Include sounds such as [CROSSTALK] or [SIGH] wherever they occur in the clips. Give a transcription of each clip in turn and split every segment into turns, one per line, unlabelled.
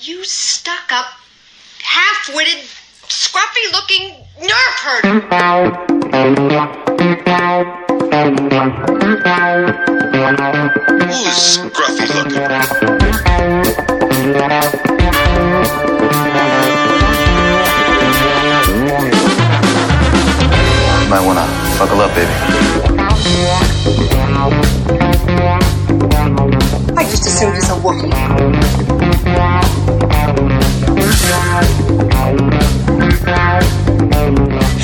you stuck up, half witted, scruffy looking nerve herder? [LAUGHS]
Who's scruffy looking?
You might wanna buckle up, baby.
I just assumed it's a Wookiee.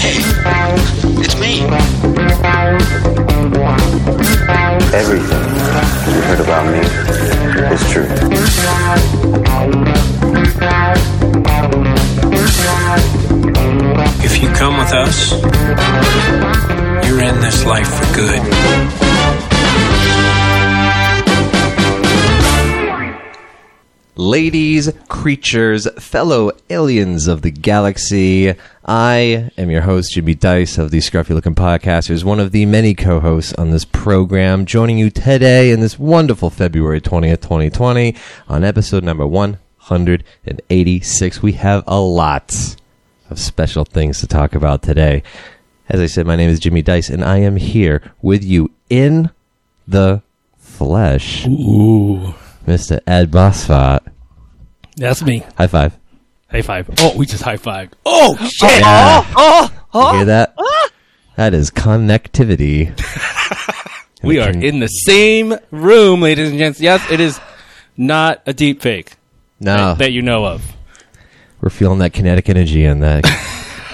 It's me.
Everything you heard about me is true.
If you come with us, you're in this life for good.
Ladies, creatures, fellow aliens of the galaxy, I am your host, Jimmy Dice of the Scruffy Looking Podcasters, one of the many co hosts on this program, joining you today in this wonderful February 20th, 2020, on episode number 186. We have a lot of special things to talk about today. As I said, my name is Jimmy Dice, and I am here with you in the flesh,
Ooh,
Mr. Ed Bosfat.
that's me.
High five.
High five. Oh, we just high fived. [GASPS] Oh shit!
Yeah.
oh,
You hear that?
Ah.
That is connectivity.
we are in the same room, ladies and gents. Yes, it is not a deep fake
No,
that you know of.
we're feeling that kinetic energy in
[LAUGHS]
that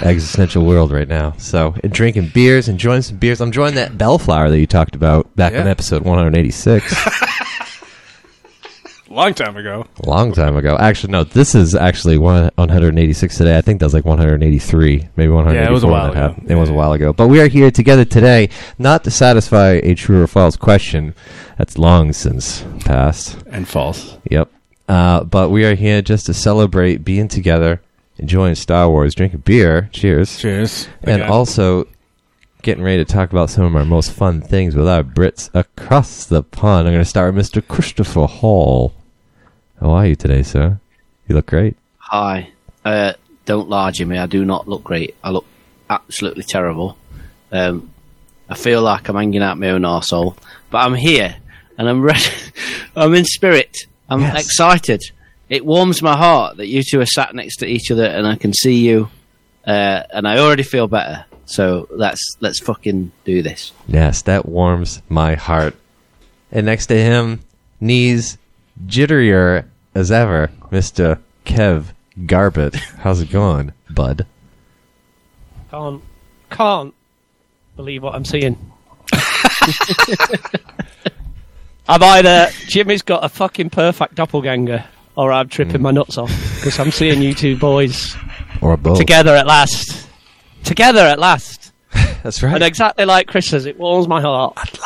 existential world right now. So, and drinking beers, enjoying some beers. I'm enjoying that bellflower that you talked about back in
Yeah.
episode 186,
[LAUGHS] Long time ago.
a long time ago. Actually, no, this is actually one- 186 today. I think that was like 183, maybe 184.
Yeah, it was a
when
while
that
ago.
happened. It was a while ago. But we are here together today, not to satisfy a true or false question. That's long since passed.
And false.
Yep. Uh, but we are here just to celebrate being together, enjoying Star Wars, drinking beer, cheers,
Cheers.
and
Okay.
also getting ready to talk about some of our most fun things with our Brits across the pond. I'm going to start with Mr. Christopher Hall. How are you today, sir? You look great.
Hi. Uh, don't lie, Jimmy. I do not look great. I look absolutely terrible. Um, I feel like I'm hanging out my own arsehole. But I'm here and I'm ready. [LAUGHS] I'm in spirit. I'm
Yes.
excited. It warms my heart that you two are sat next to each other and I can see you. Uh, and I already feel better. So let's let's fucking do this.
Yes, that warms my heart. And next to him, knees jitterier as ever, Mr. Kev Garbett. How's it going, bud?
Can't can't believe what I'm seeing. I'm either Jimmy's got a fucking perfect doppelganger, or I'm tripping my nuts off because I'm seeing you two boys
Or both?
together at last. Together at last,
That's right.
and exactly like Chris says, it warms my heart. At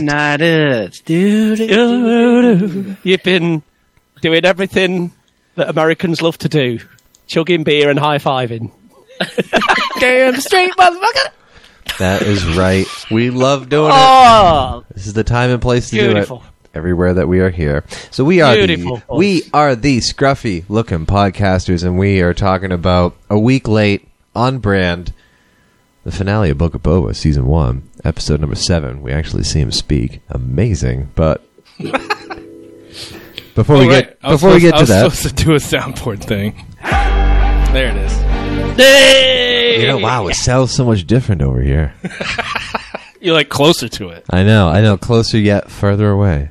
United. Dude.
You've been doing everything that Americans love to do: chugging beer and high fiving. Damn straight, motherfucker!
That
[LAUGHS]
is right. We love doing it.
Oh,
This is the time and place to do
Beautiful.
it. Everywhere that we are here. So we are
Beautiful.
the we are the scruffy looking podcasters and we are talking about a week late on brand the finale of Book of Boba season 1, episode number 7. We actually see him speak. Amazing, but
[LAUGHS]
Before we
Oh, right.
get
I was
before we
supposed-
get to
I
that,
was supposed to do a soundboard thing. There it is.
you know, wow, it sounds so much different over here.
You're like closer to it.
I know, I know. Closer yet further away.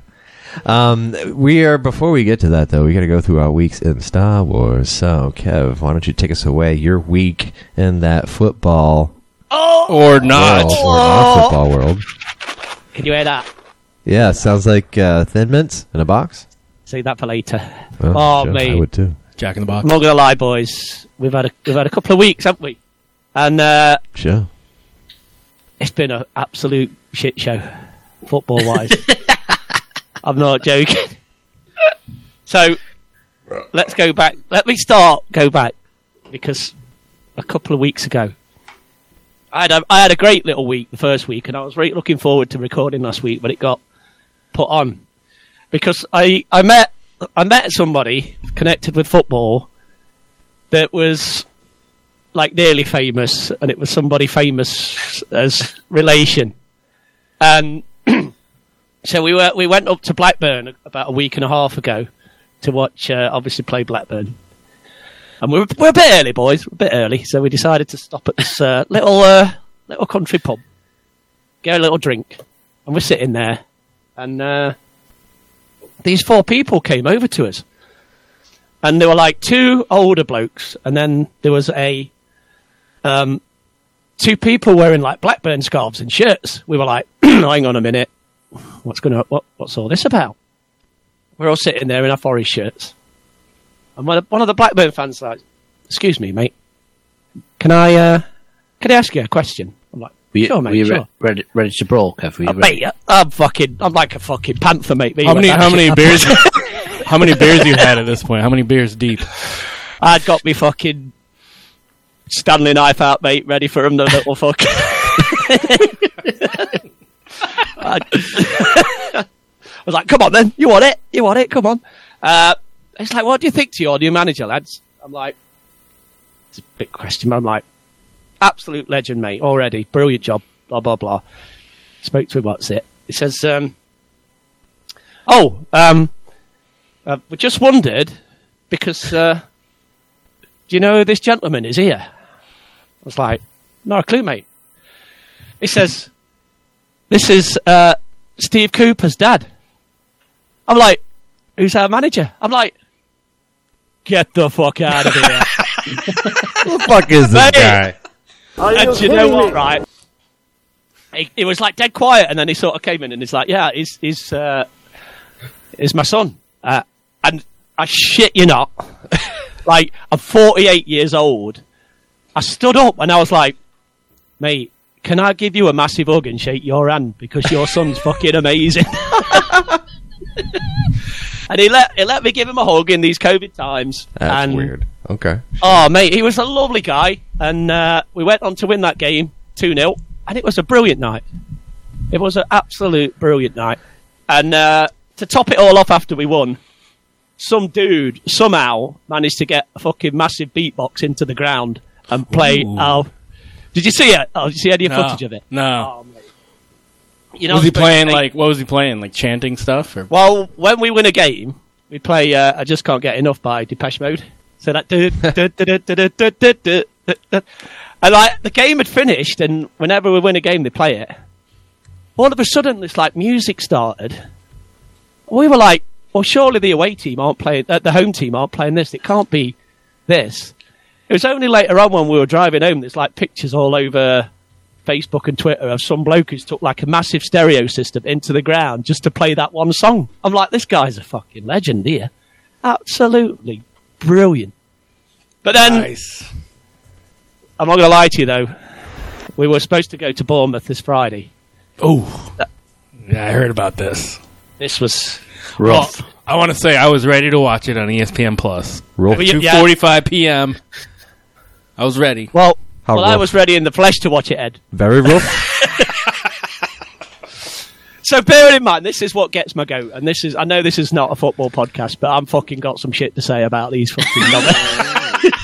Um, we are. Before we get to that, though, we got to go through our weeks in Star Wars. So, Kev, why don't you take us away your week in that football
Or not.
world or non-football world?
can you hear that?
Yeah, sounds like uh, Thin Mints in a box.
Save that for later.
Well,
oh,
sure,
mate.
I would too.
Jack in the box.
I'm not going to lie, boys. We've had a, we've had a couple of weeks, haven't we? And uh,
Sure.
it's been an absolute shit show, football wise. I'm not joking. So let's go back. Let me start. Go back because a couple of weeks ago, I had a, I had a great little week the first week, and I was really looking forward to recording last week, but it got put on because I I met I met somebody
connected with football that was like nearly famous, and it was somebody famous as relation. And [CLEARS THROAT] so we were we went up to Blackburn about a week and a half ago to watch, uh, obviously play Blackburn. And we're we're a bit early, boys. We're a bit early, so we decided to stop at this uh, little uh, little country pub, get a little drink, and we're sitting there, and uh, these four people came over to us, and there were like two older blokes, and then there was a um, two people wearing like Blackburn scarves and shirts. We were like, [CLEARS THROAT] hang on a minute, what's going to what, what's all this about? We're all sitting there in our forest shirts, and one of, one of the Blackburn fans like, excuse me, mate, can I uh, can I ask you a question? I'm like,
Were you,
sure, mate,
were you
sure.
re- ready, ready to broke? Have we?
I bet you, I'm fucking. I'm like a fucking panther, mate. Me
How many?
with that
How
shit.
many
[LAUGHS]
beers? how many beers you had at this point? How many beers deep?
I'd got me fucking Stanley knife out, mate, ready for him. The little fuck. I, I [LAUGHS] was like, "Come on, then. You want it? You want it? Come on." Uh, it's like, "What do you think to your new manager, lads?" I'm like, "It's a big question." I'm like, "Absolute legend, mate. Already, brilliant job." Blah blah blah. Spoke to him. What's it? He says, um, "Oh, um, uh, we just wondered because uh, do you know who this gentleman is here? I was like, not a clue, mate. He says, this is uh, Steve Cooper's dad. I'm like, who's our manager? I'm like, get the fuck out of here.
Who the fuck is this
Mate.
guy?
and do you know what, right? It, it was like dead quiet, and then he sort of came in and he's like, "Yeah, he's he's uh, he's my son," uh, and I shit you not, [LAUGHS] like I'm 48 years old. I stood up and I was like, "Mate, can I give you a massive hug and shake your hand because your son's fucking amazing." [LAUGHS] And he let, he let me give him a hug in these COVID times.
That's
and
weird. Okay.
Oh, mate, he was a lovely guy. And uh, we went on to win that game 2 0. And it was a brilliant night. It was an absolute brilliant night. And uh, to top it all off after we won, some dude somehow managed to get a fucking massive beatbox into the ground and play.
Ooh.
Oh, did you see it? Oh, did you see any
No.
footage of it? Oh,
No.
You know,
was he
but-
playing like? What was he playing? Like chanting stuff? Or
[LAUGHS] Well, when we win a game, we play uh, "I Just Can't Get Enough" by Depeche Mode. So that, du- du- du- du- du- du- du- du- du- du- du- and like the game had finished, and whenever we win a game, they play it. All of a sudden, this like music started. We were like, "Well, surely the away team aren't playing, uh, the home team aren't playing this. It can't be this." It was only later on when we were driving home. There's like pictures all over Facebook and Twitter of some bloke who's took like a massive stereo system into the ground just to play that one song. I'm like, this guy's a fucking legend here. Absolutely brilliant. But then,
nice.
I'm not going to lie to you though, we were supposed to go to Bournemouth this Friday.
Oh, yeah, I heard about this.
This was.
Rough. I want to say I was ready to watch it on E ESPN Plus.
Rough.
Oh, Yeah.
Two forty-five p.m. I was ready.
Well,
How
well I
rough.
was ready in the flesh to watch it, Ed.
Very rough.
So bearing in mind, this is what gets my goat, and this is—I know this is not a football podcast, but I'm fucking got some shit to say about these fucking. numbers.
[LAUGHS]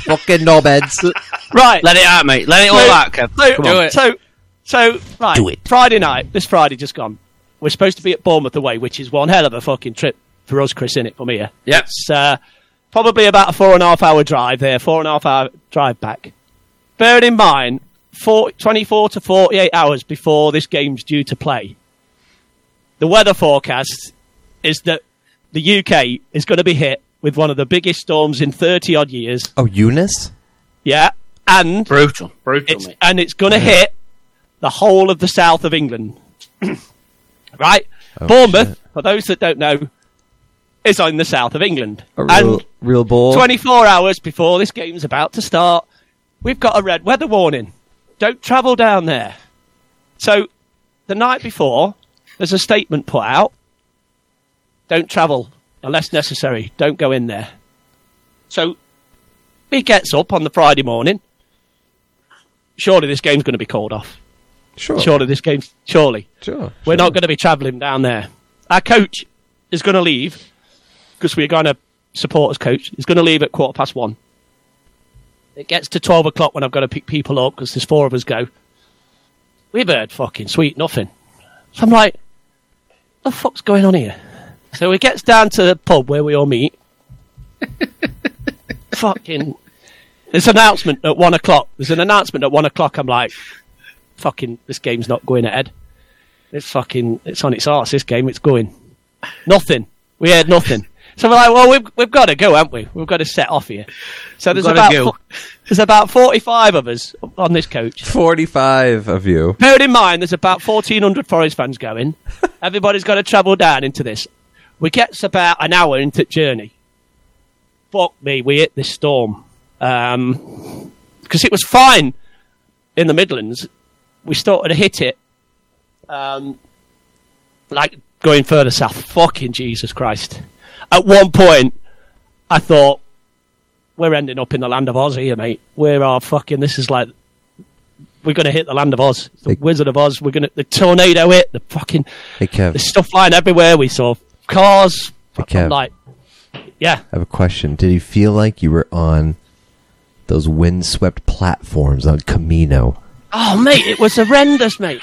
Fucking knobheads.
right,
Let it out, mate. Let it all
So-
out, Kev.
So,
Come on.
so, so, right.
Do it.
Friday night, this Friday just gone. We're supposed to be at Bournemouth away, which is one hell of a fucking trip for us, Chris, in it from here.
Yep.
It's uh, probably about a four and a half hour drive there, four and a half hour drive back. Bearing in mind, four, 24 to 48 hours before this game's due to play, the weather forecast is that the UK is going to be hit with one of the biggest storms in 30 odd years.
Oh, Eunice?
Yeah. And
brutal, brutal,
it's
mate.
and it's going to hit the whole of the south
[CLEARS THROAT]
of England. right?
Oh,
Bournemouth, for those that don't know, is on the south of England.
A real,
And
real ball.
24 hours before this game's about to start, we've got a red weather warning. Don't travel down there. So the night before, there's a statement put out. Don't travel unless necessary. Don't go in there. So he gets up on the Friday morning. Surely this game's going to be called off.
Sure. Sure.
Surely this game's. Surely.
sure.
We're not going to be travelling down there. Our coach is going to leave because we're going to supporters coach is going to leave at quarter past one. It gets to 12 o'clock when I've got to pick people up because there's four of us go. We've heard fucking sweet nothing. So I'm like, the fuck's going on here? So it gets down to the pub where we all meet. fucking. There's an announcement at one o'clock. There's an announcement at one o'clock. I'm like, fucking, this game's not going ahead. It's fucking, it's on its arse, this game. It's going. Nothing. We heard nothing. So we're like, well, we've, we've got to go, haven't we? We've got to set off here. So there's
gotta
about,
go.
fo- there's about 45 of us on this coach.
45 of you.
Bear in mind, there's about 1,400 Forest fans going. Everybody's got to travel down into this. We get about an hour into the journey. Fuck me, we hit this storm. Because it was fine in the Midlands. We started to hit it. Um, like going further south. Fucking Jesus Christ. At one point, I thought, we're ending up in the land of Oz here, mate. We're our fucking, this is like we're going to hit the land of Oz, the
Hey.
Wizard of Oz. We're going to the tornado hit the fucking
Hey, Kev,
the stuff flying everywhere. We saw cars.
Hey,
I'm
Kev.
like, yeah,
I have a question. Did you feel like you were on those windswept platforms on Camino?
oh mate, it was horrendous, mate.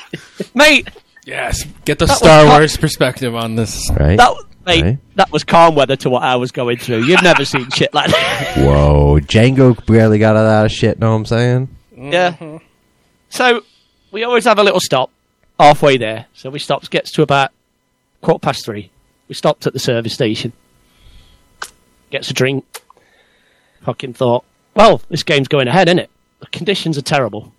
[LAUGHS] mate,
Yes, get the
That
Star
was hot.
Wars perspective on this.
Right?
that mate,
Right.
that was calm weather to what I was going through. You've never seen shit like that.
Whoa. Django barely got out of shit, know what I'm saying?
yeah. So we always have a little stop halfway there. So we stops gets to about quarter past three. We stopped at the service station. Gets a drink. Fucking thought, well, this game's going ahead, isn't it? The conditions are terrible.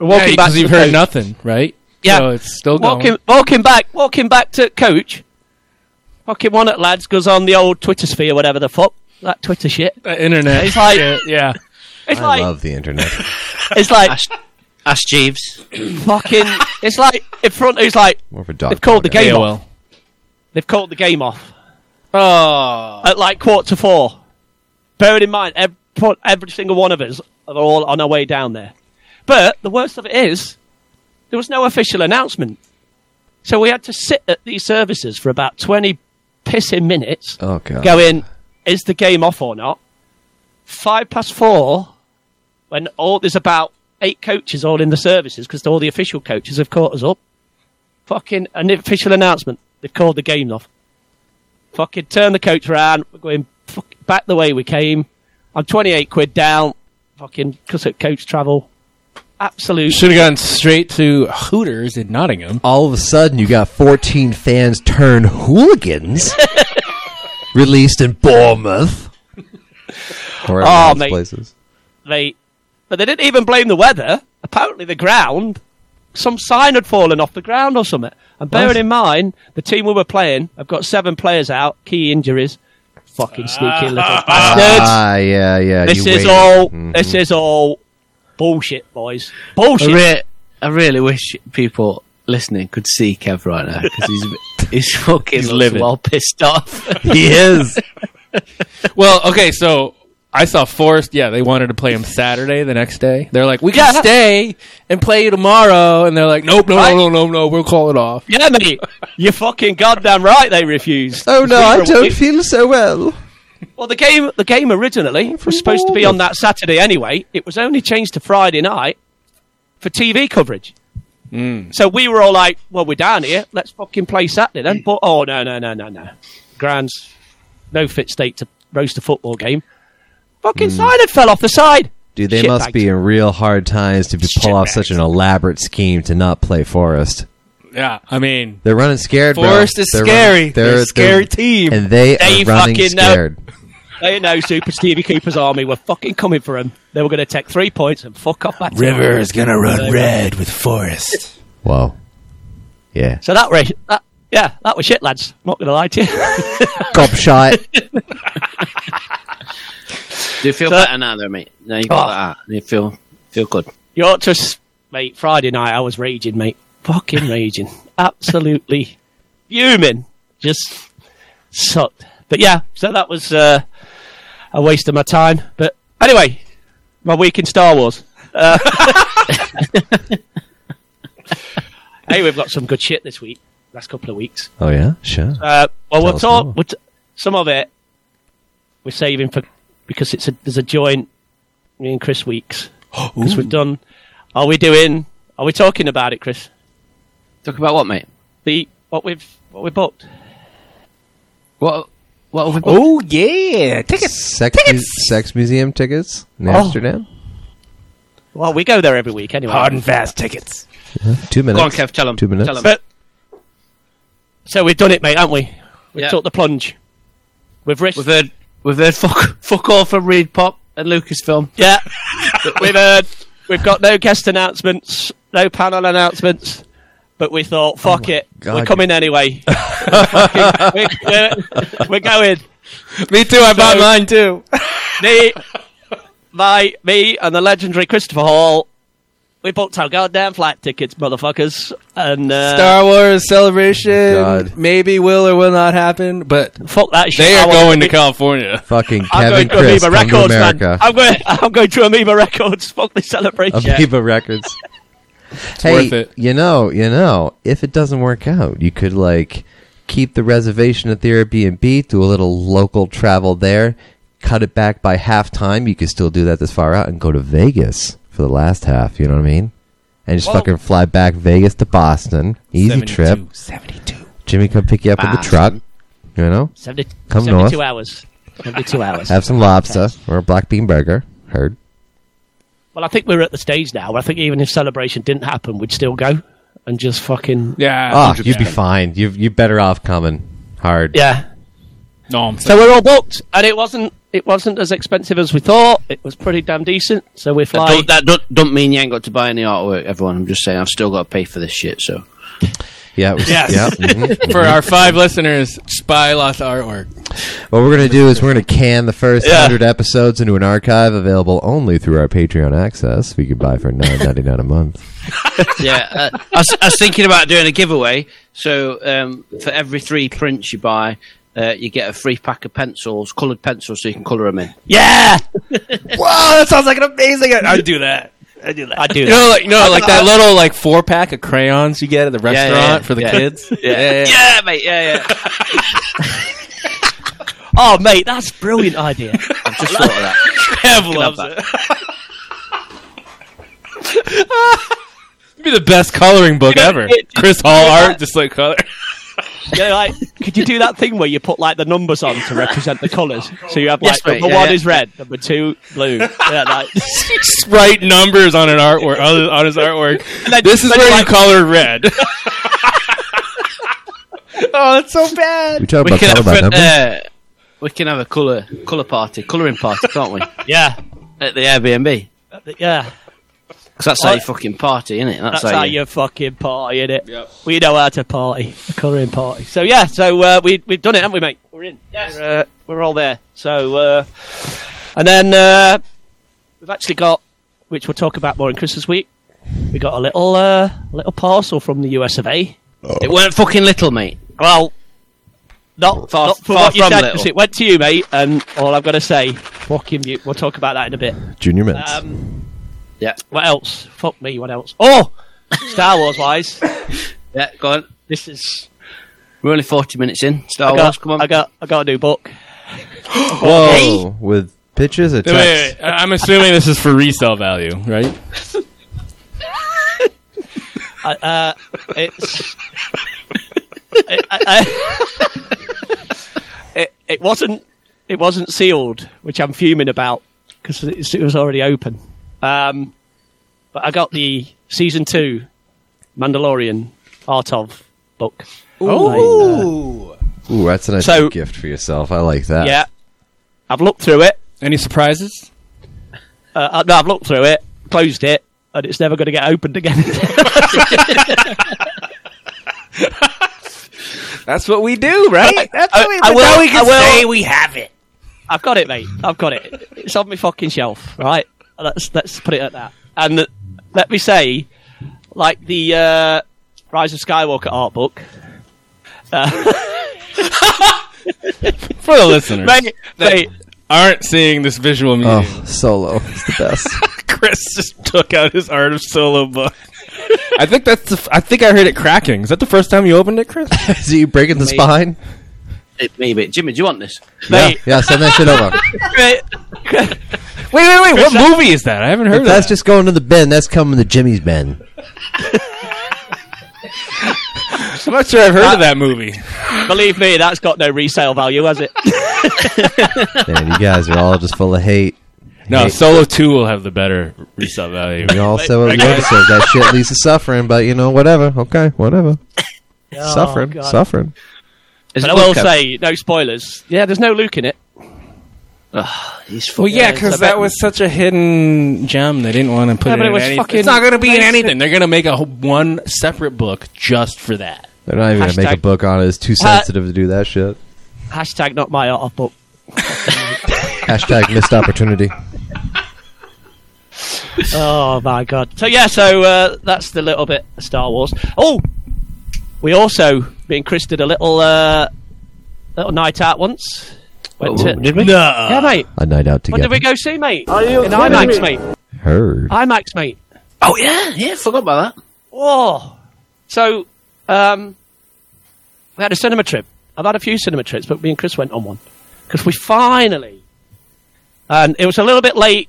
We're walking back.
because
to
you've
the
heard
coach.
nothing, right?
Yeah.
so it's still going.
Walking, walking back, walking back to coach. Fucking one at lads goes on the old Twitter sphere, whatever the fuck that Twitter shit.
The internet.
It's like-
shit, yeah.
It's
I
like,
love the internet.
[LAUGHS]
it's like
Ask, ask Jeeves.
fucking, it's like in front. It's like
More of a dog.
they've called the
podcast.
game off.
AOL.
They've called the game off.
Oh,
at like quarter to four. Bearing in mind, every, every single one of us are all on our way down there. But the worst of it is, there was no official announcement. So we had to sit at these services for about 20 pissing minutes,
Oh, God.
going, is the game off or not? Five past four, when all there's about eight coaches all in the services, because all the official coaches have caught us up. Fucking an official announcement. They've called the game off. Fucking turn the coach around. We're going fuck, back the way we came. I'm 28 quid down. Fucking cuss at coach travel. Absolute.
Should have gone straight to Hooters in Nottingham.
all of a sudden you got 14 fans turn
[LAUGHS]
hooligans released in Bournemouth. Or
Oh,
oh,
mate.
places.
They, but they didn't even blame the weather. Apparently, the ground, some sign had fallen off the ground or something. And bearing in mind, the team we were playing, I've got seven players out, key injuries. Fucking sneaky little bastards.
Ah, yeah, yeah.
This
you
is
waited.
all.
Mhm.
This is all bullshit, boys. Bullshit.
I, re- I really wish people listening could see Kev right now because he's [LAUGHS] he's fucking
He's
he's
livid.
well pissed [LAUGHS] off.
He is.
Well, okay, so I saw Forrest. Yeah, they wanted to play him Saturday the next day. They're like, we can
Yeah.
stay and play you tomorrow. And they're like, nope, no,
Right.
no, no, no, no, we'll call it off.
Yeah, mate. You're fucking goddamn right. They refused.
oh, no,
We
I
were-
don't feel so well.
Well, the game, the game originally was supposed to be on that Saturday anyway. It was only changed to Friday night for TV coverage. So we were all like, "Well, we're down here. Let's fucking play Saturday then." But oh no, no, no, no, no. Grounds, no fit state to roast a football game. Fucking side had fell off the side.
Dude, they must
Shitbags.
be in real hard times to be- pull off
Shitbags.
such an elaborate scheme to not play Forest.
Yeah, I mean,
They're running scared, bro.
Forest is
They're
scary.
running-
They're a scary team.
And they,
They
are running
fucking know.
scared.
They know Super Stevie Cooper's army were fucking coming for him. They were going to take three points and fuck off back. to
River's gonna run red with Forest.
Wow.
[LAUGHS]
Yeah.
So that, was that yeah, that was shit, lads. Not going to lie to you.
Gob shot.
Do you feel
So-
better now, though, mate? Now you got that. out. You feel feel good.
You ought to, s- mate. Friday night, I was raging, mate. Fucking raging, absolutely fuming. Just sucked. But yeah, so that was uh, a waste of my time. But anyway, my week in Star Wars. Uh, [LAUGHS] hey, we've got some good shit this week. Last couple of weeks.
[LAUGHS] Oh, yeah? Sure.
Uh, well,
Tell
we'll
us
talk.
more.
We'll t- some of it we're saving for because it's a there's a joint me and Chris
[GASPS]
Weeks because we've done. Are we doing? Are we talking about it, Chris?
Talk about what, mate?
The what we've what we booked.
What? What have we booked?
Oh yeah, tickets. Oh.
Sex, mu- sex museum tickets in Amsterdam.
Well, we go there every week anyway.
Hard and fast tickets.
Two minutes.
Go on, Kev. Tell him.
Two minutes.
Tell him.
But so we've done it, mate, haven't we? We
Yeah.
took the plunge. We've risked.
We've heard. We've heard. Fuck. Fuck all from Reed Pop and Lucasfilm.
yeah, [LAUGHS] we've heard. We've got no guest announcements, no panel announcements. But we thought, fuck it,
Oh God,
we're
[LAUGHS]
coming anyway. we're, fucking- we're- we're- we're going.
Me too. I bought
So-
mine too.
me, my, me, and the legendary Christopher Hall. We booked our goddamn flight tickets, motherfuckers, and uh,
Star Wars celebration.
Oh, God.
Maybe will or will not happen, but
fuck that shit.
they
I
are
want
going
be-
to California.
Fucking
I'm
Kevin
going to
Chris,
Amoeba
come to
Records,
America.
man. I'm going. I'm going to Amoeba Records. Fuck this celebration.
[LAUGHS]
Amoeba Records. hey,
worth it.
you know, you know, if it doesn't work out, you could like keep the reservation at the Airbnb, do a little local travel there, cut it back by half time. You could still do that this far out and go to Vegas for the last half. You know what I mean? And just fucking fly back Vegas to Boston. Easy trip.
Seventy-two.
Jimmy, come pick you up in the
Boston.
truck. You know,
70,
Come
72
north.
hours. 72 hours.
have some lobster or a black bean burger. Heard.
Well, I think we're at the stage now. where I think even if celebration didn't happen, we'd still go and just fucking
Yeah.
Ah,
100%.
you'd be fine. You you better off coming hard.
yeah.
No, I'm
So
sorry.
we're all booked, and it wasn't. It wasn't as expensive as we thought. It was pretty damn decent. So we
That,
fly.
don't, that don't, don't mean you ain't got to buy any artwork, everyone. I'm just saying I've still got to pay for this shit. So
Yeah. it was-
Yes. [LAUGHS]
yeah, mhm.
For our five listeners, spy lost artwork.
What we're going to do is we're going to can the first 100 episodes into an archive available only through our Patreon access. We could buy for nine ninety nine a month.
yeah, uh, I, was, I was thinking about doing a giveaway. So um, for every three prints you buy, uh, you get a free pack of pencils, coloured pencils, so you can colour them in.
yeah,
Wow, that sounds like an amazing. I'd do that.
I do that. I do.
[LAUGHS] You know, like no, like that little like four pack of crayons you get at the
yeah,
restaurant
yeah.
for the
[LAUGHS] Yeah.
kids. Yeah, yeah, yeah.
Yeah, mate. Yeah, yeah.
Oh, mate, that's a brilliant idea.
I've just thought of that.
Kev loves it.
It'd be the best coloring book
know,
ever.
it-
Chris Hall art, just like color.
Yeah, like, could you do that thing where you put like the numbers on to represent the colours? So you have like
Yes, mate,
number
yeah,
one
yeah.
is red, number two blue. Yeah, like,
[LAUGHS] just write numbers on an artwork on his, on his artwork.
then-
this is
then
where
you
you color red.
[LAUGHS]
oh, that's so bad.
We talk
We
about
can
color
have
by
a,
number.
uh, we can have a colour colour party, colouring party, can't we?
yeah,
At the Airbnb.
yeah.
Because that's how you fucking party, isn't it?
That's how you fucking party, innit?
Yep.
We know how to party, a colouring party. So yeah, so uh, we we've done it, haven't we, mate? We're in. Yes. We're, uh, we're all there. So uh, and then uh, we've actually got, which we'll talk about more in Christmas week. We got a little uh, little parcel from the US of A.
It weren't fucking little, mate.
Well, not,
Far-
not for
far
what you
from
said,
little.
'cause it went to you, mate. And all I've got to say, fucking mute. We'll talk about that in a bit.
Junior Mints.
Um,
Yeah.
what else? Fuck me. What else? Oh, Star Wars wise,
Yeah, go on.
this is
We're only 40 minutes in. Star
I
Wars,
got,
come on.
I got, I got a new book.
Whoa. With pictures of
Wait, wait,
text.
wait. I'm assuming this is for resale value, right?
I, uh, it's. [LAUGHS] I- I- I- it, it wasn't. It wasn't sealed, which I'm fuming about because it was already open. Um, but I got the season two Mandalorian Art of book. Oh,
Ooh, that's a nice
So-
gift for yourself. I like that.
yeah. I've looked through it.
Any surprises?
Uh, I- no, I've looked through it, closed it, and it's never going to get opened again.
[LAUGHS] That's what we do, right? That's
I- I will- I will-
we have it.
I've got it, mate. I've got it. It's on my fucking shelf, right? Let's let's put it at that. And th- let me say, like the uh, Rise of Skywalker art book,
[LAUGHS] For the listeners
mate, mate,
aren't seeing this visual medium,
Oh, solo is the best. [LAUGHS]
Chris just took out his Art of Solo book. I think that's. The f- I think I heard it cracking. Is that the first time you opened it, Chris?
Is he breaking the spine?
it me a bit. Jimmy, do you want this?
Yeah,
Mate.
yeah, send that shit
[LAUGHS]
over.
Great.
Wait, wait, wait. What movie is that? I haven't heard
If
of
that's
that.
just going to the bin, that's coming to Jimmy's bin.
I'm not sure I've heard of that movie.
Believe me, that's got no resale value, has it?
Man, you guys are all just full of
[LAUGHS]
hate.
No,
Hey.
Solo 2 will have the better resale value.
We all so
I
every
guess-
episode that shit leads to suffering, but you know, whatever. Okay, whatever. suffering,
Oh, God.
suffering.
Is
But
it
I will
Wilco?
say, no spoilers. Yeah, there's no Luke in it.
He's
Well,
fucking
yeah,
it's
because
a
that
bit-
was such a hidden gem. They didn't want to put
Yeah,
it
but
in
it was
anything.
fucking-
it's not going to be in
basic.
anything. They're going to make a whole- one separate book just for that.
They're not even gonna make a
Hashtag-
book on it. It's too sensitive to do that shit.
Hashtag not my art book.
Hashtag missed opportunity.
Oh my god. So yeah, so uh, that's the little bit of Star Wars. Oh, we also being Chris did a little uh, little night out once. Went to,
did we?
yeah, mate.
A night out
What
together.
did we go see, mate? Are you In IMAX, mate.
Heard.
IMAX, mate.
Oh yeah, yeah. Forgot about that.
Oh, so um, we had a cinema trip. I've had a few cinema trips, but me and Chris went on one because we finally, and it was a little bit late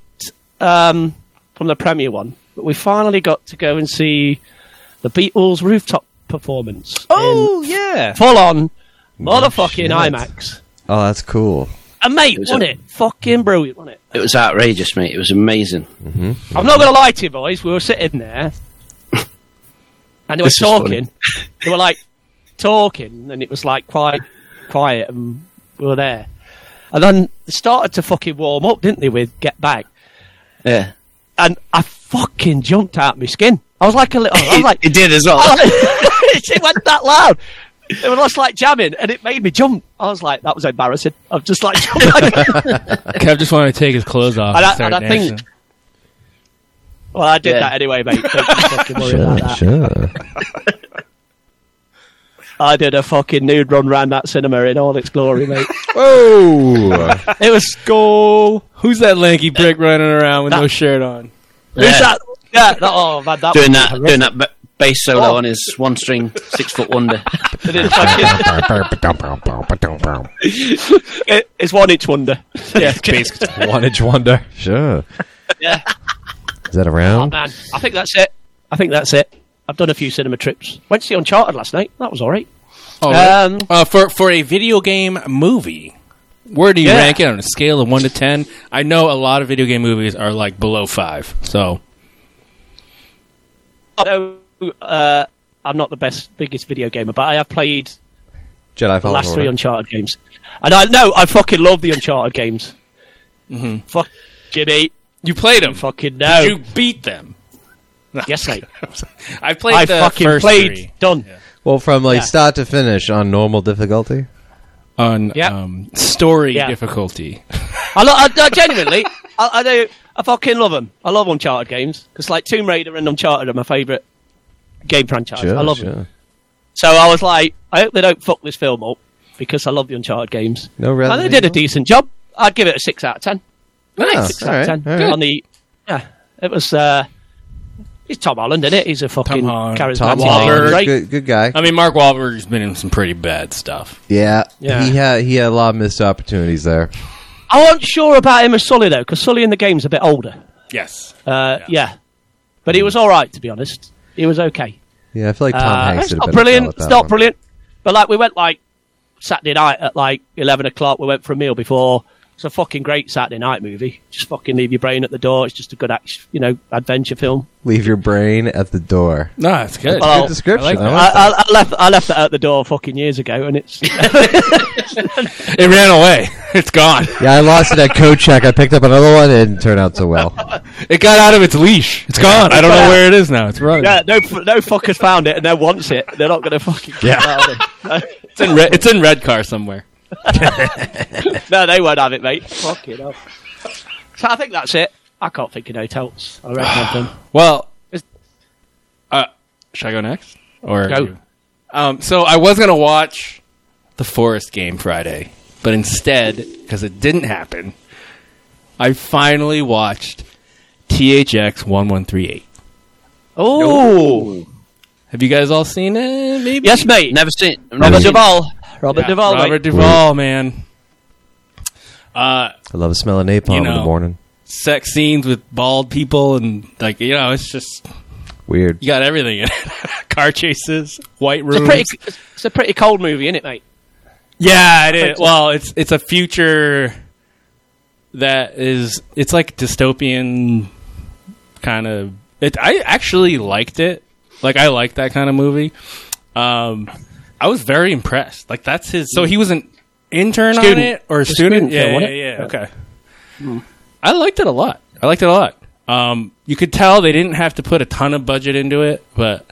um, from the premiere one, but we finally got to go and see the Beatles rooftop performance.
Oh, yeah.
full on motherfucking
shit.
IMAX!
Oh, that's cool.
And mate,
was
wasn't
a-
it fucking brilliant? Wasn't it?
It was outrageous, mate. It was amazing.
I'm not gonna lie to you, boys. We were sitting there, and they were
This is
talking. They were like talking, and it was like quite quiet, and we were there. And then they started to fucking warm up, didn't they? With Get Back,
Yeah.
and I fucking jumped out my skin. I was like a little. Oh,
[LAUGHS]
I was like,
it did as well.
[LAUGHS] it went that loud. It was just like jamming, and it made me jump. I was like, that was embarrassing. I'm just like, [LAUGHS]
Kev just wanted to take his clothes off.
And
And,
I-
start
and I think-
dancing.
well, I did
Yeah.
that anyway, mate. Don't you fucking worry about
[LAUGHS]
Sure,
that.
sure.
[LAUGHS] I did a fucking nude run round that cinema in all its glory, mate.
Whoa!
[LAUGHS] it was school.
Who's that lanky prick running around with no
That-
shirt on?
Who's that? Yeah, that, oh man, that
doing
was
that, doing that ba- bass solo
Oh.
on his one string six
[LAUGHS]
foot wonder.
It is fucking, it- it's one inch wonder.
Yeah, basically.
One inch wonder. Sure.
Yeah.
Is that around?
Man, I think that's it. I think that's it. I've done a few cinema trips. Went to see Uncharted last night. That was all right.
Oh,
Um,
uh, for for a video game movie, where do you
Yeah.
rank it on a scale of one to ten? I know a lot of video game movies are like below five. So
No, uh, I'm not the best, biggest video gamer, but I have played
Jedi
Oh,
the
Fallen
last three
Order.
Uncharted games, and I know I fucking love the Uncharted games. Mm-hmm. Fuck Jimmy,
you played them.
fucking no.
You beat them.
yes, mate.
[LAUGHS] I played.
I
the
fucking
first
played.
three
Done.
Well, from like
Yeah.
start to finish on normal difficulty.
on
Yeah.
um, story
Yeah.
difficulty.
I, lo- I, I genuinely, [LAUGHS] I, I do. I fucking love them. I love Uncharted games because like Tomb Raider and Uncharted are my favourite game franchise.
Sure,
I love them.
sure.
So I was like, I hope they don't fuck this film up because I love the Uncharted games.
No
and
Resident
they did a
Evil?
decent job. I'd give it a six out of ten. Six
Oh,
out
all
of
right,
ten
all right.
on the. Yeah, it was. Uh, it's Tom Holland, isn't it? He's a fucking
Holland,
charismatic
Tom
Tom
Wahlberg,
Wahlberg.
Right?
good, good guy.
I mean, Mark Wahlberg's been in some pretty bad stuff.
Yeah,
Yeah.
he had he had a lot of missed opportunities there.
I wasn't sure about him as Sully though, because Sully in the game's a bit older.
Yes.
Uh, yeah. but he was all right to be honest. He was okay.
Yeah, I feel like Tom
Uh,
Hanks
it's
did a
not
better
brilliant.
job with
It's
that
not
one.
brilliant. But like we went like Saturday night at like eleven o'clock. We went for a meal before. It's a fucking great Saturday night movie. Just fucking leave your brain at the door. It's just a good action, you know, adventure film.
Leave your brain at the door.
No, it's good.
Well,
Good description.
I like
I
that.
like
I, I, I left I left that at the door fucking years ago, and it's [LAUGHS]
it ran away. [LAUGHS] It's gone.
Yeah, I lost it at code check. I picked up another one. It didn't turn out so
[LAUGHS]
well.
It got out of its leash. It's gone. I don't know where it is now. It's running.
yeah, no f- no fuckers found it and no wants it. They're not gonna fucking
Yeah.
It's in red. It's in red car somewhere.
[LAUGHS] no, they won't have it, mate. Fucking hell. So I think that's it. I can't think of no else. I reckon I've done.
Well, uh, should I go next or
Go.
Um, so I was gonna watch the Forest game Friday, but instead, because it didn't happen, I finally watched THX one one three eight.
Oh
Have you guys all seen it? Maybe
yes, mate.
Never seen. Never
Robert
seen.
Duvall. Robert
Yeah,
Duvall. mate.
Robert Duvall, Oh, man. Uh,
I love the smell of napalm
You
in the
know.
morning.
sex scenes with bald people and like you know, it's just
Weird.
you got everything in it. [LAUGHS] Car chases, white
It's a
rooms.
pretty, it's a pretty cold movie, isn't it, mate?
yeah, it is. Well, Oh, it's it's a future that is it's like dystopian kind of. It I actually liked it. Like I like that kind of movie. Um, I was very impressed. Like that's his. So he was an intern on
Student.
it or a student?
student film,
yeah,
wasn't
yeah,
it?
yeah. Okay. I liked it a lot. I liked it a lot. Um, you could tell they didn't have to put a ton of budget into it, but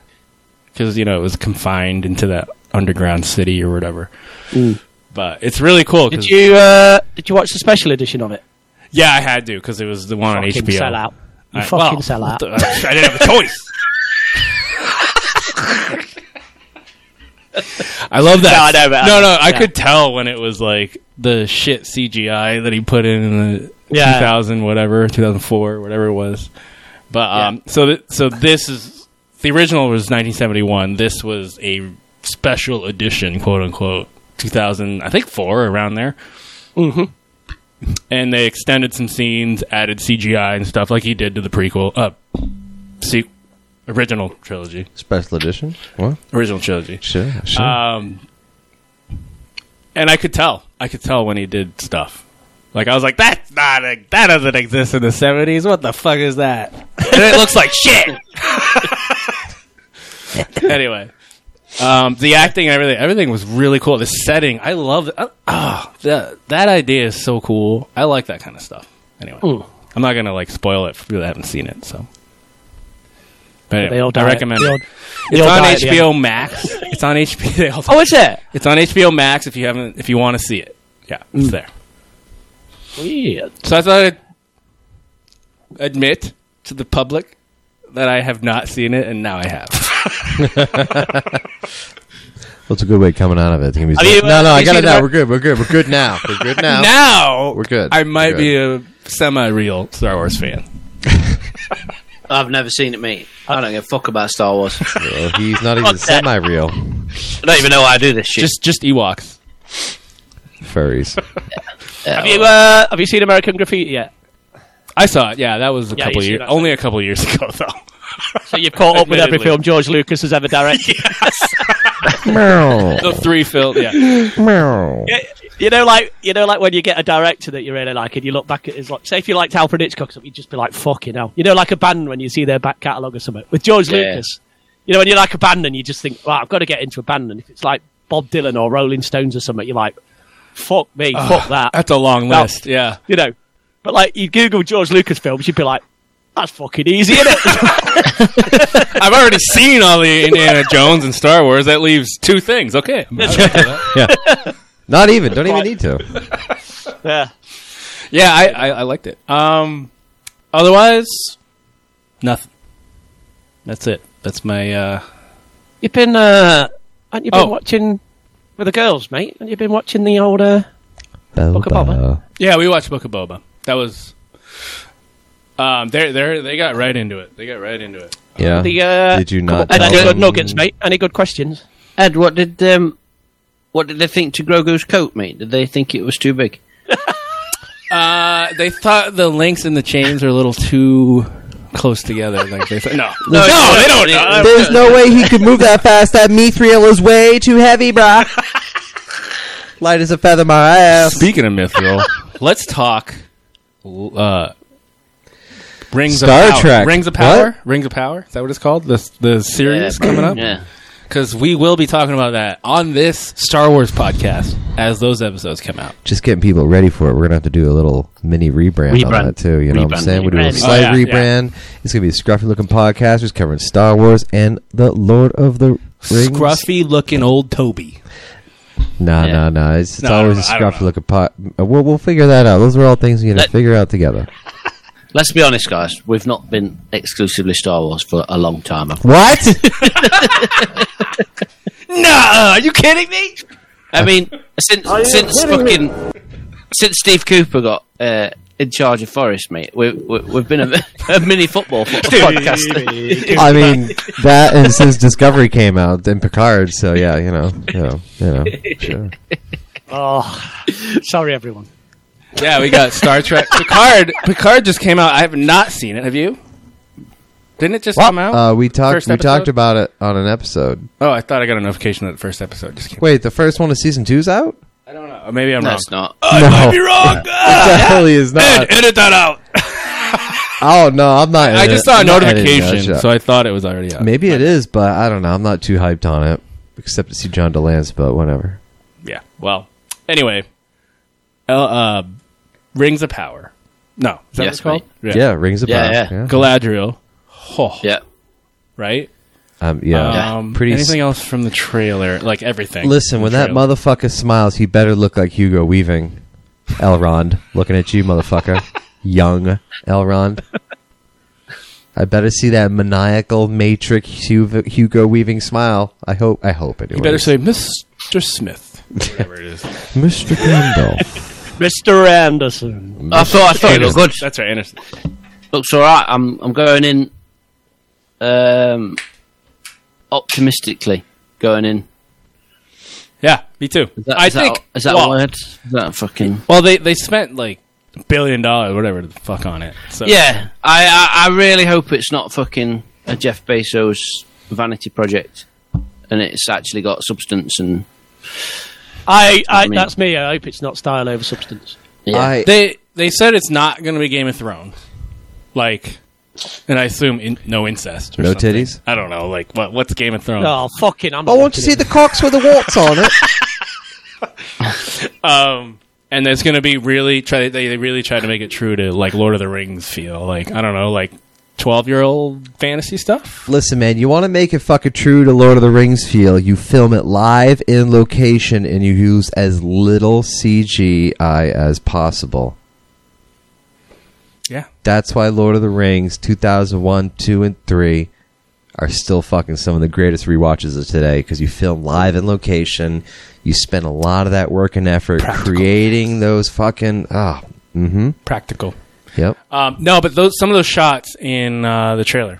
because you know it was confined into that underground city or whatever. But it's really cool. 'cause-
Did you uh, did you watch the special edition of it?
yeah, I had to because it was the one on
Fucking
HBO.
sell out. You
I-
fucking
well,
sell out.
what the- uh, I didn't have a choice. I love that.
[LAUGHS] No, I know, but
[LAUGHS]
I-
no, no, I
yeah.
could tell when it was like the shit CGI that he put in in the
Yeah.
2000 whatever, 2004, whatever it was. But um, so th- so this is the original was 1971. This was a special edition, quote unquote, 2000. I think four around there. Mm-hmm. And they extended some scenes, added CGI and stuff like he did to the prequel, uh, se- original trilogy,
Special edition? What?
original trilogy.
Sure,
Uh,
sure.
Um, and I could tell, I could tell when he did stuff. Like I was like, that's not a, that doesn't exist in the seventies. What the fuck is that?
[LAUGHS]
And it looks like shit. anyway, um, the acting, and everything, everything was really cool. The setting, I love. Uh, oh, that that idea is so cool. I like that kind of stuff. Anyway, I'm not gonna like spoil it for people that haven't seen it. So, but anyway,
They all
I
die.
recommend
They all-
it.
they
It's
all
on
die at the
HBO Max. It's on HBO. They
[LAUGHS]
all-
Oh, is it?
it's on HBO Max if you haven't if you want to see it. Yeah,
Mm.
it's there.
Weird.
So I thought I'd admit to the public that I have not seen it, and now I
[LAUGHS]
have.
What's a good way of coming out of it? It's gonna be-
you,
no, no,
uh,
I
you
got it
seen
now.
the-
We're good. We're good. We're good
[LAUGHS]
now. We're good now.
now
We're good.
I might
We're
be a semi-real Star Wars fan.
I've never seen it, mate.
Uh,
I don't give a fuck about
[LAUGHS]
Star Wars. I
Well, he's not even semi-real.
don't even know why I do this shit.
Just just Ewoks.
Furries.
Have you uh, have you seen American Graffiti yet?
I saw it. Yeah, that was a
Yeah,
couple
you see
years
that.
only a couple years [LAUGHS] ago though.
So you've caught up with every
Admittedly.
film George Lucas has ever directed.
[LAUGHS] Meow.
the three film. [LAUGHS] Yeah,
Meow.
[LAUGHS] You know, like you know, like when you get a director that you really like, and you look back at his like, say if you liked Alfred Hitchcock, or something, you'd just be like, "Fucking hell!" You know, like a band when you see their back catalogue or something. With George
Yeah.
Lucas, you know, when you like a band and you just think, "Wow, I've got to get into a band," and if it's like Bob Dylan or Rolling Stones or something, you're like, "Fuck me, fuck Oh, that."
that's a long
No.
list. Yeah,
you know. But like, you Google George Lucas films, you'd be like, "That's fucking easy, isn't it?"
I've already seen all the
[LAUGHS]
Indiana Jones and Star Wars. That leaves two things. Okay,
Yeah. Not even. Don't even need to.
[LAUGHS] yeah.
Yeah, I, I, I liked it. Um, otherwise, nothing. That's it. That's my. Uh,
You've been, uh, haven't you been
Oh.
watching with the girls, mate? Haven't you been watching the old? Uh, Book of Boba.
yeah, we watched Book of Boba. That was. Um, they they they got right into it. They got right into it.
Yeah.
the uh,
Did you not?
Any
tell
good
them-
nuggets, mate? Any good questions?
Ed, what did um, what did they think to Grogu's coat, mate? Did they think it was too big?
Uh, they thought the links and the chains are a little too close together. Like they thought, no, no,
it's-
they don't. Uh,
it-
There's no way he could move that fast. That mithril is way too heavy, bruh. Light as a feather, my ass.
Speaking of mithril, let's talk. Uh, Rings
Star
of power.
Trek.
Rings of
What?
power. Rings of power. Is that what it's called? The the series coming up.
Yeah.
because we will be talking about that on this Star Wars podcast as those episodes come out.
Just getting people ready for it. We're gonna have to do a little mini rebrand, on
Rebrand.
that too. You know what I'm
Rebrand,
saying? We do a
rebrand.
slight
Oh, yeah,
rebrand. It's gonna be a scruffy looking podcast. Just covering Star Wars and the Lord of the Rings.
Scruffy looking old Toby.
No,
Yeah.
no, no. It's, it's
No, I
always a
don't know. I don't
scruffy
know.
looking pot. Uh, We'll, we'll figure that out. Those are all things we are going to
Let-
figure
[LAUGHS]
out together.
Let's be honest, guys. We've not been exclusively Star Wars for a long time.
What?
[LAUGHS]
No, are you kidding me? I mean, since since fucking since Steve Cooper got uh, in charge of Forest, mate. We, we, we've been a, [LAUGHS] a mini football [LAUGHS] fo- podcast.
I mean, that and since Discovery came out and Picard, so yeah, you know, you know, you know, sure.
Oh, sorry, everyone.
Yeah, we got Star Trek. Picard. Picard just came out. I have not seen it. Have you? Didn't it just come out?
Uh, we talked.
First
We
episode?
talked about it on an episode.
oh, I thought I got a notification that the first episode just came. Wait,
Wait, the first one of season two's out?
I don't know. Maybe I'm
no,
wrong.
it's not.
I
No. [LAUGHS]
might be wrong. Ah,
It definitely is not.
Ed, edit that out.
Oh no, I'm not.
I just saw a
I'm not editing
notification,
that shit.
so I thought it was already out.
Maybe it is, but I don't know. I'm not too hyped on it, except to see John DeLance. But whatever.
Yeah. Well. Anyway. El- Uh, Rings of Power. No. Is that
Yes,
what it's called?
Yeah, rings a
Yeah,
bell.
yeah.
Galadriel. Oh,
Yeah.
Right.
Um, yeah.
Um,
Pretty s-
Anything else from the trailer? Like everything.
Listen, when that
mother.
motherfucker smiles, he better look like Hugo Weaving. Elrond, looking at
[LAUGHS]
you, motherfucker. Young Elrond. I better see that maniacal matrix Hugo, Hugo Weaving smile. I hope. I hope anyway.
You better
[LAUGHS]
say Mr. Smith. Whatever it is.
Mr.
[LAUGHS]
Gandalf.
Mr.
Mm.
Anderson.
I thought I thought it looked good.
That's right, Anderson.
Looks all right. I'm I'm going in. Um, optimistically going in.
Yeah, me too.
Is that,
I
is that-
think.
is that
well,
a word? Is that a fucking?
well, they they spent like a billion dollars, whatever the fuck, on it. So
Yeah, I, I I really hope it's not fucking a Jeff Bezos vanity project, and it's actually got substance and.
I, I,
Me.
that's me. I hope it's not style over substance.
Yeah.
I,
they they said it's not going to be Game of Thrones, like, and I assume in, no incest, or
No
something.
titties?
I don't know, like what what's Game of Thrones?
Oh, fucking! I'm.
I
not
want to
looking
see
at
the cocks with the warts on it.
Um, and there's going to be really try they, they really tried to make it true to like Lord of the Rings feel, like I don't know, like twelve year old fantasy stuff.
[LAUGHS] Listen, man, you want to make it fucking true to Lord of the Rings feel, you film it live in location and you use as little CGI as possible.
Yeah.
That's why Lord of the Rings 2001, 2, and 3 are still fucking some of the greatest rewatches of today because you film live in location. You spend a lot of that work and effort creating those fucking. Ah, mm hmm.
Practical.
Yep.
Um, no, but those some of those shots in uh, the trailer,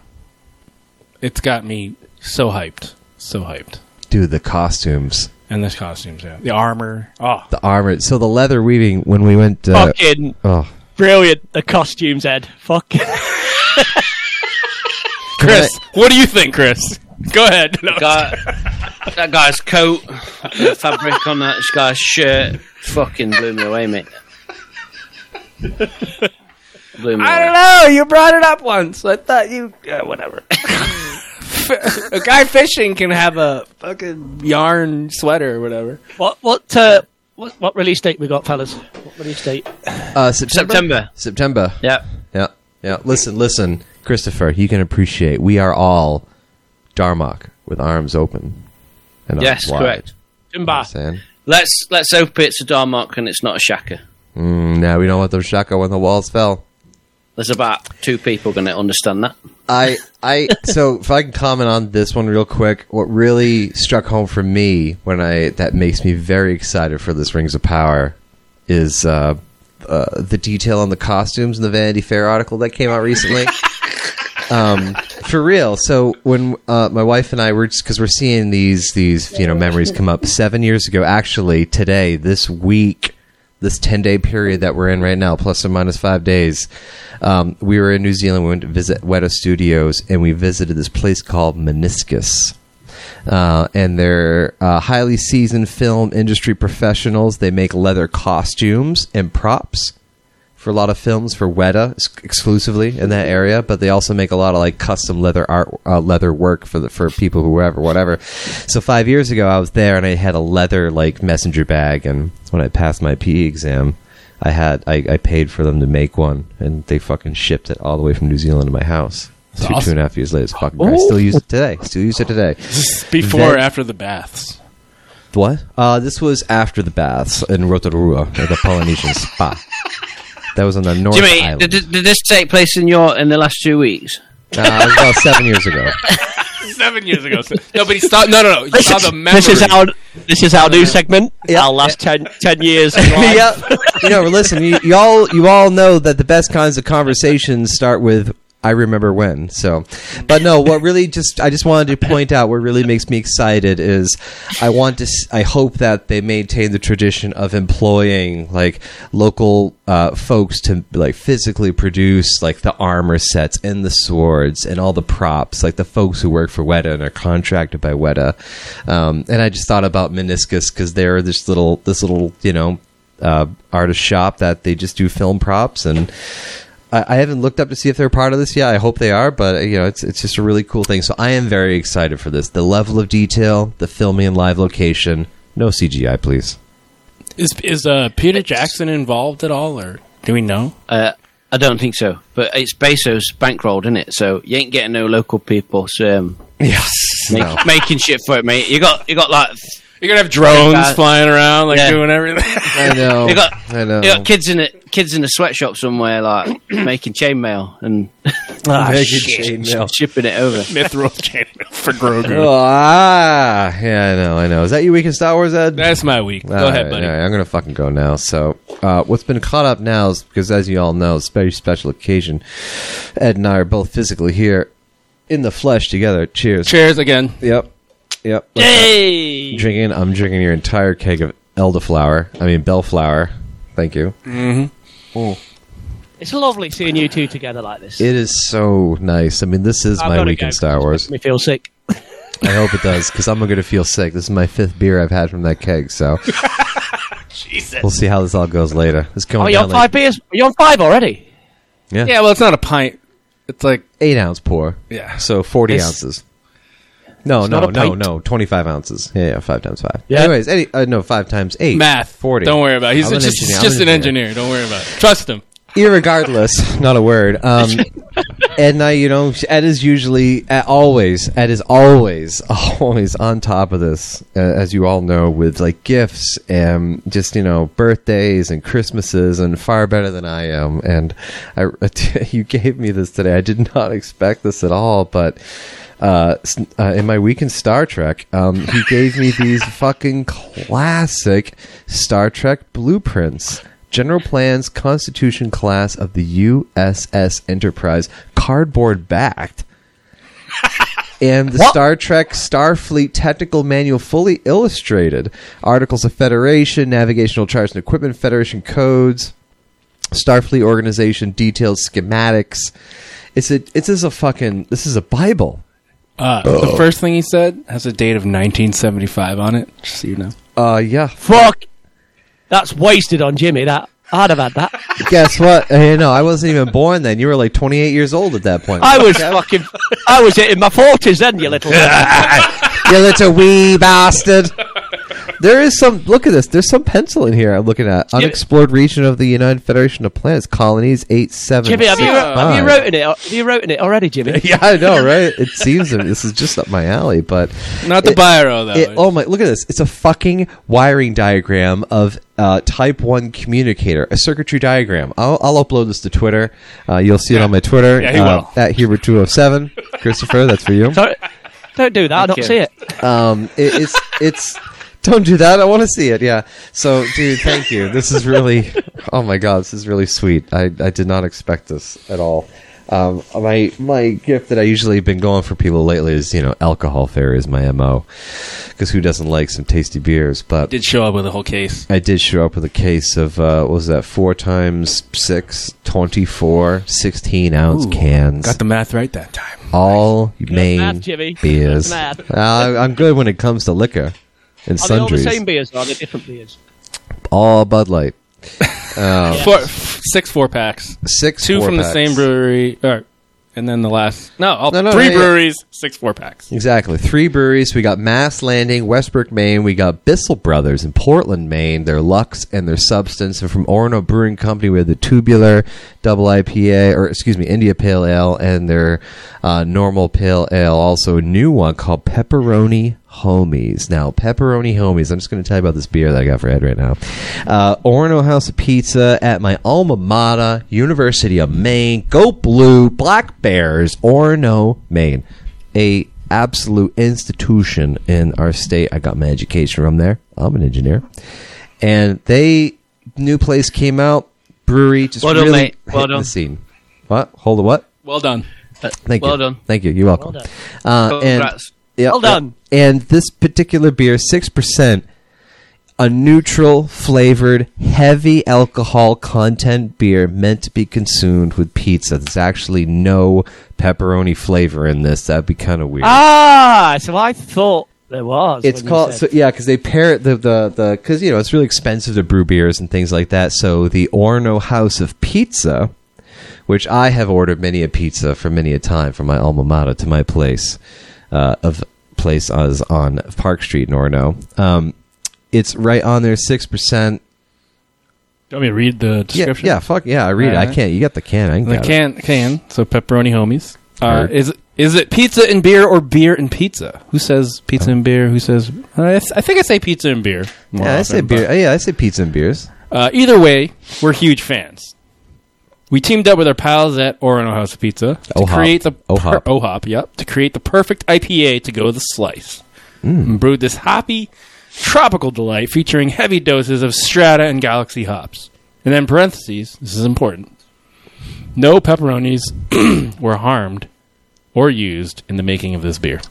it's got me so hyped, so hyped.
Dude, the costumes,
And the costumes, yeah, the armor. Oh,
the armor. So the leather weaving, when we went. Uh,
Fucking
oh.
brilliant! The costumes, Ed. Fuck.
Chris, what do you think, Chris? [LAUGHS] Go ahead. No,
Guy- that guy's coat, the fabric on that guy's shirt, fucking blew me away, mate. Blew me
I don't
away.
know. You brought it up once. I thought you uh, whatever. [LAUGHS] a guy fishing can have a fucking yarn sweater or whatever.
[LAUGHS] What? What? Uh, what? What release date we got, fellas? What release date?
Uh, September.
September.
September.
Yeah.
Yeah. Yeah. Listen, listen, Christopher, you can appreciate we are all Darmok with arms open. And
Yes,
arms wide.
correct.
You know what I'm
Jimba.
saying?
Let's let's hope it's a Darmok and it's not a Shaka.
Mm, no, we don't want those shaka when the walls fell.
There's about two people going to understand that.
I, I, so if I can comment on this one real quick, what really struck home for me when I, that makes me very excited for this Rings of Power is, uh, uh, the detail on the costumes in the Vanity Fair article that came out [LAUGHS] recently. um, for real. So when uh, my wife and I were just because we're seeing these these you know memories come up seven years ago. Actually, today, this week, this ten day period that we're in right now, plus or minus five days, um, we were in New Zealand. We went to visit Weta Studios, and we visited this place called Meniscus uh, and they're uh, highly seasoned film industry professionals. They make leather costumes and props for a lot of films for Weta ex- exclusively in that area, but they also make a lot of like custom leather art, uh, leather work for the, for people whoever whatever. So five years ago, I was there and I had a leather like messenger bag, and when I passed my PE exam. I had I, I paid for them to make one, and they fucking shipped it all the way from New Zealand to my house. Two, two
awesome.
and a half years later, it's fucking. great. I still use it today. Still use it today.
Before
That-
or after the baths?
What? Uh, this was after the baths in Rotorua at the Polynesian spa. That was on the North
Jimmy,
Island.
did, did this take place in your in the last two weeks?
Uh, it was about seven years ago.
seven years ago. So- [LAUGHS] No, but he saw. No, no, no. He saw [LAUGHS] the memory.
this is our this is our new segment. Our last ten, [LAUGHS] 10 years. of life.
yep. You know, listen, you, you all you all know that the best kinds of conversations start with I remember when. So, but no, what really just I just wanted to point out what really makes me excited is I want to s- I hope that they maintain the tradition of employing like local uh, folks to like physically produce like the armor sets and the swords and all the props like the folks who work for Weta and are contracted by Weta. Um, and I just thought about Meniscus because they're this little this little you know uh, artist shop that they just do film props and I, I haven't looked up to see if they're part of this yet. I hope they are, but uh, you know it's it's just a really cool thing. So I am very excited for this. The level of detail, the filming and live location, no CGI, please.
Is is uh, Peter Jackson involved at all, or do we know?
Uh, I don't think so. But it's Bezos bankrolled, isn't it? So you ain't getting no local people so, um,
Yes.
make,
No.
making shit for it, mate. You got you got like
You're gonna have drones
Uh,
flying around, like
yeah.
doing
[LAUGHS]
everything.
I know.
you got,
I know.
you got kids in it, kids in a sweatshop
[CLEARS THROAT]
somewhere, like making chainmail and [LAUGHS]
Ah,
Making
shit.
chainmail.
shipping it over.
Mithril chainmail for Grogu.
Oh, ah, yeah, I know, I know. Is that your week in Star Wars, Ed?
That's my week. Go
All
ahead,
right,
buddy.
all right, I'm gonna fucking go now. So, uh, what's been caught up now is because, as you all know, it's a very special occasion. Ed and I are both physically here in the flesh together.
[LAUGHS]
Cheers.
Cheers again.
Yep. Yep. Hey. Drinking. I'm drinking your entire keg of elderflower. I mean bellflower. Thank you.
It's lovely seeing you two together like this.
It is so nice. I mean, this is
I've
my
gotta
week in
go.
Star Wars.
Makes me feel sick.
I hope it does because I'm gonna feel sick. This is my fifth beer I've had from that keg. So. We'll see how this all goes later. It's going
Are you
down
on
like
Oh, five beers? Are you on five already?
Yeah, well, it's not a pint. It's like
eight ounce pour.
yeah.
So forty
It's-
ounces. No,
not
no,
a
no,
pint.
no. Twenty-five ounces. Yeah, yeah, five times five.
Yeah.
Anyways, any, uh, no, five times eight.
math.
Forty.
Don't worry about. it. He's
I'm an
just,
engineer.
he's
I'm
just an engineer. Don't worry about. it. Trust him.
irregardless, not a word. Um, Ed and I, you know, Ed is usually, Ed always, Ed is always, [LAUGHS] always on top of this, uh, as you all know, with like gifts and just, you know, birthdays and Christmases and far better than I am. And I, [LAUGHS] you gave me this today. I did not expect this at all, but. Uh, s- uh, in my week in Star Trek, um, he gave me these fucking classic Star Trek blueprints. General Plans Constitution class of the USS Enterprise, cardboard backed. And the Star Trek Starfleet Technical Manual fully illustrated. Articles of Federation, navigational charts and equipment, Federation codes, Starfleet organization detailed schematics. It's a it's is a fucking this is a Bible.
Uh, The first thing he said has a date of 1975 on it. Just so you know.
Uh yeah.
Fuck. That's wasted on Jimmy. That I'd have had that.
Guess what? Hey, no, I wasn't even born then. You were like twenty eight years old at that point.
[LAUGHS] I was fucking. I was in my forties then. You little.
you little wee bastard. There is some. Look at this. There's some pencil in here. I'm looking at unexplored region of the United Federation of Planets, colonies eight seven.
Jimmy, have you, have you
five.
wrote in it? Have you wrote in it
[LAUGHS]
already, Jimmy?
Yeah, I know, right? It seems that this is just up my alley, but
Not the
It-
biro though.
it, oh my! Look at this. It's a fucking wiring diagram of uh, type one communicator, a circuitry diagram. I'll, I'll upload this to Twitter. Uh, you'll see it on my Twitter
Yeah, he
uh,
will.
at Hubert two hundred seven. Christopher, that's for you.
Sorry. Don't do that. I don't
you.
see it.
Um, it, it's it's. Don't do that. I want to see it. Yeah. So, dude, thank you. This is really. Oh my god, this is really sweet. I I did not expect this at all. Um, my my gift that I usually have been going for people lately is you know alcohol fair is my mo, because who doesn't like some tasty beers? But
did show up with a whole case.
I did show up with a case of uh, what was that four times six, 24, 16 ounce cans
Got the math right that time.
all main
mad, Jimmy.
beers.
That's mad.
Uh, I'm good when it comes to liquor and
Are they all the
sundries.
same beers or are they different beers?
All Bud Light.
Four, f- six four packs.
Six.
Two
four
from the
packs.
same brewery, or, and then the last. No, all,
No, no,
three
no, yeah.
breweries, six four packs.
Exactly. Three breweries. We got Mass Landing, Westbrook, Maine. We got Bissell Brothers in Portland, Maine. Their Lux and their Substance. And from Orono Brewing Company, we had the Tubular Double IPA, or excuse me, India Pale Ale, and their uh, Normal Pale Ale. Also, a new one called Pepperoni Homies. Now, Pepperoni Homies. I'm just going to tell you about this beer that I got for Ed right now. Uh, Orono House of Pizza at my alma mater, University of Maine. Go Blue, Black Bears, Orono, Maine a absolute institution in our state. I got my education from there. I'm an engineer, and they new place came out brewery just
Well done,
really
mate.
hit
Well
the
done.
scene. What? Hold the what?
Well done.
Uh,
Thank
well
you.
done.
Thank you. You're welcome.
Well
Uh, and,
Congrats.
yeah, uh,
Well done.
And this particular beer, six percent, a neutral flavored, heavy alcohol content beer meant to be consumed with pizza. There's actually no pepperoni flavor in this. That'd be kind of weird.
Ah, so I thought there was.
it's
when you
called
said-
so, yeah because they pair it the the the because you know it's really expensive to brew beers and things like that so the orno house of pizza which i have ordered many a pizza for many a time from my alma mater to my place uh, of place is on park street in orno um, it's right on there six percent
Do you want me to read the
yeah,
description?
yeah fuck yeah i read it i
Alright.
can't you got the can i can
The
grab it.
can can so pepperoni homies. Uh,
Sure.
is is it pizza and beer or beer and pizza? Who says
Oh.
pizza and beer? Who says uh, I, th- I think I say pizza and beer. more
yeah i say
often, but-
beer yeah i say pizza and beers
Uh, either way, we're huge fans. We teamed up with our pals at Orono House of Pizza to
OHOP.
create the
OHOP.
per- OHOP, yep, to create the perfect IPA to go with the slice.
Mm.
And brewed this hoppy tropical delight featuring heavy doses of Strata and Galaxy hops. And then parentheses, this is important. No pepperonis [CLEARS THROAT] were harmed or used in the making of this beer.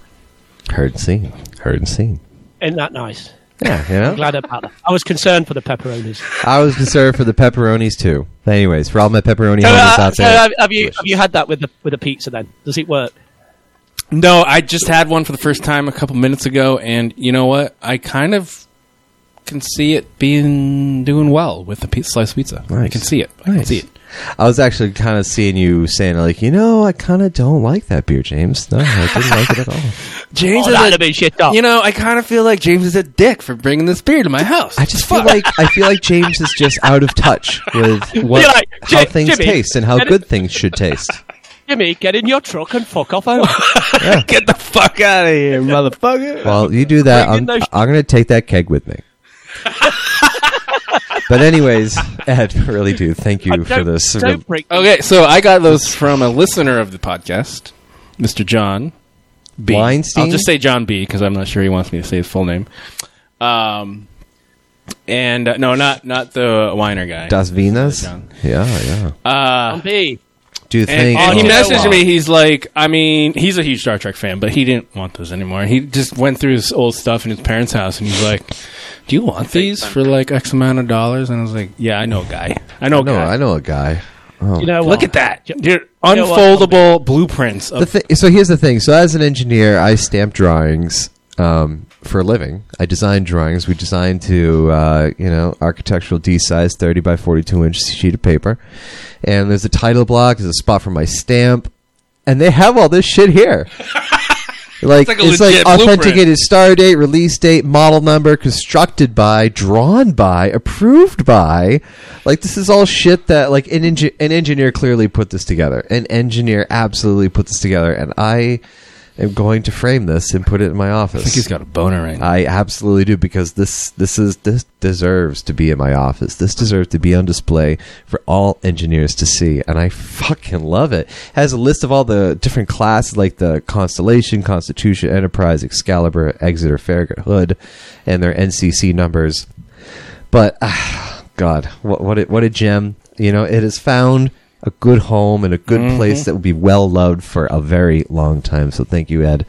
heard and seen heard and seen
Isn't that nice?
yeah you know
Glad about that. I was concerned for the pepperonis.
i was concerned for the pepperonis too anyways for all my pepperoni
So,
homies
uh,
out
so
there
have, have you have you had that with the with the pizza? Then does it work?
No, I just had one for the first time a couple minutes ago, and you know what? I kind of can see it being doing well with the pizza, sliced pizza. I
Nice.
can see it. I can
Nice.
see it.
I was actually kind of seeing you saying like, you know, I kind of don't like that beer, James. No, I didn't like it at all.
James
Oh,
is
that'd
a,
have been shit up.
you know, I kind of feel like James is a dick for bringing this beer to my house.
I just feel like I feel like James is just out of touch with
[LAUGHS]
what
You're like,
how
"Ji-
things
Jimmy,
taste and how
get it-
good things should taste.
Jimmy, get in your truck and fuck off
[LAUGHS]
home.
get the fuck out of here, motherfucker.
Well, you do that.
Bring
I'm,
in those-
I'm going to take that keg
[LAUGHS]
with me. but anyways, Ed, really do thank you for
Uh, Don't-
this.
Don't break.
Okay, so I got those from a listener of the podcast, Mr. John B.
Weinstein?
I'll just say John B. because I'm not sure he wants me to say his full name. Um, and uh, no, not not the winer guy.
Das Vinas,
John.
yeah, yeah.
Uh,
Don't be.
Do you
and,
think? Oh,
and he
you know
messaged
what?
me. He's like, I mean, he's a huge Star Trek fan, but he didn't want those anymore. He just went through his old stuff in his parents' house, and he's like, "Do you want these for like X amount of dollars?" And I was like, "Yeah, I know, a guy. I know, a
No,
guy.
I know a guy.
You know
Look
what?
at that. You're
know what?
unfoldable blueprints
the
of
thi- so here's the thing. So as an engineer, I stamp drawings um, for a living. I design drawings. We design to uh, you know architectural D size, thirty by forty two inch sheet of paper, and there's a title block. There's a spot for my stamp, and they have all this
[LAUGHS]
shit here. Like
like
it's
a
like,
legit
authenticated star date, release date, model number, constructed by, drawn by, approved by. Like this is all shit that like an, engi- an engineer clearly put this together. An engineer absolutely put this together, and I am going to frame this and put it in my office.
got a boner right now.
I absolutely do because this this is this deserves to be in my office. This deserves to be on display for all engineers to see, and I fucking love it. has a list of all the different classes like the Constellation, Constitution, Enterprise, Excalibur, Exeter, Farragut, Hood, and their NCC numbers. But ah, God, what what a, what a gem! You know, it has found a good home and a good place that will be well loved for a very long time. So thank you, Ed,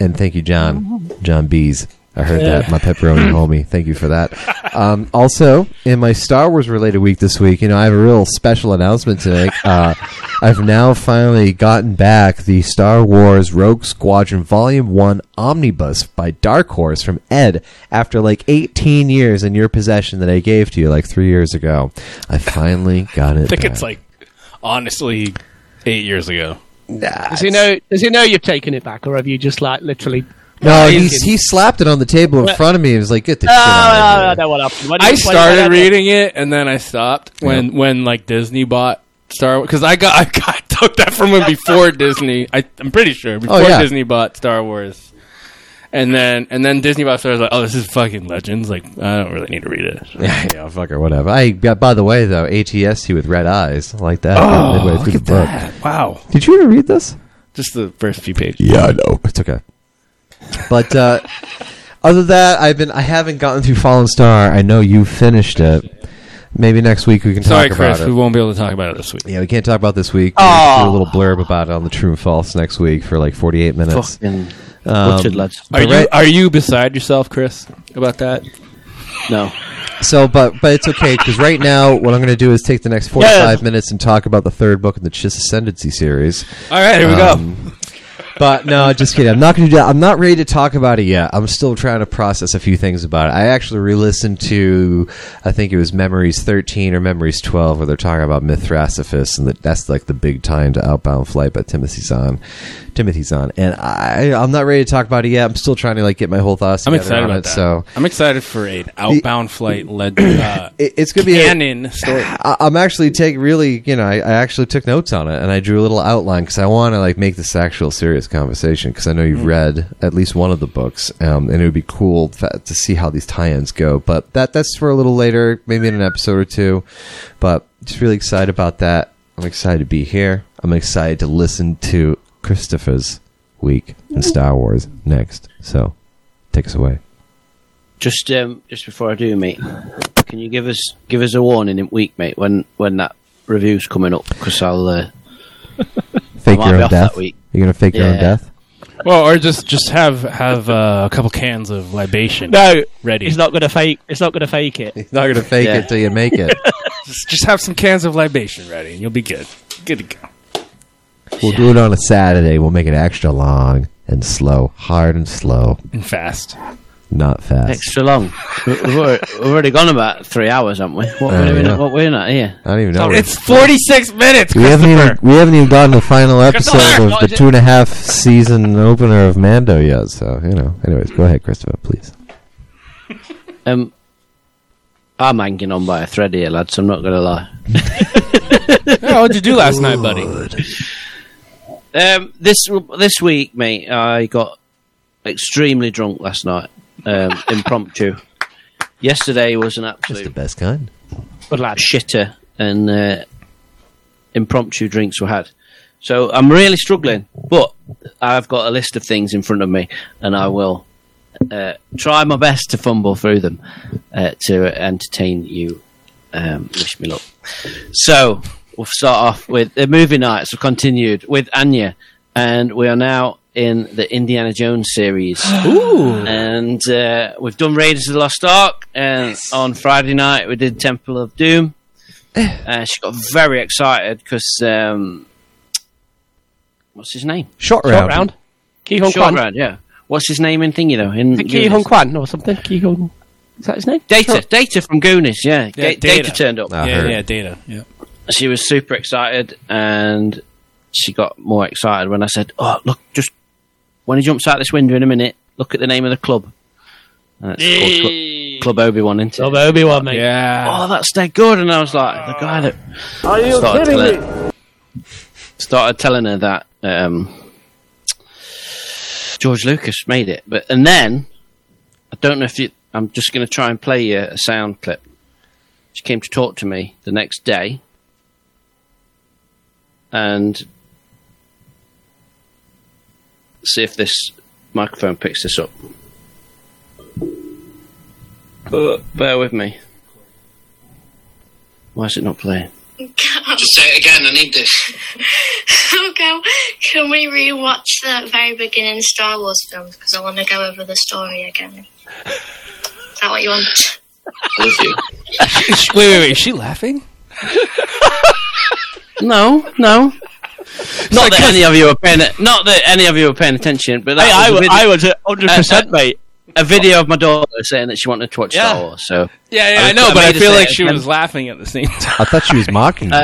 and thank you, John, John Bees. I heard that my pepperoni homie. Thank you for that. Um, also, in my Star Wars related week this week, you know, I have a real special announcement to make. Uh, I've now finally gotten back the Star Wars Rogue Squadron Volume One Omnibus by Dark Horse from Ed after like 18 years in your possession that I gave to you like three years ago. I finally got
I
it.
think
back.
it's like honestly eight years ago.
Does he know? Does he know you've taken it back, or have you just like literally?
no, he, he slapped it on the table in front of me and was like, "Get the shit out of
No, no,
here."
no, no, what happened? Why did
Ah, I
you- why did you let
started
that-
reading it and then I stopped when when like Disney bought Star Wars because I got [LAUGHS] I got took that from him before Disney. I, I'm pretty sure before
Oh, yeah.
Disney bought Star Wars. And then and then Disney bought Star Wars like oh this is fucking legends like I don't really need to read it.
[LAUGHS] Yeah, yeah, fucker, whatever. I got, by the way, though, ATST with red eyes I like that.
Oh,
about midway through the book.
Wow,
Did you ever read this?
just the first few pages.
Yeah, I know. It's okay. But uh, other than that, I've been I haven't gotten through Fallen Star. I know you finished it. Maybe next week we can
Sorry,
talk
Chris,
about
we Oh.
it.
won't be able to talk about it this week.
Yeah, we can't talk about this week. We'll do a little blurb about it on the True and False next week for like 48 minutes.
Fucking
Um,
butchered, lads.
Are you
Right.
are you beside yourself, Chris, about that?
No.
So, but but it's okay because right now what I'm going to do is take the next 45 minutes and talk about the third book in the Chiss Ascendancy series.
All right, here we go.
Um, But no, just kidding. I'm not going to do that. I'm not ready to talk about it yet. I'm still trying to process a few things about it. I actually re-listened to, I think it was Memories 13 or Memories 12, where they're talking about Mithrasophis, and that that's like the big time to Outbound Flight by Timothy Zahn. Timothy Zahn, and I, I'm not ready to talk about it yet. I'm still trying to like get my whole thoughts.
I'm
together
excited
on
about
it,
that.
So
I'm excited for an outbound flight
[CLEARS THROAT]
led uh,
it, it's going to be a-
canon story.
I- I'm actually take really, you know, I, I actually took notes on it and I drew a little outline because I want to like make this actual serious conversation because I know
Mm.
you've read at least one of the books, um, and it would be cool fa- to see how these tie-ins go. But that that's for a little later, maybe in an episode or two. But just really excited about that. I'm excited to be here. I'm excited to listen to Christopher's week in Star Wars next. So take us away.
Just um, just before I do, mate, can you give us give us a warning in week, mate, when when that review's coming up? Because I'll uh,
Fake
might
your
be
own
off that
death.
week.
You're gonna fake your own
Yeah. [LAUGHS]
death.
Well, or just just have have uh, a couple cans of libation.
No,
ready.
it's not gonna fake. It's not gonna fake it.
You're not gonna fake
Yeah.
it till you make it.
Just, just have some cans of libation ready, and you'll be good. Good to go.
We'll do it on a Saturday. We'll make it extra long and slow, hard and slow,
And fast.
not fast.
extra long. We- [LAUGHS] We've already, we've already gone about three hours, haven't we? What,
Uh,
we're, in
yeah.
at, what we're in at here?
I don't even know.
It's 46 minutes,
we haven't even
Christopher.
we haven't even gotten the final episode
Christopher,
of the two and a half season opener of Mando yet. So you know. Anyways, go ahead, Christopher, please.
Um, I'm hanging on by a thread here, lads. I'm not going to lie.
Yeah, what'd you do last night, buddy?
Um, this this week, mate, I got extremely drunk last night, um, [LAUGHS] impromptu. Yesterday was an
It's the
absolute
best kind.
Good lad.
shitter, and uh, impromptu drinks were had. So I'm really struggling, but I've got a list of things in front of me, and I will uh, try my best to fumble through them uh, to entertain you. Um, wish me luck. So we'll start off with the movie nights. We've continued with Anya, and we are now in the Indiana Jones
[GASPS]
series. Ooh! And uh, we've done Raiders of the Lost Ark, and on Friday night we did Temple of Doom. Uh, she got very excited because um, what's his name?
Short
Short round. Ki Hong Kwan.
Sean Rand, yeah. What's his name in thing? You know, in
Ki
Goonies?
Hong Kwan or something. Ki Hong. Is that his name?
Data, Data from Goonies, yeah.
Yeah,
Ga- data.
Data.
turned up.
I
Yeah,
heard.
yeah, data. Yeah.
She was super excited, and she got more excited when I said, "Oh, look, just when he jumps out this window in a minute, look at the name of the club." And it's called Clu- Club Obi Wan, isn't it?
Of Obi Wan, mate.
Yeah.
oh, that's dead good. And I was like, the guy that. Are you started kidding me? Started telling her that um, George Lucas made it, but and then I don't know if you. I'm just going to try and play you a sound clip. She came to talk to me the next day, and see if this microphone picks this up. But bear with me. Why is it not playing?
Just say it again, I need this. okay, can we rewatch the very beginning Star Wars films? Because I want to go over the story again. Is that what you want?
I love you.
Wait, wait, wait. Is she laughing?
No, no. Not that any of you are paying. Not that any of you are paying attention. But that
Hey, I,
was a
w-
video,
I was hundred percent,
Uh, uh,
mate.
a video of my daughter saying that she wanted to watch
Yeah.
Star Wars. So
Yeah,
I
yeah, I,
was
know,
gonna
but I
make it
feel
say
like
it,
she
man.
was laughing at the [LAUGHS] same time.
I thought she was mocking you.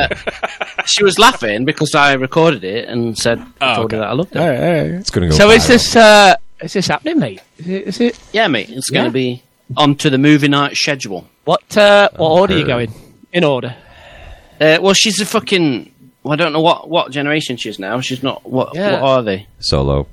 she was laughing because I recorded it and said, I
Oh,
told her
okay.
that I loved her.
All right, all right.
It's gonna go.
So is
viral.
this uh, is this happening, mate? Is it? Is it
Yeah, mate. It's going
Yeah.
to be on to the movie night schedule.
what uh, what order
heard.
you going? In order.
Uh, well, she's a fucking. Well, I don't know what what generation she's now. She's not. What
Yeah.
What are they?
solo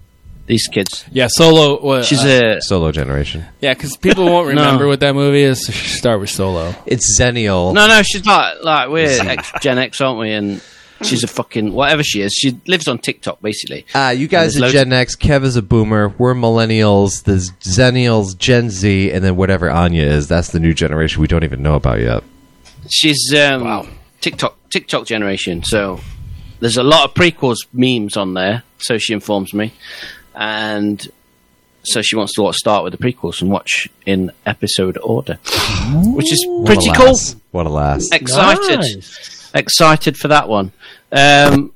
These kids.
Yeah, Solo. Well,
She's
uh,
a.
solo generation?
yeah, because people [LAUGHS] won't
No.
remember what that movie is. So she should start with Solo.
It's Xennial.
No, no, she's like like we're X, Gen X, aren't we? And She's a fucking whatever she is. She lives on TikTok basically.
Uh, you
And
guys
there's
are
loads-
Gen X. Kev is a boomer. We're millennials. The Zennials, Gen Z, and then whatever Anya is. That's the new generation we don't even know about yet.
She's um, TikTok TikTok generation. So there's a lot of prequels memes on there. So she informs me, and so she wants to watch, start with the prequels and watch in episode order, which is pretty
what a
cool.
lass. What a lass.
Excited, excited for that one. Um,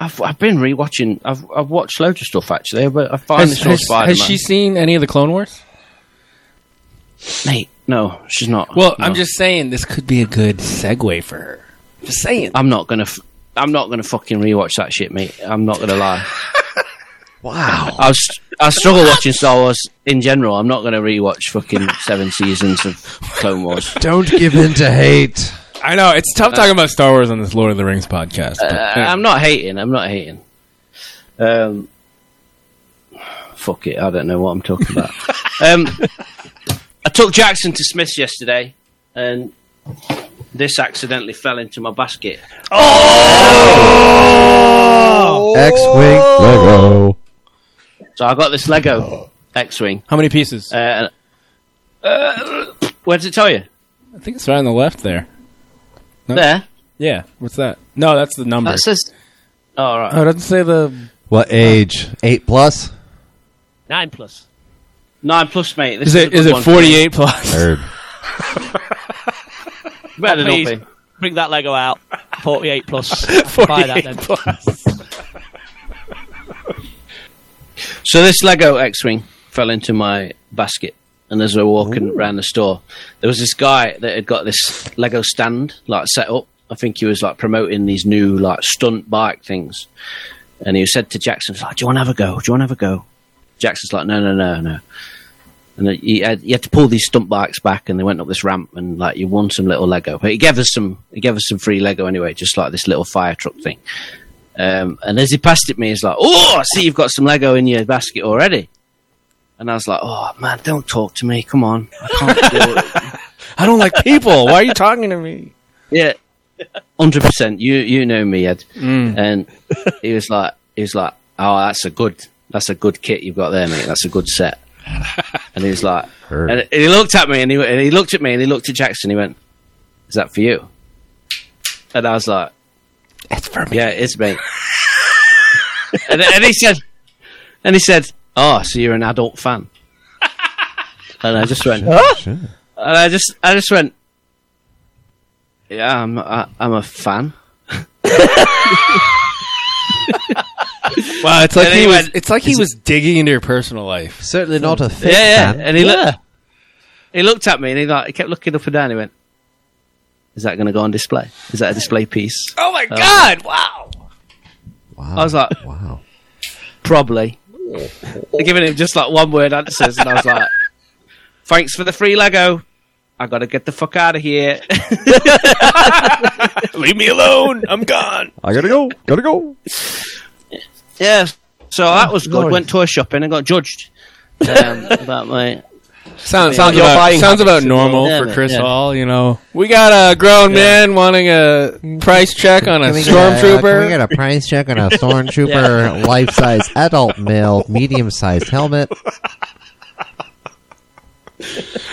I've, I've been rewatching. I've, I've watched loads of stuff actually, but I finally
Has,
saw
has,
Spider Man.
has she seen any of the Clone Wars?
Mate, no, she's not.
Well,
No.
I'm just saying this could be a good segue for her. Just saying.
I'm not gonna. F- I'm not gonna fucking rewatch that shit, mate. I'm not gonna lie.
Wow.
I was I struggle watching Star Wars in general. I'm not gonna rewatch fucking seven seasons of Clone Wars.
Don't give in to hate.
I know it's tough talking about Star Wars on this Lord of the Rings podcast. but-
Uh, I'm not hating. I'm not hating. Um, fuck it. I don't know what I'm talking about. um, I took Jackson to Smith's yesterday, and this accidentally fell into my basket.
X Wing Lego.
So I got this Lego X-wing.
How many pieces?
Uh, and- uh, where does it tell you?
I think it's right on the left there.
There.
Yeah. What's that? No, that's the number.
That says. All right.
oh, it doesn't say the.
What age? Eight plus?
Nine plus.
Nine plus, mate. This
Is it
a
is
good
it
one for me.
48 plus?
Herb.
Better not
Please
be.
bring that Lego out. Forty-eight [LAUGHS] plus. I'll Buy that then.
So this Lego X-wing fell into my basket, and as we were walking around the store, there was this guy that had got this Lego stand like set up. I think he was like promoting these new like stunt bike things, and he said to Jackson, he's "Like, do you want to have a go? Do you want to have a go?" Jackson's like, "No, no, no, no." And then he had, he had to pull these stunt bikes back, and they went up this ramp, and like you won some little Lego. But he gave us some, he gave us some free Lego anyway, just like this little fire truck thing. Um, and as he passed it me, he's like, "Oh, I see you've got some Lego in your basket already." And I was like, "Oh man, don't talk to me. Come on, I can't deal with it."
[LAUGHS] I don't like people. Why are you talking to me?
Yeah, hundred percent. You you know me, Ed. And he was like, he was like, "Oh, that's a good, that's a good kit you've got there, mate. That's a good set." And he was like,
Heard.
and he looked at me, and he went- and he looked at me, and he looked at Jackson. He went, "Is that for you?" And I was like,
It's for me.
Yeah, it's me. [LAUGHS] and, and he said, and he said, "Oh, so you're an adult fan?" [LAUGHS] And I just went, "Huh?" and I just, I just went, "Yeah, I'm, I, I'm a fan."
Wow, it's like
And
he
he
was.
went-
It's like [LAUGHS] he was digging into your personal life.
Certainly not a thick
Yeah, yeah.
fan.
And he looked, he looked at me, and he like, he kept looking up and down. He went, "Is that going to go on display? Is that a display piece?" Um,
Oh my god! Wow.
Wow.
I was like,
wow.
probably. They're giving him just like one word answers, and I was like, "Thanks for the free Lego. I gotta get the fuck out of here."
Leave me alone. I'm gone.
I gotta go. Gotta go.
yeah, so that was good. Went toy shopping and got judged um, about my.
Sounds
Yeah,
sounds
you're
about
buying
sounds about
habits.
normal
Yeah,
for
man,
Chris
yeah.
Hall. You know, we got a grown man wanting a price check on a
we
stormtrooper.
get a price check [LAUGHS] on a stormtrooper life size adult male medium sized helmet?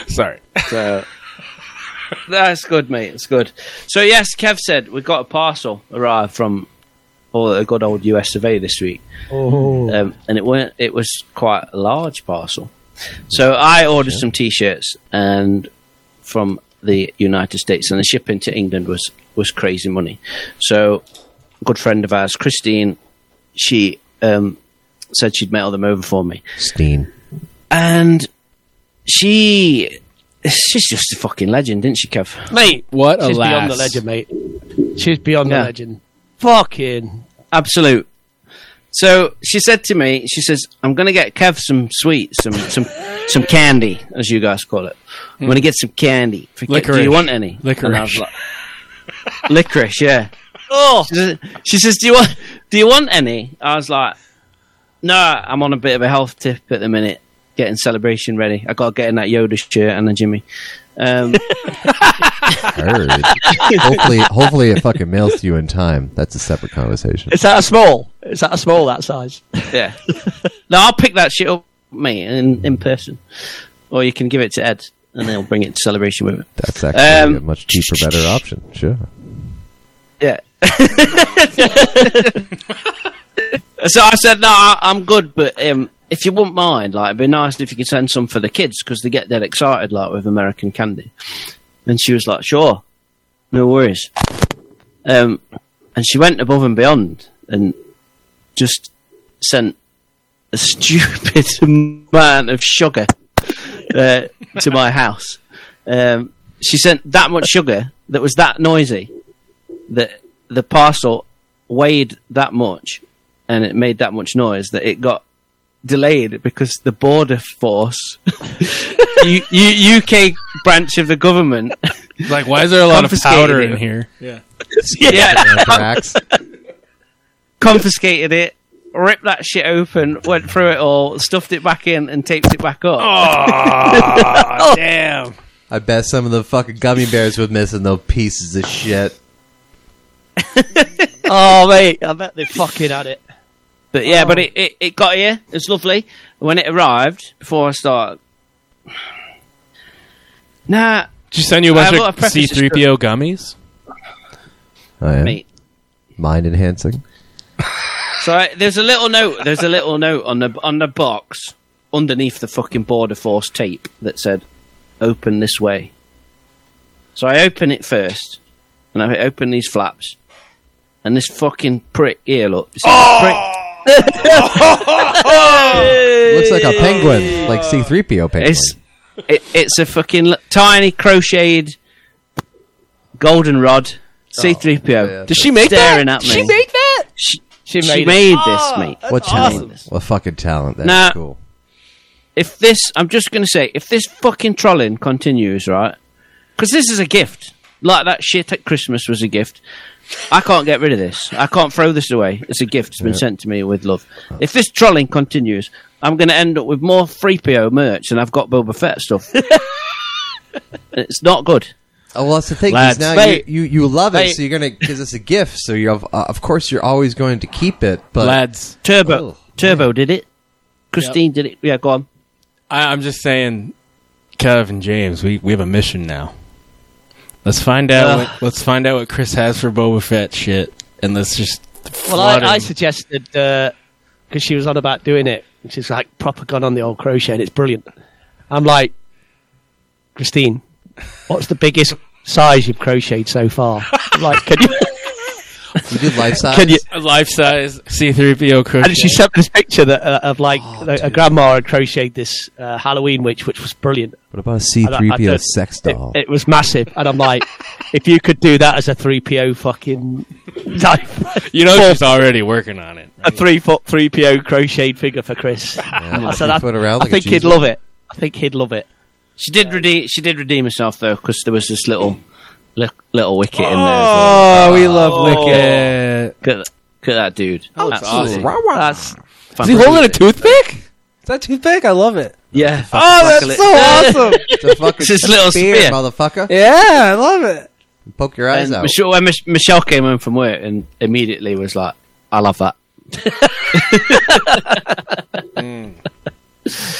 Sorry.
So uh, that's good, mate. It's good. So yes, Kev said we got a parcel arrived from all the good old US of A this week, um, and it went. It was quite a large parcel. So I ordered some T-shirts and from the United States, and the shipping to England was was crazy money. So a good friend of ours, Christine, she um, said she'd mail them over for me
Steen.
and she she's just a fucking legend, isn't she,
[LAUGHS]
Kev?
Mate,
What a
she's
lass.
beyond the legend, mate. She's beyond
Yeah.
the legend. Fucking.
Absolute. So she said to me, she says, "I'm gonna get Kev some sweets, some some some candy, as you guys call it. I'm gonna get some candy. For Kev. Do
Licorice.
you want any? And I was
Licorice.
like- licorice, yeah. Oh, she says, she says, "Do you want do you want any? I was like, "No, I'm on a bit of a health tip at the minute." getting celebration ready. I got to get in that Yoda shirt and a Jimmy. Um,
[LAUGHS] Heard. hopefully, hopefully it fucking mails to you in time. That's a separate conversation.
Is that a small? Is that a small that size?
yeah. [LAUGHS] No, I'll pick that shit up, mate, in, in person. Or you can give it to Ed and they'll bring it to celebration with it.
That's actually a
Um,
much cheaper, better option. Sure.
Yeah. [LAUGHS] so I said, no, I, I'm good, but um, if you wouldn't mind, like, it'd be nice if you could send some for the kids because they get dead excited, like, with American candy. And she was like, sure, no worries. Um, and she went above and beyond and just sent a [LAUGHS] stupid amount of sugar uh, to my house. Um, she sent that much sugar that was that noisy that the parcel weighed that much and it made that much noise that it got delayed because the border force [LAUGHS] U- U- UK branch of the government
Like, why is there a lot of
Confiscated
powder
it.
in here?
yeah,
Anthrax.
confiscated it ripped that shit open went through it all stuffed it back in and taped it back up
Oh, damn.
I bet some of the fucking gummy bears were missing those pieces of shit.
[LAUGHS] oh mate, I bet they fucking had it.
But yeah, but it, it, it got here. It's lovely. When it arrived, before I start, [SIGHS] nah,
Did you send you a
I
bunch
will- I
of
preface this
C3PO gummies?
I am.
mate.
Mind enhancing.
So I, there's a little note. There's a little note on the on the box underneath the fucking border force tape that said, "Open this way." So I open it first, and I open these flaps, and this fucking prick here, look. It's like a prick.
Oh!
Looks like a penguin, like C-3PO penguin.
It's it, it's a fucking l- tiny crocheted goldenrod C3PO.
Did she make
Oh, staring
that?
at me.
She make that?
She, she
made
made, Oh.
it.
this, mate.
what
She made
talent?
this.
What fucking talent? That's
Nah.
cool.
If this, I'm just gonna say, if this fucking trolling continues, right? Because this is a gift. Like that shit at Christmas was a gift. I can't get rid of this. I can't throw this away. It's a gift. It's been sent to me with love. If this trolling continues, I'm going to end up with more 3PO merch than I've got Boba
[LAUGHS]
Fett stuff. it's not good.
Oh, well, that's the thing.
Lads.
is now
Mate.
you, you, you love it,
Mate.
so you're gonna because it's a gift. So you have, uh, of course, you're always going to keep it. But
Lads,
Turbo.
Oh,
Turbo did it. Christine did it. Yeah, go on.
I, I'm just saying, Kev and James, we, we have a mission now. Let's find out.
Ugh.
what, let's find out what Chris has for Boba Fett shit, and let's just.
Well, I,
flood
I
him.
suggested because she was on about doing it. She's like proper gone on the old crochet, and it's brilliant. I'm like, Christine, what's the biggest size you've crocheted so far? I'm like, can you?
you did life size.
Can you-
a life size C3PO crochet.
And she sent me this picture that, uh, of like
Oh,
the- a
dude.
grandma had crocheted this uh, Halloween witch, which was brilliant.
What about a
And I- I
C-3PO
don't-
sex
it-
doll?
It, was massive, and I'm like, if you could do that as a three PO fucking type,
you know she's already working on it.
a three foot three PO crocheted figure for Chris.
Yeah,
[LAUGHS] I said,
three
I,
foot around
I
like a
think he'd
cheese
love it. I think he'd love it.
She did redeem. She did redeem herself though, because there was this little, li- little wicket in there. as
Oh, we love Wicket.
well. Look at, look at that dude. Oh, that's
awesome.
That's
Is he holding a toothpick? Is that toothpick? I love it.
Yeah.
Oh, that's so awesome.
It's a fucking
It's his little spear.
motherfucker.
Yeah, I love it.
Poke your eyes
And
out.
Michelle, when Mich- Michelle came home from work and immediately was like, "I love that."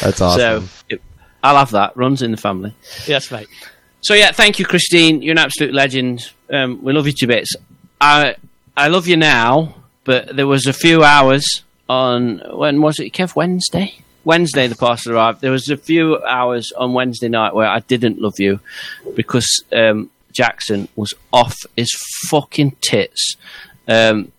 That's awesome.
So, it, I love that. Runs in the family.
yes, mate.
So yeah, thank you, Christine. You're an absolute legend. Um, we love you to bits. I I love you now, but there was a few hours on when was it, Kev? Wednesday. Wednesday the parcel arrived. There was a few hours on Wednesday night where I didn't love you because um, Jackson was off his fucking tits, um,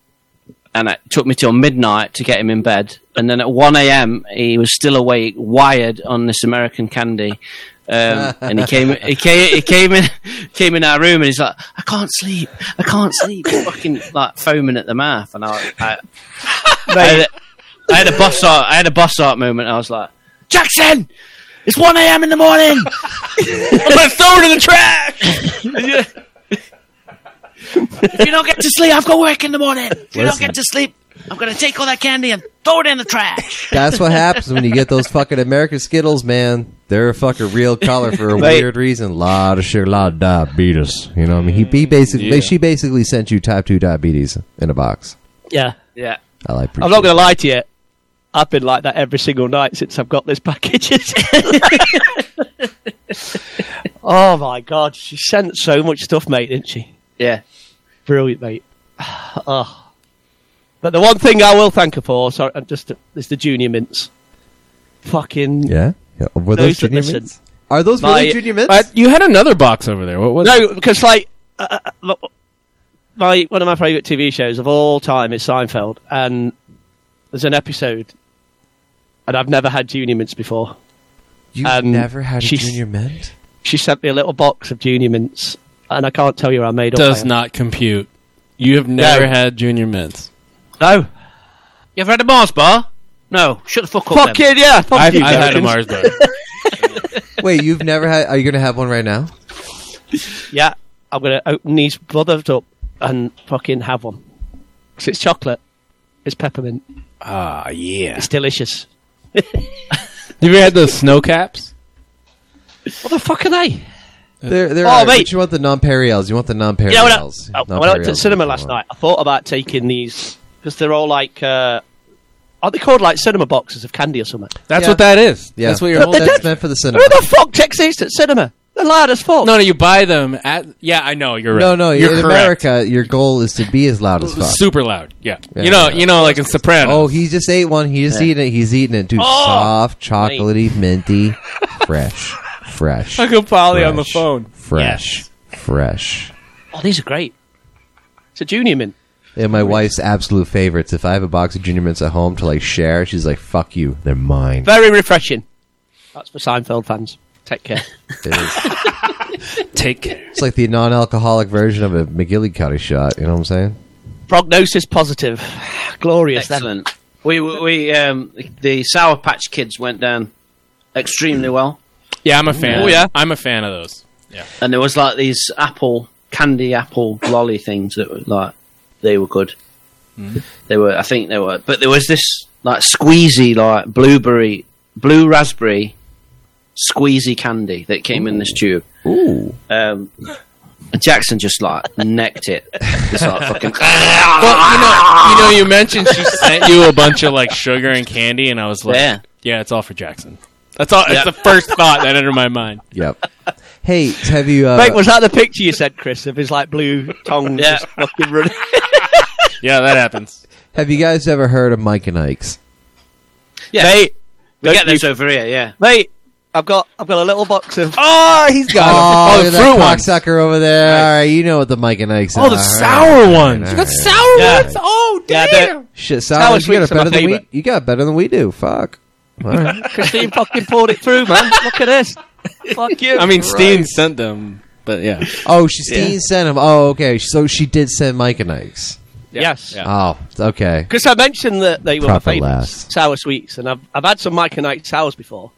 and it took me till midnight to get him in bed. And then at one a.m. he was still awake, wired on this American candy. [LAUGHS] Um, and he came, he came, he came in, [LAUGHS] came in our room, and he's like, "I can't sleep, I can't sleep," fucking like foaming at the mouth, and I, I, I, had, a- I had a boss art, I had a boss art moment. I was like, "Jackson, it's one a.m. in the morning. I'm gonna throw it in the trash. [LAUGHS] if you don't get to sleep, I've got work in the morning. If you don't
Listen.
get to sleep, I'm gonna take all that candy and throw it in the trash.
That's what happens when you get those fucking American Skittles, man. They're a fucking real color
[LAUGHS]
for a
Mate.
weird reason. Lot of sugar, lot of diabetes. You know, what I mean, he, he basically,
Yeah.
she basically sent you type two diabetes in a box.
Yeah.
yeah.
I like.
I'm not going to lie to you. I've been like that every single night since I've got this package. [LAUGHS] oh my god, she sent so much stuff, mate, didn't she?
Yeah.
Brilliant, mate. [SIGHS] Oh. But the one thing I will thank her for, sorry, I'm just is the junior mints. Fucking
Yeah. yeah. Were those
Those that
junior
listen.
mints? Are those
My-
really junior mints?
But you had another box over there. What was it?
No, because like uh, uh, look, my one of my favorite TV shows of all time is Seinfeld, and there's an episode, and I've never had junior mints before.
you
um,
never had a
she's-
junior mint.
She sent me a little box of junior mints, and I can't tell you how I made up.
does
my-
not compute? You have never
No.
had junior mints.
no
You ever had a Mars bar? No. Shut the fuck up. then.
fucking yeah. Fuck
I've,
you,
I've had a
Americans.
Mars bar.
Wait, you've never had? Are you going to have one right now?
Yeah, I'm gonna open these brothers up and fucking have one. 'Cause it's chocolate, it's peppermint,
Ah, yeah.
it's delicious.
Have you had those snow caps?
What the fuck are they?
They're, they're
Oh,
all right,
mate.
but you want the non-periels. You want the non-periels.
Yeah, when I, uh, when I went to the
Non-periels
cinema
is what
last
you
night, I thought about taking these because they're all like, uh, are they called like cinema boxes of candy or something?
That's
Yeah.
what that is.
Yeah.
That's what you're
But they
holding.
That's
don't-
meant for the cinema.
Who the fuck takes these at cinema? They're loud as fuck.
No, no, you buy them at. Yeah, I know. You're right.
No, no.
you're
in
correct.
America, your goal is to be as loud as fuck.
Super loud. Yeah.
Yeah,
you know,
yeah.
you know, like in Sopranos.
Oh, he just ate one. He just eating it. He's eating it, dude. Soft, chocolatey, minty, fresh,
[LAUGHS]
fresh.
Uncle Polly on the
fresh,
phone.
Fresh, fresh.
Oh, these are great. It's a junior mint.
And my wife's absolute favorites. If I have a box of Junior Mints at home to like share, she's like, "Fuck you, they're mine."
Very refreshing. That's for Seinfeld fans. Take care.
It is.
Take care.
It's like the non-alcoholic version of a McGillicuddy shot. You know what I'm saying?
Prognosis positive. Glorious. then.
Excellent. We we- we um the Sour Patch Kids went down extremely well,
Yeah, I'm a fan.
Oh, yeah?
I'm a fan of those.
and there was like these apple candy apple lolly things that were like they were good.
Hmm.
They were, I think they were, but there was this like squeezy like blueberry, blue raspberry, squeezy candy that came in this tube. Ooh. Um, and Jackson just like necked it. Just
[LAUGHS]
like fucking.
Well, you know, you know, you mentioned she sent you a bunch of like sugar and candy, and I was like,
Yeah.
yeah, it's all for Jackson. That's all. It's
Yeah.
the first thought that entered my mind.
Yep. [LAUGHS] Hey, have you? Uh,
Mate, was that the picture you said, Chris, of his like blue tongue
Yeah.
just fucking running?
Yeah, that happens.
have you guys ever heard of Mike and Ike's?
Yeah.
Mate,
we get those over here, yeah.
mate, I've got I've got a little box of
Oh, he's got
Oh,
oh,
look at
the fruit
that
ones.
cocksucker over there. All right, you know what the Mike and Ike's
Oh,
are.
the
All right,
sour
all right,
ones.
all
You got
right.
sour
Yeah.
ones. Oh,
Yeah,
damn.
they're-
Shit,
Sour
sour, you got
sweets
it
are my
better than we.
favorite.
You got it better than we do. Fuck. All right.
Christine fucking poured it through, man. Look at this. Fuck you.
I mean, Steen sent them, but yeah,
Oh, she Steen sent him. Oh, okay. So she did send Mike and Ike's.
yes.
Yeah.
Oh, okay.
Because I mentioned that they were
Proper
my favourites,
lass.
sour sweets, and I've, I've had some Mike and Ike sours before.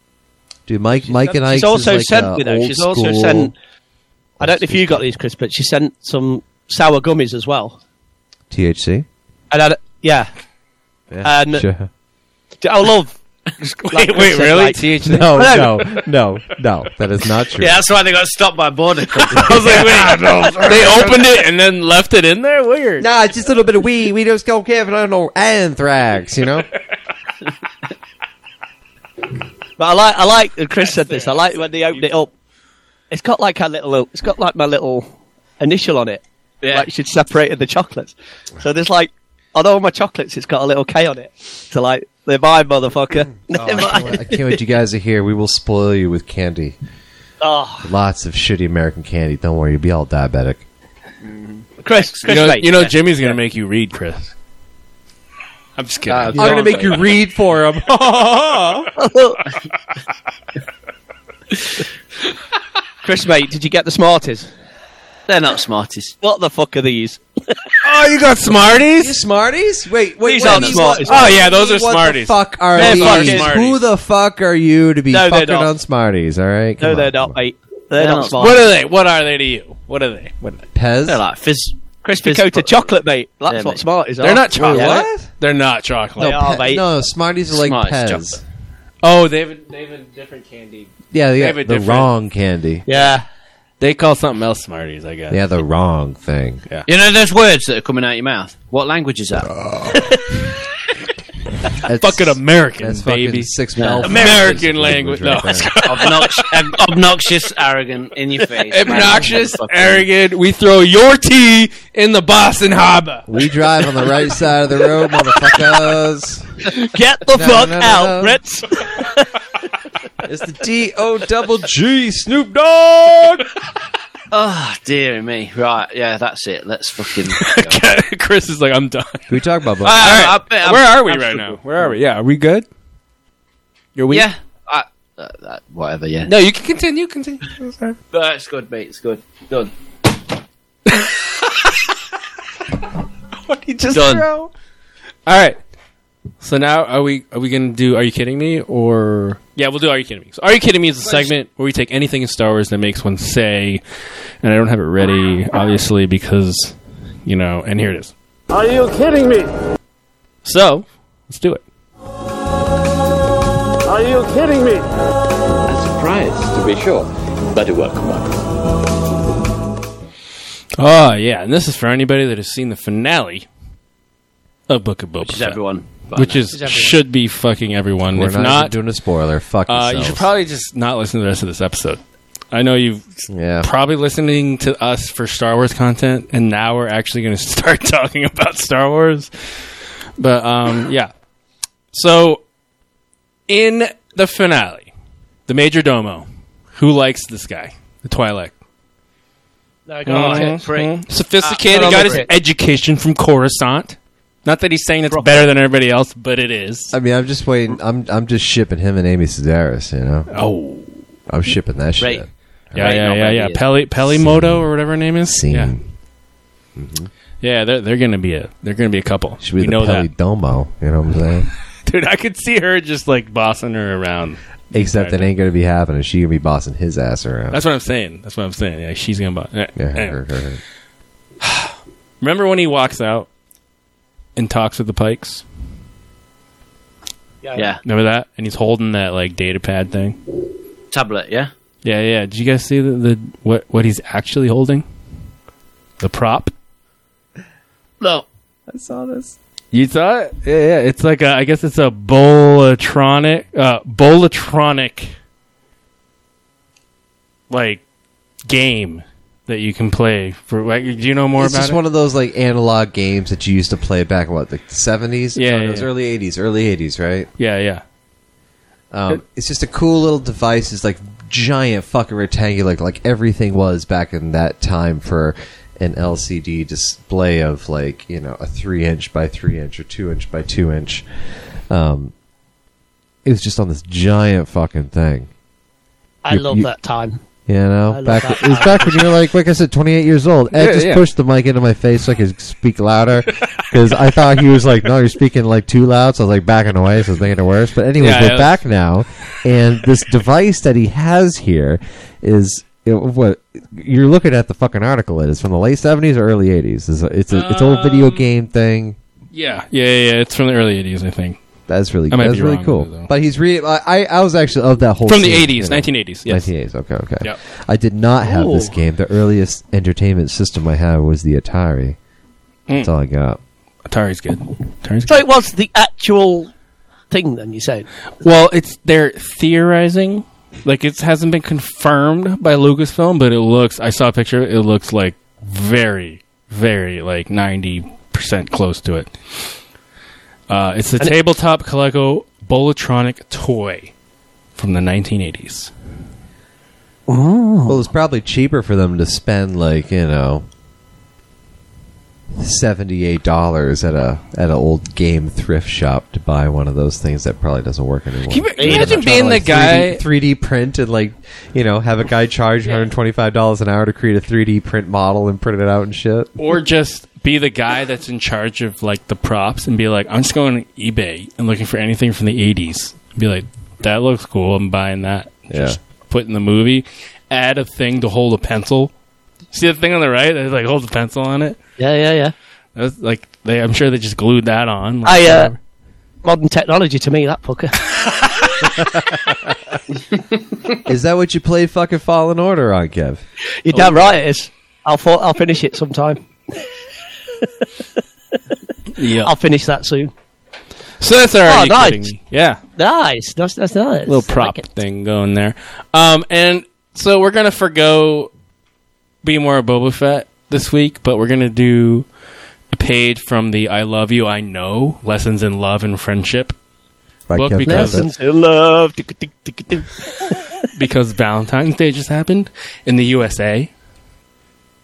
Dude, Mike, Mike and Ike's
She's also
is like
sent
a
me though.
old
She's also
school-
sent. I don't know if you got these, Chris, but she sent some sour gummies as well.
THC.
And I, yeah, And-
Sure.
I love. like Chris said, like-
THC.
No, no, no, no. That is not true.
Yeah, that's why they got stopped by border.
[LAUGHS] I was like, wait, they opened it and then left it in there. Weird.
Nah, it's just a little bit of weed. We just don't care if I don't know anthrax, you know?
But I like, I like. And Chris said this. I like when they opened it up. It's got like a little. It's got like my little initial on it.
Yeah.
Like she'd separated the chocolates. So there's like on all my chocolates, it's got a little K on it. So like they're mine, [LAUGHS] motherfucker. They're mine.
I can't wait you guys are here. We will spoil you with candy.
oh,
Lots of shitty American candy. Don't worry, you'll be all diabetic.
Chris, Chris,
You know,
mate.
you know Jimmy's gonna make you read, Chris. I'm just kidding. Oh,
Uh,
I'm going to make you read for him.
Uh, [LAUGHS]
[LAUGHS] Chris, mate, did you get the Smarties?
They're not smarties.
What the fuck are these?
oh, you got Smarties.
Smarties? Wait, wait,
These
wait,
aren't
these
Smarties.
what-
Oh, yeah, those are
what
Smarties.
The fuck are
They're
these?
fucking
Smarties.
Who the fuck are you to be
No, they're
fucking
not.
on Smarties? All right,
No,
Come
they're
on,
not,
come on.
mate. They're,
They're
not
not
Smarties.
What are they? What are they to you? What are they? What are they?
Pez.
They're like fizz.
Crispy
It's
coated
pr-
chocolate, mate. That's
Yeah,
what
mate.
Smarties are.
They're not chocolate.
Yeah.
What?
They're not chocolate.
They are, mate.
no, Smarties are like
Smarties
Pez.
chocolate.
Oh, they have a, they have a different candy.
Yeah,
They
they
have a
got the
different-
wrong candy.
Yeah.
They call something else Smarties, I guess.
Yeah, the wrong thing.
You know those words that are coming out of your mouth? What language is that?
[LAUGHS] That's,
Fucking American,
that's fucking
baby.
six Belfast
American language.
right
No,
there.
Obnox- ob- obnoxious, arrogant, in your face.
[LAUGHS]
[LAUGHS]
Obnoxious,
Motherfucker.
arrogant. We throw your tea in the Boston Harbor.
we drive on the right side of the road, motherfuckers.
Get the
No,
fuck
no, no,
out,
no.
Brits.
It's the D O double G Snoop Dogg.
Oh, dear me. Right, yeah, that's it.
[LAUGHS]
Let's fucking.
[LAUGHS] Chris is like, I'm done.
we talk about?
All right, I bet I'm-
Where are we
I'm
right
super-
now? Where are we? Yeah, are we good? You're weak.
Yeah. I, uh, uh, whatever, yeah.
No, you can continue. Continue.
That's good, mate. It's good. Done.
[LAUGHS] What he just
Done.
throw? All right. So now are we are we gonna do Are you kidding me or yeah we'll do Are you kidding me? So Are you kidding me is a segment where we take anything in Star Wars that makes one say, and I don't have it ready obviously because you know and here it is.
Are you kidding me?
So let's do it.
Are you kidding me?
Oh yeah, and this is for anybody that has seen the finale of Book of Boba
Which is
Fett,
everyone.
which is should be fucking everyone.
We're
if
not,
not,
doing a spoiler. Fuck
uh, you
yourselves.
should probably just not listen to the rest of this episode. I know you've
yeah.
probably listening to us for Star Wars content, and now we're actually going to [LAUGHS] start talking about Star Wars. But
[SIGHS]
um, yeah, so in the finale, the major domo, who likes this guy, the Twi'lek,
Mm-hmm.
Mhm. Mhm. sophisticated,
Ah,
Uh,
got his
Prick.
education from Coruscant. Not that he's saying it's better than everybody else, but it is.
I mean, I'm just waiting. I'm I'm just shipping him and Amy Sedaris. You know,
Oh,
I'm shipping that shit.
Right.
yeah,
Right,
yeah,
no,
yeah,
maybe
yeah.
it's-
Peli Pelimoto or whatever her name is.
Scene.
Yeah, yeah. They're, they're gonna be a they're gonna be a couple.
Should be
we
the
know that.
Pelly Domo. You know what I'm saying?
[LAUGHS] Dude, I could see her just like bossing her around.
Except it ain't gonna be happening. She gonna be bossing his ass around.
That's what I'm saying. That's what I'm saying. Yeah, she's gonna boss. eh,
yeah, her,
anyway.
her, her.
Remember when he walks out and talks with the Pikes?
Yeah.
Remember that? And he's holding that like data pad thing.
Tablet, yeah?
Yeah, yeah. Did you guys see the, the what what he's actually holding? The prop.
No.
I saw this.
You saw it? Yeah, yeah. It's like a, I guess it's a bolatronic, uh, bolatronic, like game that you can play for. Like, do you know more
it's
about
just
it?
one of those like analog games that you used to play back in what the seventies.
Yeah,
it
yeah,
was
yeah.
early eighties, early eighties, right?
yeah, yeah.
Um, it's just a cool little device. It's like giant fucking rectangular, like everything was back in that time for an LCD display of like you know a three inch by three inch or two inch by two inch. Um, it was just on this giant fucking thing.
I
You-
love
you-
that time.
You
I
know,
love
back
that.
it was back when you were like, like I said, 28 years old. Ed
Yeah,
just
yeah.
pushed the mic into my face so I could speak louder because I thought he was like, no, you're speaking like too loud. So I was like backing away, so I was making it worse. But anyways,
Yeah,
we're
yeah.
back now, and this device that he has here is. It, what you're looking at the fucking article it is from the late 70s or early 80s it's a, it's, a, it's an old
Um,
video game thing
Yeah, yeah, yeah. It's from the early 80s, I think.
that's really
I might
that's
be
really
wrong
cool
with it, though.
but he's reading I, I was actually of that whole
From the
scene,
80s,
you know.
1980s. Yes.
1980s. Okay, okay.
Yep.
I did not have this
Ooh.
game. The earliest entertainment system I had was the Atari. That's
Mm.
all I got.
Atari's good. Atari's
So
good.
it was the actual thing then, you said?
Well, it's they're theorizing. Like it hasn't been confirmed by Lucasfilm, but it looks. I saw a picture. of It It looks like very, very like ninety percent close to it. Uh, it's a tabletop Coleco Bolatronic toy from the 1980s.
Well, it's probably cheaper for them to spend like you know seventy-eight dollars at a at an old game thrift shop to buy one of those things that probably doesn't work anymore.
Can you imagine being the guy?
three D print and like you know have a guy charge one hundred twenty five dollars an hour to create a three D print model and print it out and shit.
or just be the guy that's in charge of like the props and be like, I'm just going to eBay and looking for anything from the '80s. Be like, that looks cool. I'm buying that. Just put in the movie. Add a thing to hold a pencil. See the thing on the right that like holds a pencil on it.
Yeah, yeah, yeah.
That was, like they, I'm sure they just glued that on. Like,
I uh,
whatever.
modern technology to me that fucker. [LAUGHS]
Is that what you played fucking Fallen Order on, Kev?
You're damn right it is. I'll fo- I'll finish it sometime.
yeah.
I'll finish that soon.
so that's all right.
Oh,
you
nice.
kidding me? Yeah.
Nice, that's that's nice.
little
I
prop
like it.
thing going there. Um, and so we're gonna forgo be more of Boba Fett this week, but we're gonna do a page from the "I Love You, I Know" lessons in love and friendship
By
Well,
Kev
because-
Cobb.
Lessons in love. Tick, tick, tick, tick.
because Valentine's Day just happened in the USA.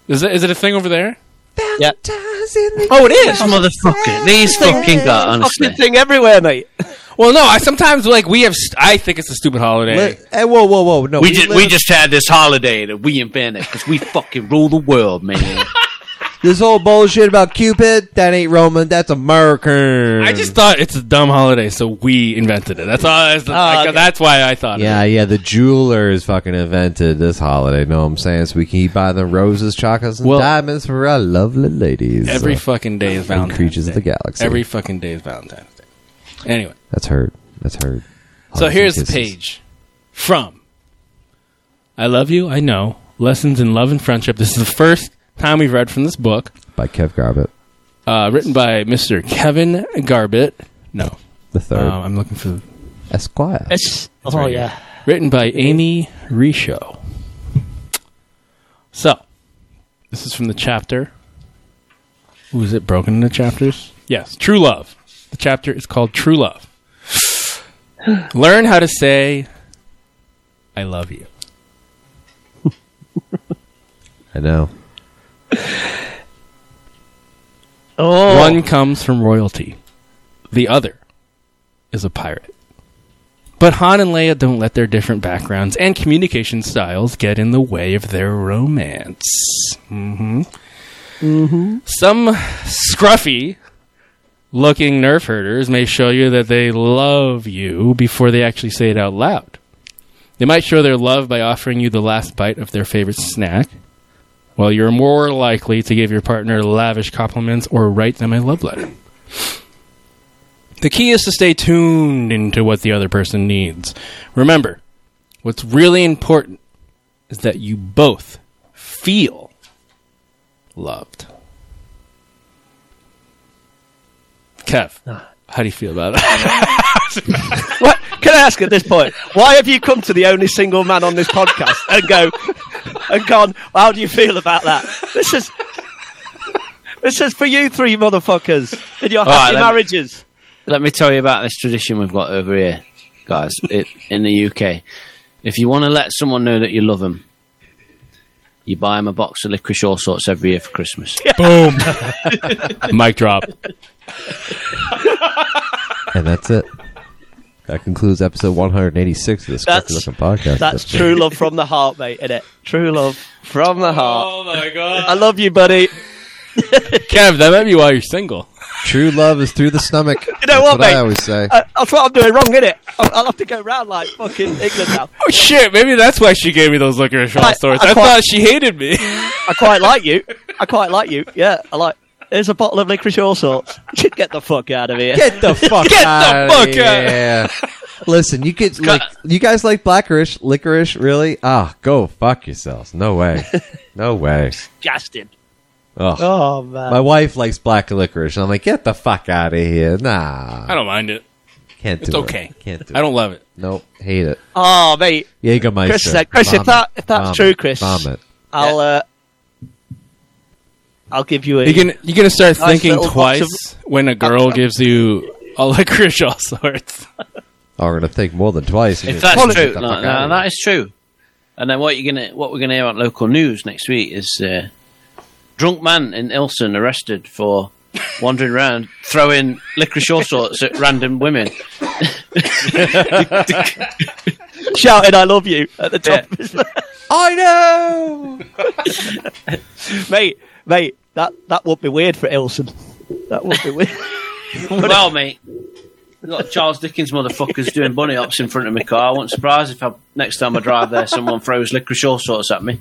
Is it, is it a thing over there?
Yeah.
Oh, it is, motherfucker. These fucking guys, honestly.
Fucking thing everywhere, mate.
Well, no. I sometimes like we have. St- I think it's a stupid holiday.
Let- hey, whoa, whoa, whoa! No,
We just
live-
we just had this holiday that we invented because we fucking rule the world, man.
this whole bullshit about Cupid that ain't Roman. That's American.
I just thought it's a dumb holiday, so we invented it. That's all. That's, the-
Ah,
like,
okay.
that's why I thought.
Yeah, yeah. The jewelers fucking invented this holiday. Know what I'm saying? So we can keep buying the roses, chocolates, and
Well-
diamonds for our lovely ladies. Uh,
Every
So,
fucking day is
and
Valentine's
creatures
Day.
of the galaxy.
Every fucking day is Valentine's Day. Anyway,
that's hurt. That's hurt. Hugs
so
and
here's the
kisses.
page from I Love You, I Know Lessons in Love and Friendship. This is the first time we've read from this book,
by Kev Garbutt,
uh, written by Mr. Kevin Garbett. No,
the third
um, I'm looking for.
Esquire.
It's, oh
right
yeah.
Written by Amy Risho. So, this is from the chapter. Was it broken into chapters? Yes, True Love. The chapter is called True Love. Learn how to say, I love you.
I know.
Oh,
One comes from royalty, the other is a pirate. But Han and Leia don't let their different backgrounds and communication styles get in the way of their romance. hmm Some scruffy looking nerf herders may show you that they love you before they actually say it out loud. They might show their love by offering you the last bite of their favorite snack, well, you're more likely to give your partner lavish compliments or write them a love letter. The key is to stay tuned into what the other person needs. Remember, what's really important is that you both feel loved. Kev, how do you feel about it?
What, can I ask at this point? Why have you come to the only single man on this podcast and go and gone? How do you feel about that? This is this is for you three motherfuckers in your
right,
happy
then.
marriages.
[LAUGHS] Let me tell you about this tradition we've got over here, guys, it, in the UK. If you want to let someone know that you love them, you buy them a box of licorice all sorts every year for Christmas.
[LAUGHS] Mic drop.
And that's it. That concludes episode 186 of this
That's-
Scruffy Looking Podcast. [LAUGHS]
That's true love from the heart, mate. Isn't it? True love from the
Oh.
heart.
Oh, my god.
I love you, buddy.
Kev, that might be why you're single.
True love is through the stomach. you
know
that's
what,
I
mate?
always say.
I, that's what I'm doing wrong, isn't it? I'll, I'll have to go round like fucking England now.
Oh shit, maybe that's why she gave me those licorice all
I-
sorts.
I
I
quite-
thought she hated me.
I quite like you. I quite like you. Yeah, I like. Here's a bottle of licorice all sorts. [LAUGHS] Get the fuck out of here.
Get
[LAUGHS]
the fuck
Get the
out
fuck out.
Yeah. Listen, you get like you guys like blackerish, licorice, really? Ah, go fuck yourselves. No way. No way.
Justin.
Ugh.
Oh man.
My wife likes black licorice. and I'm like, get the fuck out of here. Nah.
I don't mind it.
Can't do
It's
it.
okay.
Can't do
I don't love it.
it. Nope. Hate it.
Oh mate,
Jägermeister.
Chris said- Chris, if
Vomit.
that- if that's
Vomit.
true, Chris.
Vomit.
I'll uh, I'll give you a.
You're gonna you're gonna start
Nice
thinking
little box
twice
of-
when a girl gives you a [LAUGHS] licorice all sorts.
I'm Oh, gonna think more than twice.
If that's
Get the
true,
fuck
no,
out
no,
of here.
that is true. And then what you're gonna what we're gonna hear on local news next week is uh, drunk man in Ilson arrested for [LAUGHS] wandering around throwing licorice all sorts at
[LAUGHS]
random women.
shouting "I love you" at the top. of his [LAUGHS]
I know.
mate, mate, that that would be weird for Ilson. That would be weird. [LAUGHS]
well, mate, I've got Charles Dickens motherfuckers doing bunny hops in front of my car. I won't surprise if I, next time I drive there, someone throws licorice all sorts at me.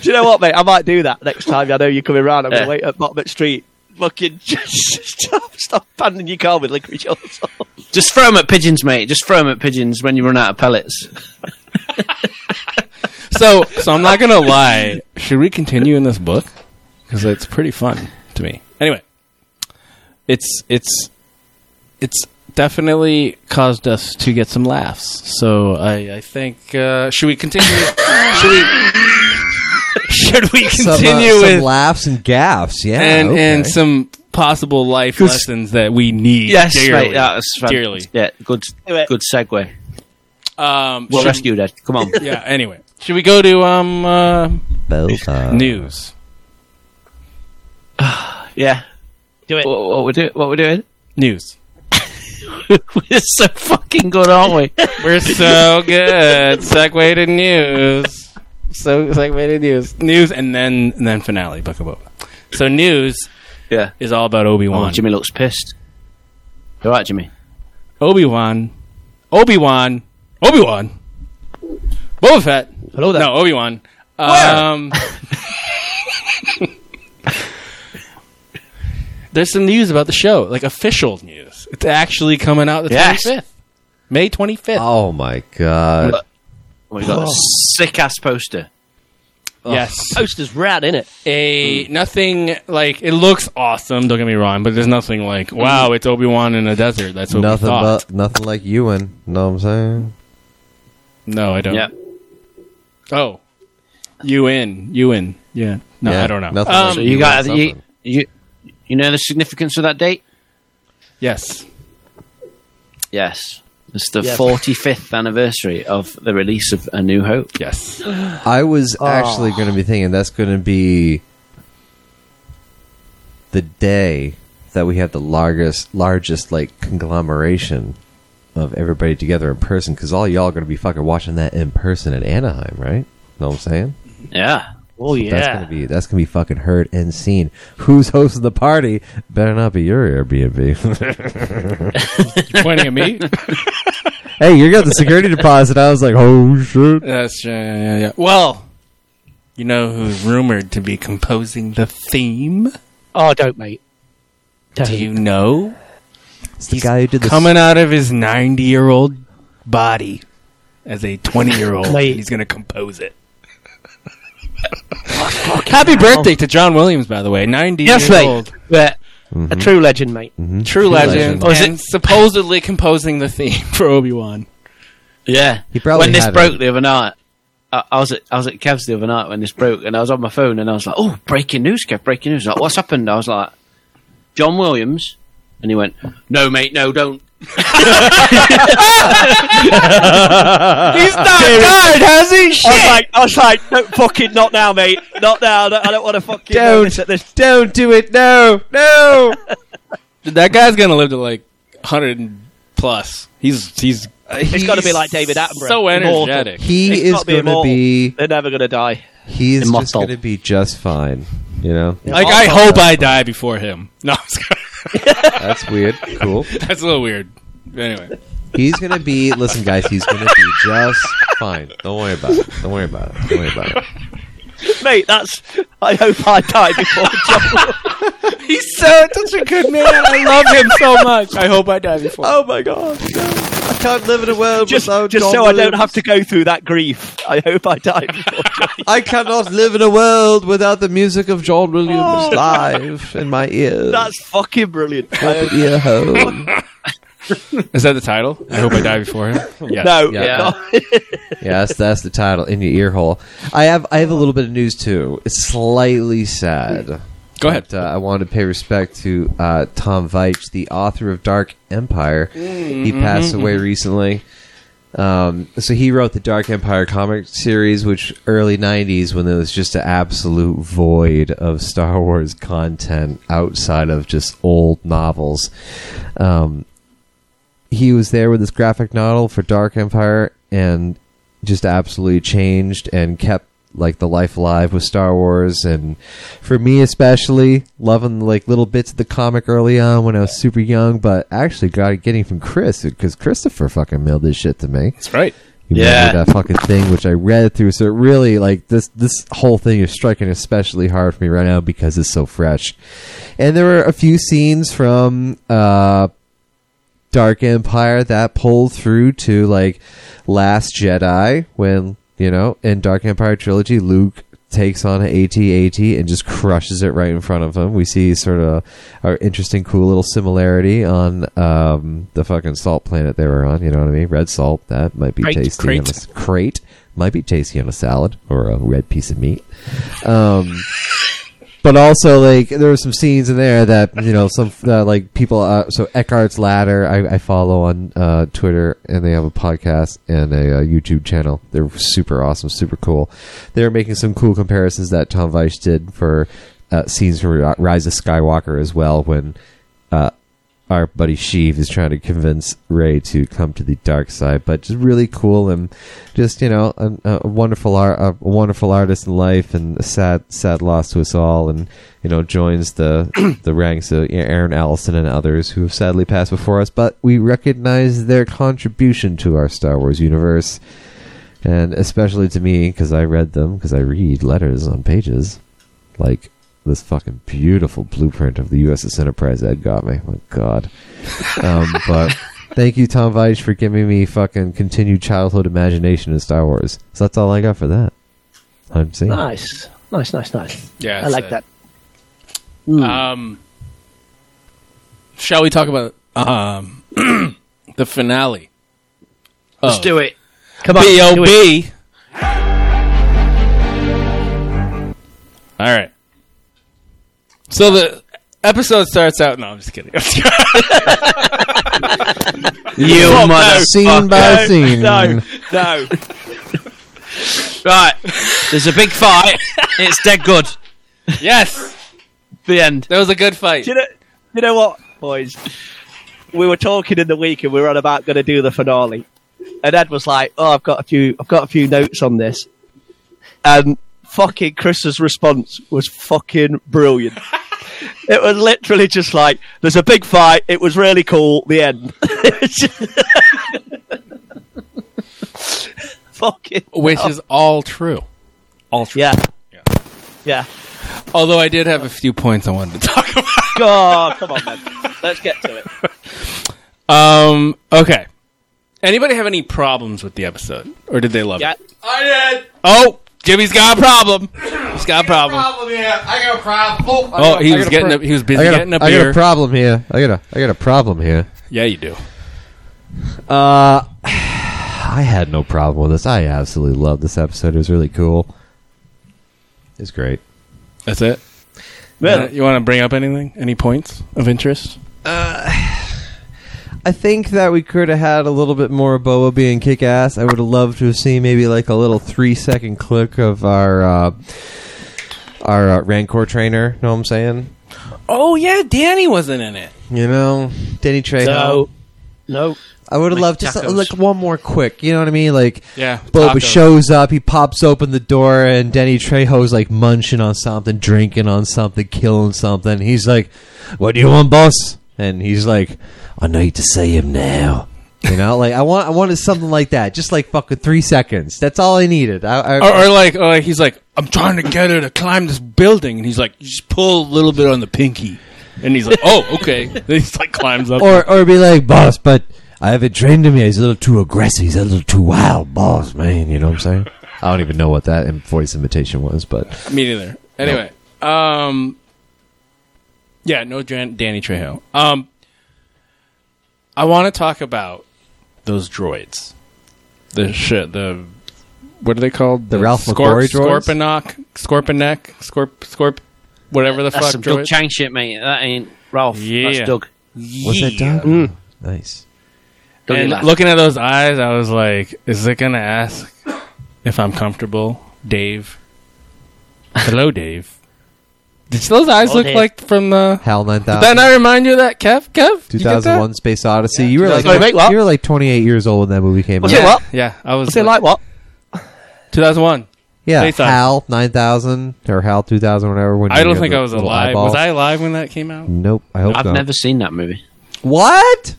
Do you know what, mate? I might do that next time. I know you're coming round. I'm
Yeah.
gonna wait at Bottomett Street. Fucking [LAUGHS] just stop, stop banding your car with licorice on top.
Just throw them at pigeons, mate. Just throw them at pigeons when you run out of pellets.
So, so I'm not gonna lie. Should we continue in this book? Because it's pretty fun to me. Anyway, it's it's it's definitely caused us to get some laughs. So I, I think uh, should we continue? should we? Should we
Some, uh,
continue
some
with
laughs and gaffs, yeah,
[LAUGHS] and
okay.
and some possible life lessons that we need?
Yes,
dearly.
mate. That's fan-
Dearly.
Yeah, good,
Do it.
good segue.
Um,
We'll
should-
rescue Ed.
[LAUGHS]
Come on.
yeah. Anyway, [LAUGHS] should we go to um uh,
Boba.
news?
yeah.
Do it.
What, what we're doing? What we're doing? [LAUGHS]
News.
we're so fucking good, aren't we?
We're [LAUGHS] so good. Segue to news. So segue to news. News and then and then finale, Book of Boba. So news
yeah.
is all about Obi
Oh,
Wan.
Jimmy looks pissed. You all right, Jimmy?
Obi Wan. Obi Wan. Obi Wan. Boba Fett.
Hello there.
No, Obi Wan. Um, there's some news about the show, like official news. It's actually coming out the
Yes.
25th, May 25th.
Oh my god!
We've Oh, got a sick ass poster.
Oh.
Yes,
Poster's rad, innit?
a nothing like it looks awesome. Don't get me wrong, but there's nothing like wow, it's Obi Wan in a desert. That's what
Nothing
we thought.
but nothing like Ewan. Know what I'm saying?
no, I don't.
Yeah.
Oh, you in? You in? Yeah. No,
Yeah,
I don't know.
nothing
Um,
like
So you
You
got
want
you,
something.
you you know the significance of that date?
yes.
Yes. It's the
Yes.
45th anniversary of the release of A New Hope.
Yes.
I was actually going to be thinking that's going to be the day that we have the largest, largest like conglomeration of everybody together in person because all y'all are going to be fucking watching that in person at Anaheim, right? Know what I'm saying?
Yeah.
Oh
That's gonna be that's gonna be fucking heard and seen. Who's hosting the party? Better not be your Airbnb. [LAUGHS]
You pointing at me?
hey, you got the security deposit. I was like, oh shit.
That's uh, yeah, yeah. Well, you know who's rumored to be composing the theme?
Oh, don't, mate. Don't.
Do you know?
It's the guy who did the
Coming out of his 90 year old body as a 20 year old.
Wait.
He's going to compose it. Happy birthday to John Williams, by the way. 90
Yes,
years
mate. Mm-hmm.
old.
Yeah. A true legend, mate.
True legend.
legend.
Oh, is
and supposedly composing the theme for Obi Wan.
Yeah.
He probably
when this
had
broke
it.
the other night, I, I was at I was at Kev's the other night when this broke, and I was on my phone, and I was like, "Oh, breaking news, Kev! Breaking news!" Like, what's happened? I was like, "John Williams," and he went, "No, mate, no, don't."
He's
Uh,
not died, has he? I
Oh,
was like, I was like, no, fucking not now, mate. Not now. I don't want to fucking know
Don't.
this at this.
Don't do it. No, [LAUGHS] no.
That guy's going to live to like 100 and plus. He's he's
It's got to be like David Attenborough.
so
Immortal.
energetic.
[LAUGHS] He
It's
is
gotta be
going to
immortal.
be.
They're never gonna die.
He is just
Immortal.
going to be just fine. You know,
Like, I hope I die before him. No, I'm just kidding. [LAUGHS]
that's weird. Cool.
that's a little weird. Anyway.
He's going to be. Listen, guys. He's going to be just fine. Don't worry about it. Don't worry about it. Don't worry about it.
Mate, that's. I hope I die before [LAUGHS] John.
He's so such a good man. I love him so much. I hope I die before.
oh my god! Oh,
I can't live in a world
Just,
without
just
John
so I don't
Williams.
have to go through that grief. I hope I die [LAUGHS] before John.
I cannot live in a world without the music of John Williams
Oh.
live in my ears.
That's fucking brilliant.
Up ear
[LAUGHS]
hole.
Is that the title? I hope I die before [LAUGHS] him. Yeah.
No,
Yeah.
no.
[LAUGHS]
yeah, that's, that's the title in your ear hole. I have I have a little bit of news too. It's slightly sad.
Go ahead.
But, uh, I want to pay respect to uh, Tom Veitch, the author of Dark Empire. He
Mm-hmm.
passed away recently. Um, so he wrote the Dark Empire comic series, which early '90s when there was just an absolute void of Star Wars content outside of just old novels. Um, he was there with his graphic novel for Dark Empire and just absolutely changed and kept like the life alive with Star Wars and for me especially loving like little bits of the comic early on when I was super young but actually got it getting from Chris because Christopher fucking mailed this shit to me
That's right.
He
Yeah.
made that fucking thing, which I read through. So it really, like this, this whole thing is striking especially hard for me right now because it's so fresh. And there were a few scenes from uh, Dark Empire that pulled through to like Last Jedi when you know in Dark Empire trilogy Luke takes on AT-AT and just crushes it right in front of him. We see sort of our interesting, cool little similarity on um, the fucking salt planet they were on. You know what I mean? Red salt that might be
Crate,
tasty
crate.
on a s- crate might be tasty on a salad or a red piece of meat. Um, but also like there were some scenes in there that you know some uh, like people uh, so Eckhart's Ladder I, I follow on uh, Twitter and they have a podcast and a uh, YouTube channel they're super awesome super cool they're making some cool comparisons that Tom Weiss did for uh, scenes from Ri- Rise of Skywalker as well when uh, our buddy Sheev is trying to convince Ray to come to the dark side, but just really cool and just you know a, a wonderful art, a wonderful artist in life, and a sad, sad loss to us all. And you know joins the the ranks of Aaron Allison and others who have sadly passed before us, but we recognize their contribution to our Star Wars universe, and especially to me because I read them because I read letters on pages like this fucking beautiful blueprint of the USS Enterprise Ed got me. My God. [LAUGHS] Um, but thank you, Tom Veitch, for giving me fucking continued childhood imagination in Star Wars. So that's all I got for that. I'm seeing.
Nice, nice, nice, nice.
Yeah,
I
it's,
like
uh,
that.
Um, shall we talk about um, [CLEARS THROAT] the finale?
Let's
Oh.
do it.
Come on, do it.
B.O.B. All right. So the episode starts out. No, I'm just kidding. [LAUGHS]
You
Oh, no.
mother.
Scene by
no,
scene.
no, no.
[LAUGHS] Right. There's a big fight. it's dead good.
Yes,
The end.
that was a good fight.
Do you know? do You know what, boys? We were talking in the week, and we were on about going to do the finale. And Ed was like, "Oh, I've got a few. I've got a few notes on this." And fucking Chris's response was fucking [LAUGHS] brilliant. it was literally just like, "There's a big fight. It was really cool. The end." [LAUGHS] It was just- fucking
Which is all true. All true.
yeah, yeah.
Although I did have a few points I wanted to talk about.
God, come on, man. Let's get to it.
[LAUGHS] Um. Okay. Anybody have any problems with the episode, or did they love
Yeah.
it? Oh, Jimmy's got a problem. He's got a problem. Oh, he was getting. A, he was busy
I, got
getting
a,
a
I got
beer.
a problem here. I got a, I got a problem here.
yeah, you do.
Uh, [SIGHS] I had no problem with this. I absolutely loved this episode. It was really cool. It's great.
That's it.
Really?
Uh, you want to bring up anything? Any points of interest?
I think that we could have had a little bit more of Boba being kick ass. I would have loved to have seen maybe like a little three second click of our uh, our uh, Rancor trainer. Know what I'm saying?
Oh yeah, Danny wasn't in it.
You know, Danny Trejo.
No, no.
I would have loved just
tacos.
like one more quick. You know what I mean? Like
Yeah,
Boba
tacos.
shows up, he pops open the door, and Denny Trejo's like munching on something, drinking on something, killing something. He's like, "What do you want, boss?" And he's like, "I need to see him now." You know, like I want, I wanted something like that, just like fucking three seconds. That's all I needed. I, I,
Or, or like, or like, he's like, I'm trying to get her to climb this building, and he's like, just pull a little bit on the pinky, and he's like, oh okay. [LAUGHS] then he's like climbs up.
or or be like, boss, but I haven't trained him yet. He's a little too aggressive. He's a little too wild, boss, man. You know what I'm saying? I don't even know what that im- voice imitation was, but
Me neither. Anyway, um, yeah, no Jan- Danny Trejo. Um, I want to talk about those droids. The shit. The what are they called?
The Ralph McQuarrie droids?
Scorpionock, Scorpionek, Scorp, Scorp, whatever the
That's
fuck
some
droid.
Doug Chang shit, mate. That ain't Ralph.
Yeah.
That's Doug.
was that
Yeah.
Doug? Nice.
Doug
And
Elash.
looking at those eyes, I was like, "Is it gonna ask if I'm comfortable, Dave?" Hello, Dave. Did those eyes
Oh,
look
Dave.
like from the?
Hal 9000.
Did that not remind you of that, Kev? Kev? You get that?
2001 Space Odyssey. You were like
Wait, wait, what?
you were like 28 years old when that movie came
Was
out.
it what?
Yeah, I was.
Was it like what?
2001?
Yeah,
Space Odyssey.
Hal 9000 or Hal 2000 whatever when
I
you
don't
had
think
the
I was
little
alive.
eyeballs.
Was I alive when that came out?
Nope, I hope
I've
not.
never seen that movie.
[LAUGHS]
What?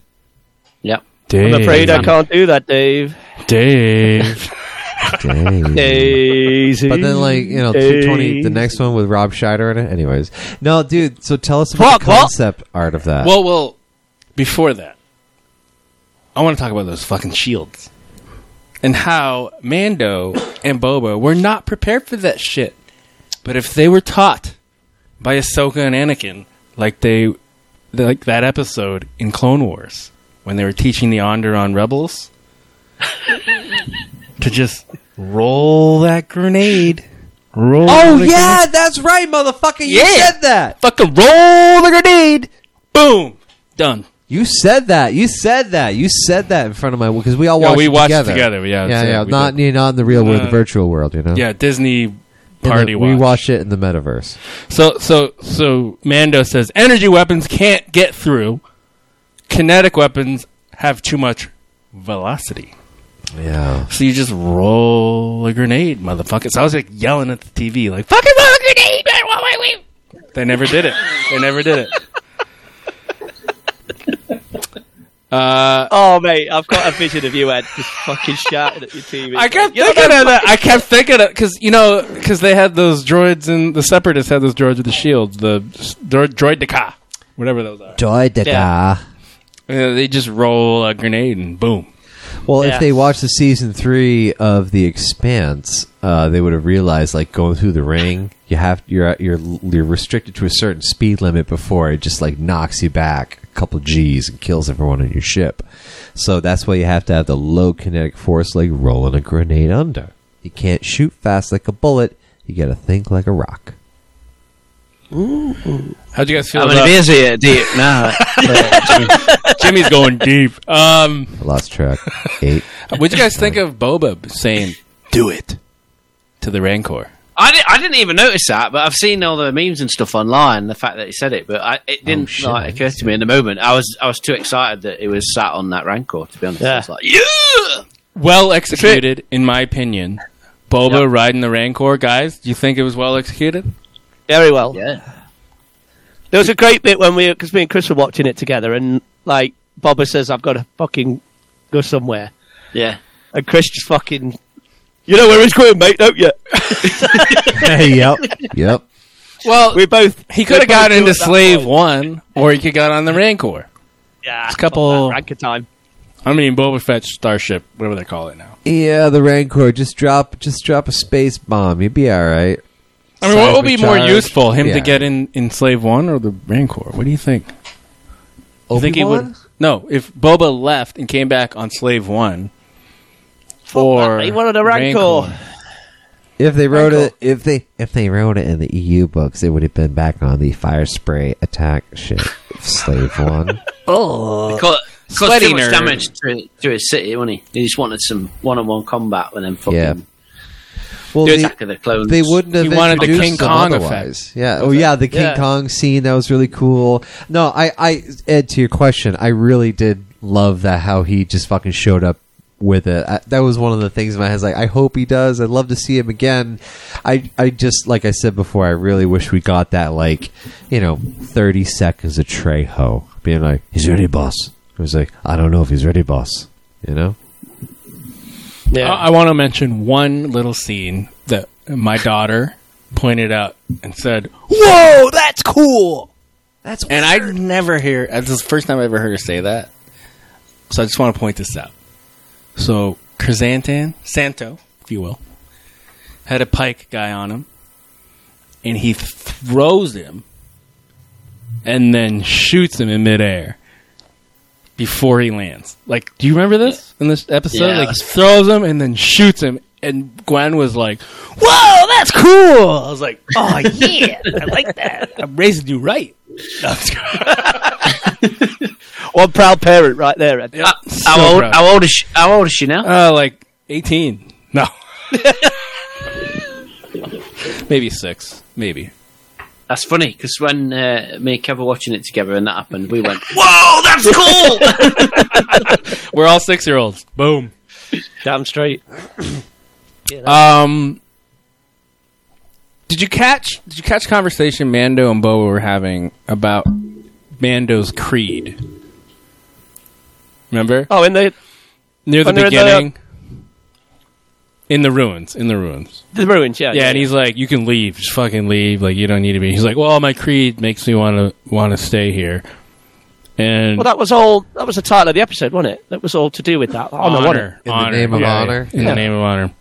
Yep.
I'm afraid I can't do that, Dave.
Dave.
Dang.
Daisy.
But then, like you know,
Hey.
220, the next one with Rob Scheider in it. Anyways, no, dude. So tell us about
What,
the
what?
concept art of that.
well, well, before that, I want to talk about those fucking shields and how Mando and Boba were not prepared for that shit. But if they were taught by Ahsoka and Anakin, like they, like that episode in Clone Wars when they were teaching the Onderon rebels [LAUGHS] to just roll that grenade, roll.
oh
the
yeah, that's right, motherfucker. You
Yeah.
said that.
fucking roll the grenade. Boom, done.
You said that. You said that. You said that in front of my because we all
Yeah,
watched
we
it
watched
together.
it together, yeah,
yeah,
so
yeah.
we
Not
did.
you know, not in the real world, the
Uh,
virtual world. You know,
Yeah, Disney
In the-
party
We
watch.
watched it in the metaverse.
So so so Mando says energy weapons can't get through. Kinetic weapons have too much velocity.
Yeah.
So you just roll a grenade, motherfucker. So I was like yelling at the TV, like fucking roll a grenade, man. Why, why, why? They never did it. They never did it. Uh,
Oh, mate, I've got a vision of you, Ed, just fucking shouting at your TV.
[LAUGHS] I kept thinking of that. I kept thinking of because you know because they had those droids and the Separatists had those droids with the shields, the s- droid, droid de ka, whatever those are.
Joy de
Yeah.
Uh, they just roll a grenade and boom.
Well,
Yeah.
if they watched the season three of The Expanse, uh, they would have realized, like going through the ring, you have you're you're you're restricted to a certain speed limit before it just like knocks you back a couple G's and kills everyone on your ship. So that's why you have to have the low kinetic force, like rolling a grenade under. You can't shoot fast like a bullet. You got to think like a rock.
How'd you guys feel
How
about
many beers are you? Do you [LAUGHS] no,
Jimmy's going deep? Um,
I lost track. Eight.
what'd you guys think of Boba saying "Do it" to the Rancor?
I, didn't, I didn't even notice that, but I've seen all the memes and stuff online. The fact that he said it, but I, it didn't
shit, I
like, occur to me in the moment. I was I was too excited that it was sat on that rancor. To be honest, I was like, yeah.
Well executed, in my opinion. Boba riding the Rancor, guys. Do you think it was well executed?
Very well.
yeah.
There was a great bit when we, because me and Chris were watching it together, and like Bobber says, I've got to fucking go somewhere,
yeah.
and Chris just fucking, you know where he's going, mate, don't you?
yep. Yep.
Well,
We both
he could have got into
we both do it that
Slave
way.
One, or he could have got on the Rancor.
yeah,
a couple-
ranker time.
I mean, Boba Fett starship, whatever they call it now.
Yeah, the Rancor. Just drop. Just drop a space bomb. You'd be all right.
I mean, what would be more
Cybercharged,
useful, him
yeah.
to get in in Slave One or the Rancor? What do you think? You think he
Obi-Wan?
would? No, if Boba left and came back on Slave One, or
that, he wanted a Rancor.
If they wrote it, if they if they wrote it in the EU books, it would have been back on the fire spray attack ship, slave one.
It caused, caused
Sweaty
too much
nerd.
damage to, to his city, wasn't he? He just wanted some one-on-one combat with them. Fucking
Yeah. Well,
do
they,
attack of the clones.
they wouldn't have
He wanted the
introduced
King
them
Kong
otherwise. Yeah. Oh yeah, the King
Yeah.
Kong scene that was really cool. No, I, I Ed, to your question, I really did love that how he just fucking showed up with it. I, that was one of the things in my head. Like, I hope he does. I'd love to see him again. I, I just like I said before, I really wish we got that like, you know, thirty seconds of Trejo being like, "He's ready, boss." It was like, I don't know if he's ready, boss. You know.
Yeah,
I, I want to mention one little scene that my daughter pointed out and said, "Whoa, that's cool."
That's
And I never hear. uh, This is the first time I ever heard her say that. So I just want to point this out. So Chrysantan Santo, if you will, had a pike guy on him, and he throws him, and then shoots him in midair before he lands. Like, do you remember this in this episode?
Yeah.
Like, he throws him and then shoots him. And Gwen was like, "Whoa, Oh, that's cool!" I was like,
[LAUGHS]
"Oh yeah, I like that. I'm raising you right." No, I'm just kidding.
one proud parent right there, Ed.
Uh,
So
how old?
proud.
How old is she, How old is she now?
Uh, like 18. No. [LAUGHS] maybe six. Maybe.
That's funny because when uh, me and Kev were watching it together and that happened, we [LAUGHS] went, "Whoa, that's cool!"
We're all six year olds. Boom.
Damn straight.
Um. Did you catch? Did you catch conversation Mando and Boba were having about Mando's creed? Remember
Oh, and they
near the
when they're in the-
beginning in the ruins, in the ruins.
The ruins, yeah.
Yeah, and he's like, "You can leave, just fucking leave. Like you don't need to be." He's like, "Well, my creed makes me want to want to stay here." And
Well, that was all. That was the title of the episode, wasn't it? That was all to do with that. Honor, wasn't it?
In the name of honor.
In
Oh, Yeah.
the name of honor.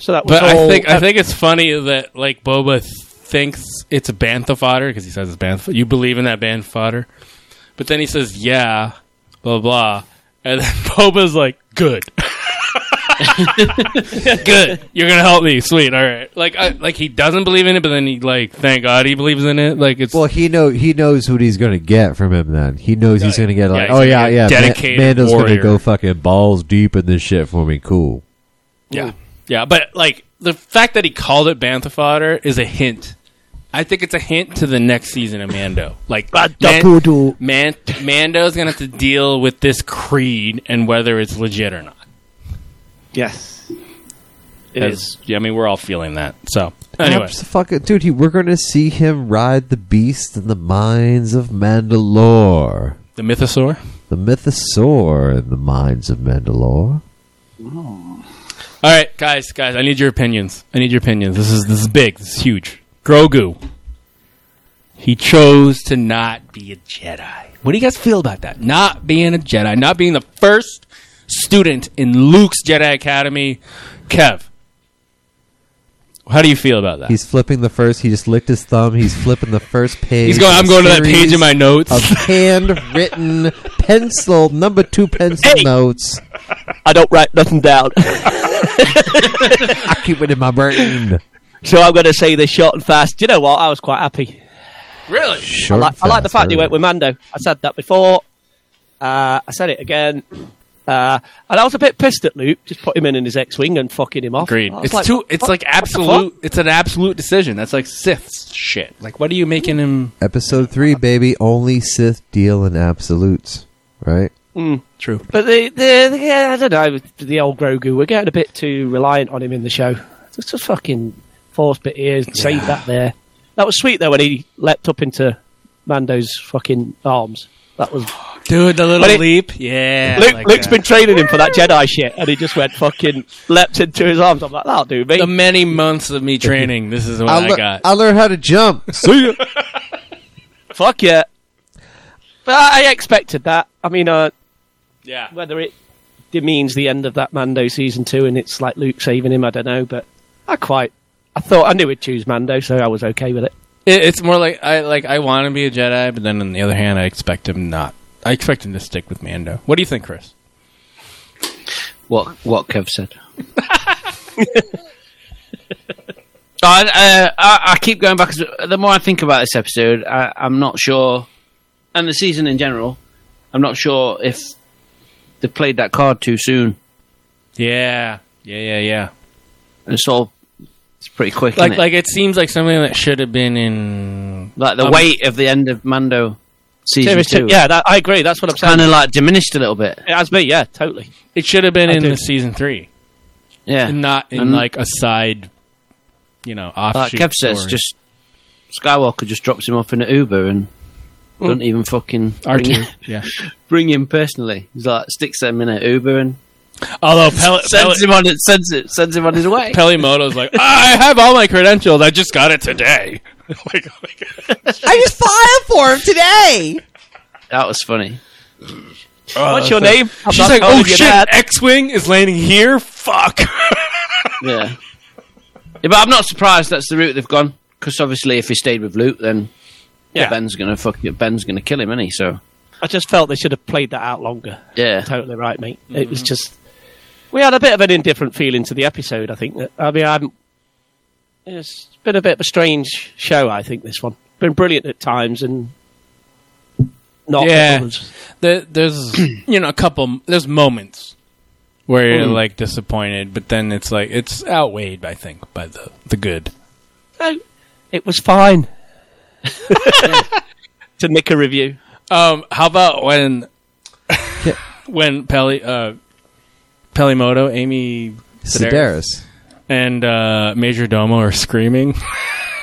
So that was
But
all.
I think I think it's funny that like Boba th- thinks it's a bantha fodder because he says it's bantha. You believe in that bantha fodder, but then he says yeah, blah blah, and then [LAUGHS] Boba's like good. [LAUGHS] Good. You're gonna help me. Sweet. All right. Like, I, like he doesn't believe in it, but then he like, thank God he believes in it. Like, it's
Well, he know he knows what he's going to get from him. Then he knows he's going to get like,
he's
oh
gonna
yeah,
get a
yeah,
dedicated
Man- Mando's going to
warrior.
go fucking balls deep in this shit for me. Cool.
Yeah. Yeah, but like the fact that he called it Bantha fodder is a hint. I think it's a hint to the next season of Mando. Like Man- Man- Mando's gonna have to deal with this creed and whether it's legit or not.
yes, it
'Cause,
is.
Yeah, I mean we're all feeling that. So anyway.
Abs- fucking- dude, he, we're going to see him ride the beast in the mines of Mandalore,
The Mythosaur.
the mythosaur in the mines of Mandalore.
Alright, guys, guys, I need your opinions. I need your opinions. This is this is big, this is huge. Grogu. He chose to not be a Jedi. What do you guys feel about that? Not being a Jedi, not being the first student in Luke's Jedi Academy. Kev, how do you feel about that?
He's flipping the first. He just licked his thumb. He's flipping the first page.
He's going.
of
I'm
a
going to that page
series
in my notes. [LAUGHS]
of handwritten pencil number two pencil
Hey!
notes.
I don't write nothing down, [LAUGHS]
I keep it in my brain.
so I'm going to say this short and fast. Do you know what? I was quite happy.
really?
Short
I like, I like the
fast,
fact that he
hurry.
went with Mando. I said that before. Uh, I said it again. Uh, and I was a bit pissed at Luke. Just put him in in his X-wing and fucking him off.
Agreed.
I was
It's too. It's
what-
like
what the
absolute. It's an absolute decision. That's like Sith's shit. Like, what are you making him?
Episode three, baby. Only Sith deal in absolutes, right?
True.
fuck? But the, the, the yeah, I don't know the old Grogu. We're getting a bit too reliant on him in the show. It's just fucking force bit here. Save that there. That was sweet though when he leapt up into Mando's fucking arms. That was
Dude, the little
But it-
leap. Yeah.
Luke,
like uh,
Luke's
that.
been training him for that Jedi shit, and he just went fucking leapt into his arms. I'm like, that'll do me.
the
[LAUGHS]
many months of me training. This is what
I,
I,
lear-
got.
I learned how to [LAUGHS] jump. See ya.
Fuck yeah. But I, I expected that. I mean, uh,
yeah.
whether it demeans the end of that Mando season two and it's like Luke saving him, I don't know. But I quite, I thought I knew he'd choose Mando, so I was okay with it.
It, it's more like I like I want to be a Jedi, but then on the other hand, I expect him not. I expect him to stick with Mando. What do you think, Chris?
What what Kev said. [LAUGHS] I, uh, I I keep going back. 'cause The more I think about this episode, I, I'm not sure, and the season in general, I'm not sure if they played that card too soon.
Yeah, yeah, yeah, yeah.
It's all it's pretty quick.
Like
innit?
like it seems like something that should have been in.
Like the
Um,
weight of the end of Mando season
Seriously,
two.
yeah, that, I agree. That's what I'm saying.
kind of like diminished a little bit.
It has me, yeah, totally.
It should have been
I
in
do.
the season three,
Yeah,
and not in
And-
like a side. You know,
like
offshoot.
Kev says,
story.
just Skywalker just drops him off in an Uber and
Mm.
don't even fucking
R
bring
two.
him, [LAUGHS]
Yeah.
bring him personally. He's like sticks him in an Uber and
[LAUGHS] Although [LAUGHS] Pel-
sends him on it sends it sends him on his way.
Pelimoto's like, I have all my credentials. I just got it today. [LAUGHS] like, oh my God.
I just filed for him today.
that was funny.
Oh,
What's your name? I'm
She's
not
like,
telling
oh
you
shit,
that."
X Wing is landing here? Fuck. [LAUGHS]
Yeah. Yeah, but I'm not surprised that's the route they've gone. Because obviously, if he stayed with Luke, then
Yeah.
Ben's gonna fuck Ben's gonna kill him, isn't he? So
I just felt they should have played that out longer.
yeah,
totally right, mate. It was just we had a bit of an indifferent feeling to the episode. I think. I mean, I'm, it's been a bit of a strange show. I think this one been brilliant at times and not. at
Yeah.
others.
there, there's you know a couple there's moments where you're like disappointed but then it's like it's outweighed i think by the the good
No, it was fine. [LAUGHS] to nick a review.
um how about [LAUGHS] when when Peli, uh pelimoto amy
Sedaris.
and uh major domo are screaming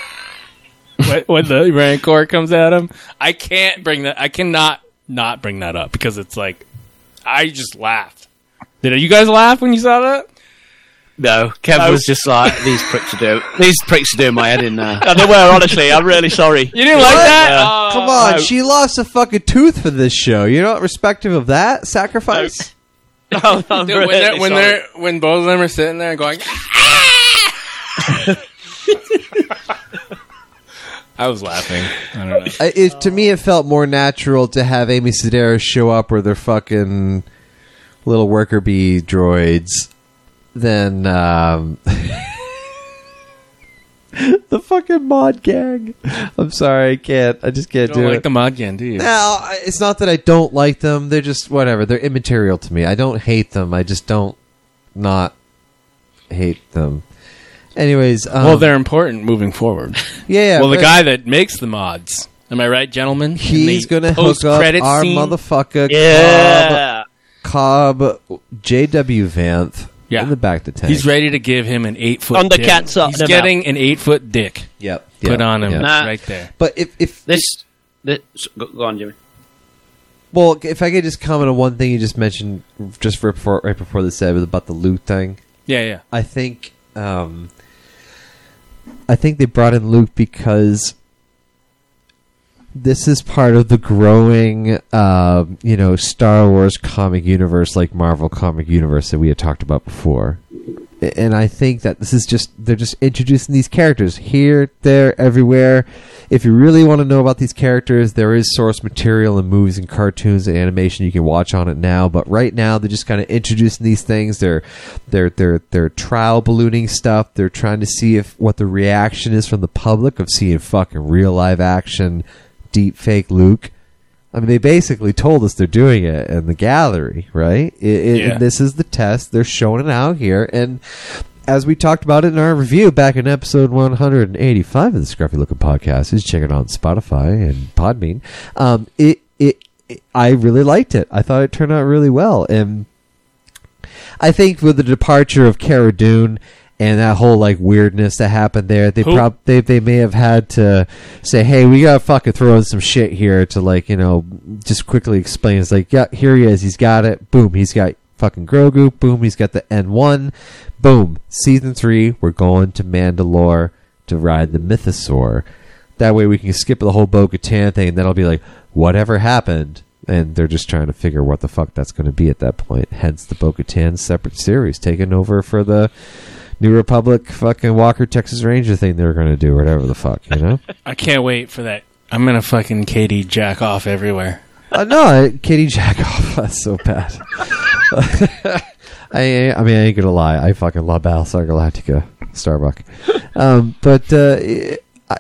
[LAUGHS] when, when the rancor comes at him i can't bring that i cannot not bring that up because it's like i just laughed did you guys laugh when you saw that
No, Oh, Kev
No.
was just like these pricks are doing these pricks are doing my head in there.
And they were, honestly. I'm really sorry. You didn't
like that?
Oh, Come on, she lost a fucking tooth for this show. You're not respective of that sacrifice.
No, I'm
Dude, when
really
[LAUGHS] they're, when
sorry.
they're when both of them are sitting there [LAUGHS] going, "Ah!" [LAUGHS] I was laughing. I [LAUGHS] don't know.
I, it, to me, it felt more natural to have Amy Sedaris show up with her fucking little worker bee droids than um, [LAUGHS] the fucking mod gang. I'm sorry, I can't. I just can't
You
do
don't like
it.
the mod gang, do you?
No, I- it's not that I don't like them. They're just whatever. They're immaterial to me. I don't hate them. I just don't not hate them. Anyways, um,
Well, they're important moving forward.
[LAUGHS] yeah.
well, the
but
guy that makes the mods. Am I right, gentlemen? In
he's
the
gonna hook up
post-credit
our
scene?
motherfucker.
Yeah.
Cobb, Cobb J.W. Vanth
Yeah.
in the back to tank.
He's ready to give him an eight foot
On the
dick.
cat's up,
He's
no
getting an eight foot dick
Yep.
put
yep,
on him
yep.
Nah.
right there.
But if if
This, this go, go on, Jimmy.
well, if I could just comment on one thing you just mentioned, just right before right before this said about the loot thing.
Yeah, yeah.
I think um, I think they brought in Luke because this is part of the growing, um, you know, Star Wars comic universe, like Marvel comic universe that we had talked about before. A- And I think that this is just they're just introducing these characters here, there, everywhere. If you really want to know about these characters, there is source material in movies and cartoons and animation you can watch on it now. But right now, they're just kind of introducing these things. They're they're they're they're trial ballooning stuff. They're trying to see if what the reaction is from the public of seeing fucking real live action, deep fake Luke. I mean, they basically told us they're doing it in the gallery, right? I I-
Yeah.
This is the test. They're showing it out here, and as we talked about it in our review back in episode 185 of the Scruffy Looking Podcast, is check it out on Spotify and Podbean. Um, it, it, it, I really liked it. I thought it turned out really well, and I think with the departure of Cara Dune and that whole like weirdness that happened there, they
Who?
prob they they may have had to say, "Hey, we gotta fucking throw in some shit here to like you know just quickly explain." It's like, yeah, here he is, he's got it. Boom, he's got fucking Grogu. Boom, he's got the N one. Boom, season three, we're going to Mandalore to ride the Mythosaur. That way we can skip the whole Bo Katan thing, and then I'll be like, whatever happened. And they're just trying to figure what the fuck that's going to be at that point. Hence the Bo Katan separate series taking over for the New Republic fucking Walker Texas Ranger thing they're going to do, whatever the fuck, you know?
I can't wait for that. I'm gonna fucking Katie jack off everywhere.
uh, no, I- Kitty Jackoff. [LAUGHS] That's so bad. I, I mean, I ain't gonna lie. I fucking love Battlestar Galactica, Starbuck. [LAUGHS] Um, but uh, it, I,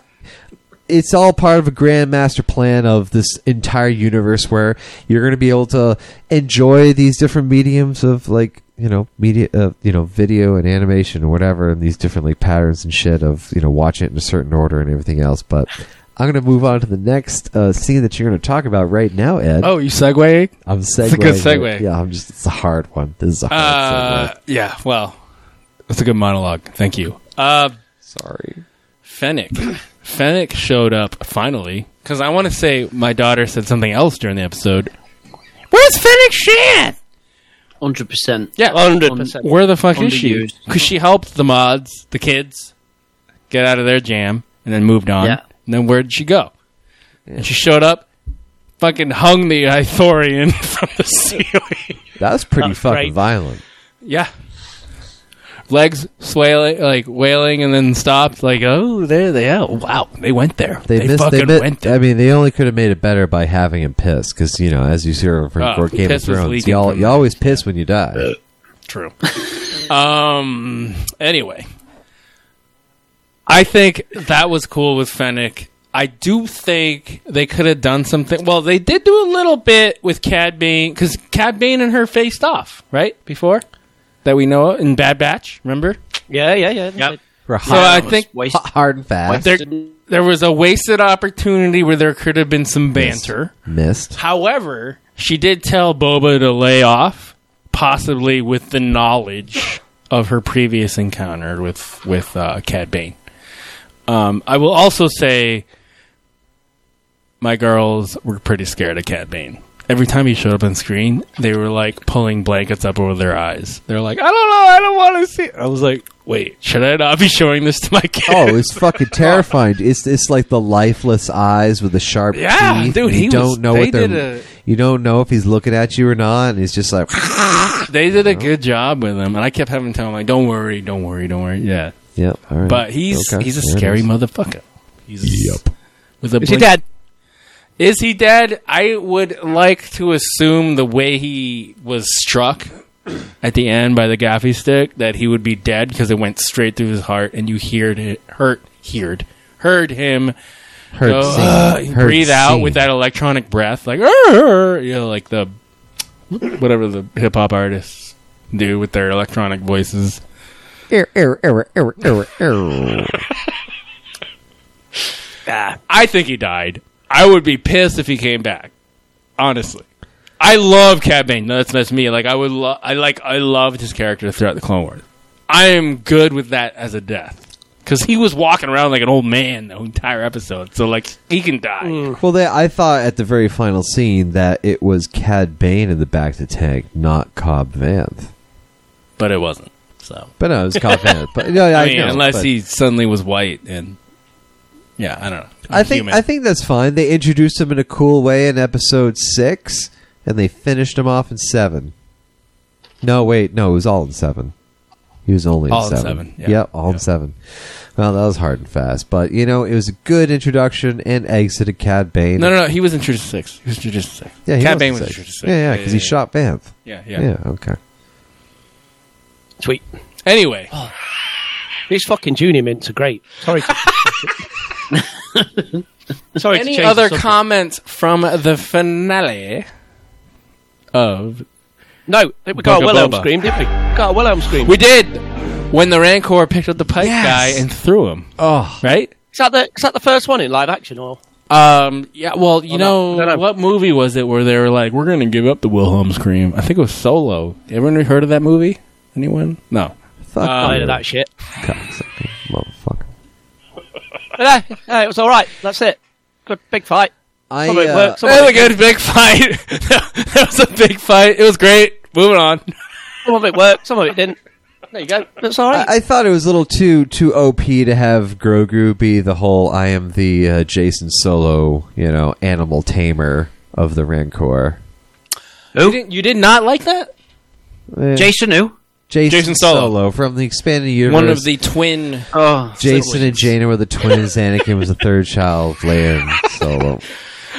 it's all part of a grand master plan of this entire universe where you're gonna be able to enjoy these different mediums of like you know media, uh, you know, video and animation or whatever, and these different like patterns and shit of you know watching it in a certain order and everything else. But I'm gonna move on to the next uh, scene that you're gonna talk about right now, Ed.
Oh, you segue?
I'm segueing.
a good
it.
segue.
Yeah, I'm just. It's a hard one. This is a hard
Uh,
segue.
yeah. Well, that's a good monologue. Thank you. Uh,
Sorry.
[LAUGHS]
Fennec. Fennec showed up finally because I want to say my daughter said something else during the episode. Where's Fennec Shan?
Hundred percent.
Yeah,
100%.
Where the fuck is she?
Underused.
Because she helped the mods, the kids, get out of their jam, and then moved on.
Yeah.
And then where'd she go? And she showed up, fucking hung the Ithorian [LAUGHS] from the ceiling.
That was pretty
That's
fucking
great.
violent.
Yeah. Legs swaying, like wailing, and then stopped. Like, oh, there they are! Wow, they went there.
They,
They,
missed.
fucking
They mi-
went
I
there.
mean, they only could have made it better by having him piss, because you know, as you see from
Oh,
from Game of
piss was
Thrones,
leaking
you all
from
you always piss when you die.
True. um. Anyway, I think that was cool with Fennec. I do think they could have done something. Well, they did do a little bit with Cad Bane because Cad Bane and her faced off right before that we know of in Bad Batch. Remember?
Yeah, yeah, yeah.
Yep.
For
So I
hard,
think
Waste.
hard and fast.
there there was a wasted opportunity where there could have been some banter.
Missed.
[LAUGHS]
However, she did tell Boba to lay off, possibly with the knowledge of her previous encounter with with uh, Cad Bane. Um, I will also say, my girls were pretty scared of Cad Bane every time he showed up on screen, they were like pulling blankets up over their eyes. They're like, I don't know, I don't want to see. I was like, wait, should I not be showing this to my kids?
Oh, it's fucking terrifying. It's it's like the lifeless eyes with the sharp
Yeah,
teeth.
dude,
and
he
you
was-
don't know
they
what they're.
did a-
you don't know if he's looking at you or not, and he's just like.
they did a good job with him, and I kept having to tell him like, "Don't worry, don't worry, don't worry." [LAUGHS] Yeah,
yep. All right.
but he's
Okay,
he's a
there it
scary
is.
motherfucker. He's yep. With a
Is he
blink-
dead?
Is he dead? I would like to assume the way he was struck at the end by the gaffy stick that he would be dead because it went straight through his heart, and you heard it hurt, heard, heard him
Heard
go,
scene.
"Ugh,"
Heard
uh, breathe out
scene.
with that electronic breath, like "Arr," you know, like the whatever the hip hop artists do with their electronic voices.
Err, err, err, err, err, err.
I think he died. I would be pissed if he came back. Honestly, I love Cad Bane. No, that's that's me. Like I would. Lo- I like. I loved his character throughout the Clone Wars. I am good with that as a death because he was walking around like an old man the entire episode. So like he can die.
Well, they, I thought at the very final scene that it was Cad Bane in the back of the tank, not Cobb Vanth.
but it wasn't. So
But no, it was Cobb Vanth. But
[LAUGHS]
no,
I,
I
mean,
know,
unless
but-
he suddenly was white and yeah, I don't know.
I think I think that's fine. They introduced him in a cool way in episode six, and they finished him off in seven. No, wait, no, it was all in seven. He was only
All in
in seven.
seven, yeah.
Yep, all
Yeah.
in seven. Well, that was hard and fast, but you know, it was a good introduction and exit of Cad Bane.
no, no, no. He was introduced to six. He was introduced to six.
yeah, he
Cad Bane
in
was
six.
introduced to six.
Yeah, yeah, because he shot Vanth.
Yeah, yeah.
Yeah. okay.
Sweet.
Anyway,
These fucking junior mints are great. Sorry. to- Sorry. to
Any
change
other
the subject.
comments from the finale of?
No, we got
Bugga
a Wilhelm
Bubba.
scream, didn't we? Got a Wilhelm scream.
We did when the Rancor picked up the pipe
Yes.
guy and threw him.
Oh,
Right?
Is that the is that the first one in live action or?
Um. Yeah. Well, you
Oh,
know
no. No, no.
what movie was it where they were like, "We're going to give up the Wilhelm scream"? I think it was Solo. Everyone heard of that movie? Anyone? No.
fuck
I
you,
heard that shit.
cocksucker, motherfucker.
But no, no, it was all right. That's it. Good big fight.
I,
Somebody
uh,
works-
It was a good big fight. [LAUGHS] that was a big fight. It was great. Moving on.
Some of it worked. Some of it didn't. There you go. That's all right.
I, I thought it was a little too too OP to have Grogu be the whole I am the uh, Jason Solo, you know, animal tamer of the Rancor.
You, didn't, you did not like that?
Eh,
Jason who?
Jason,
Jason Solo.
from the expanded universe.
One of the twin.
Oh,
Jason and Jaina were the twins. Anakin was the third child. Leia and Solo.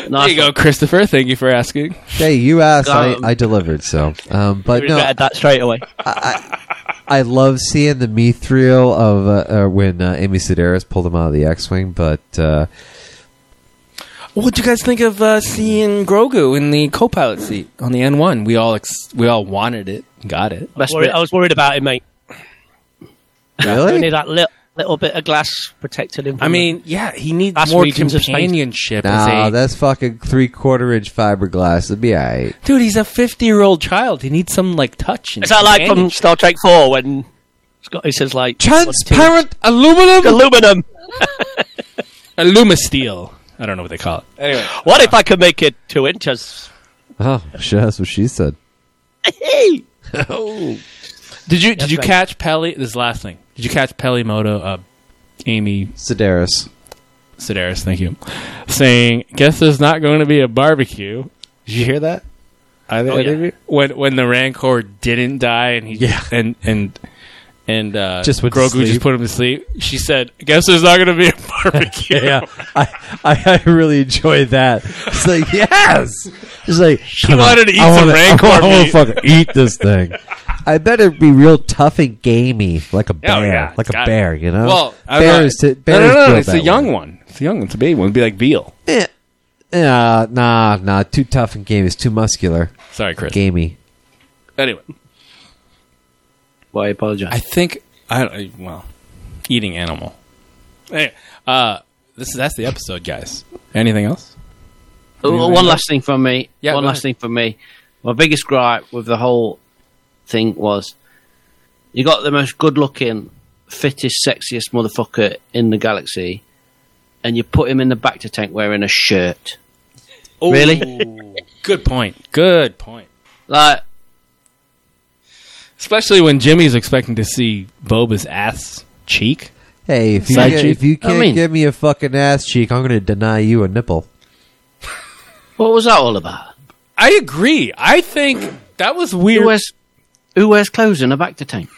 There you go, Christopher. Thank you for asking.
Hey, you asked,
Um.
I, I delivered. So, um, but no,
Regretted that straight away.
I love seeing the mithril of uh, uh, when uh, Amy Sedaris pulled him out of the X-wing. But uh,
What do you guys think of uh, seeing Grogu in the co-pilot seat on the N1? We all ex- we all wanted it, got it.
Best
Worried-
bit.
I was worried about him, mate.
really,
Only that little, little bit of glass protected him. From
I mean, yeah, he needs
That's
more
regions of space.
companionship. as
Nah,
a-
that's fucking three quarter inch fiberglass. It'd be alright.
dude, he's a fifty-year-old child. He needs some like touch. And
the- is that like from Star Trek Four when Scott he says like
transparent aluminum,
aluminum?
alumisteel? I don't know what they call it. Anyway,
What if I could make it
[LAUGHS]
two inches?
Oh, shit, that's what she said.
did you did you
right.
catch Peli? This is the last thing. Did you catch Pelimoto? Uh, Amy
Sedaris.
Sedaris, thank you, saying, "Guess there's not going to be a barbecue." Did you hear that? I
yeah.
interview Oh, when when the Rancor didn't die and he
Yeah.
and and and uh,
Just went to
Grogu just
sleep.
put him to sleep. She said, "Guess there's not going to be a [LAUGHS]
[LAUGHS]
barbecue."
I, I I really enjoyed that. It's like yes. It's like she
wanted to eat some Rancor
I want
meat.
to fucking eat this thing. [LAUGHS] I better be real tough and gamey, like a bear,
Oh, yeah.
like a
Got it.
bear. You know,
Well, I'm
bear
not-
is to,
no,
bear
no,
is
no,
built
It's a
that
young
way.
one. It's a young one. It's a baby one. It'd be like veal.
Eh, nah, Eh, nah, nah. Too tough and gamey. It's too muscular,
Sorry, Chris.
gamey.
Anyway,
Why I Uh, apologise?
I think I don't. Well, eating animal. Anyway, uh, this is that's the episode, guys. Anything else?
Oh, One last thing from me.
Yeah,
one
go
last
ahead.
thing from me. My biggest gripe with the whole thing was you got the most good looking, fittest, sexiest motherfucker in the galaxy, and you put him in the back to tank wearing a shirt.
Oh, [LAUGHS]
Really?
Good point. Good point.
Like,
Especially when Jimmy's expecting to see Boba's ass cheek.
Hey, if you,
Side
get,
cheek?
if you
I
can't
mean-
give me a fucking ass cheek, I'm going to deny you a nipple.
what was that all about?
I agree. I think that was
Who
weird.
wears, who wears clothes in a back to tank?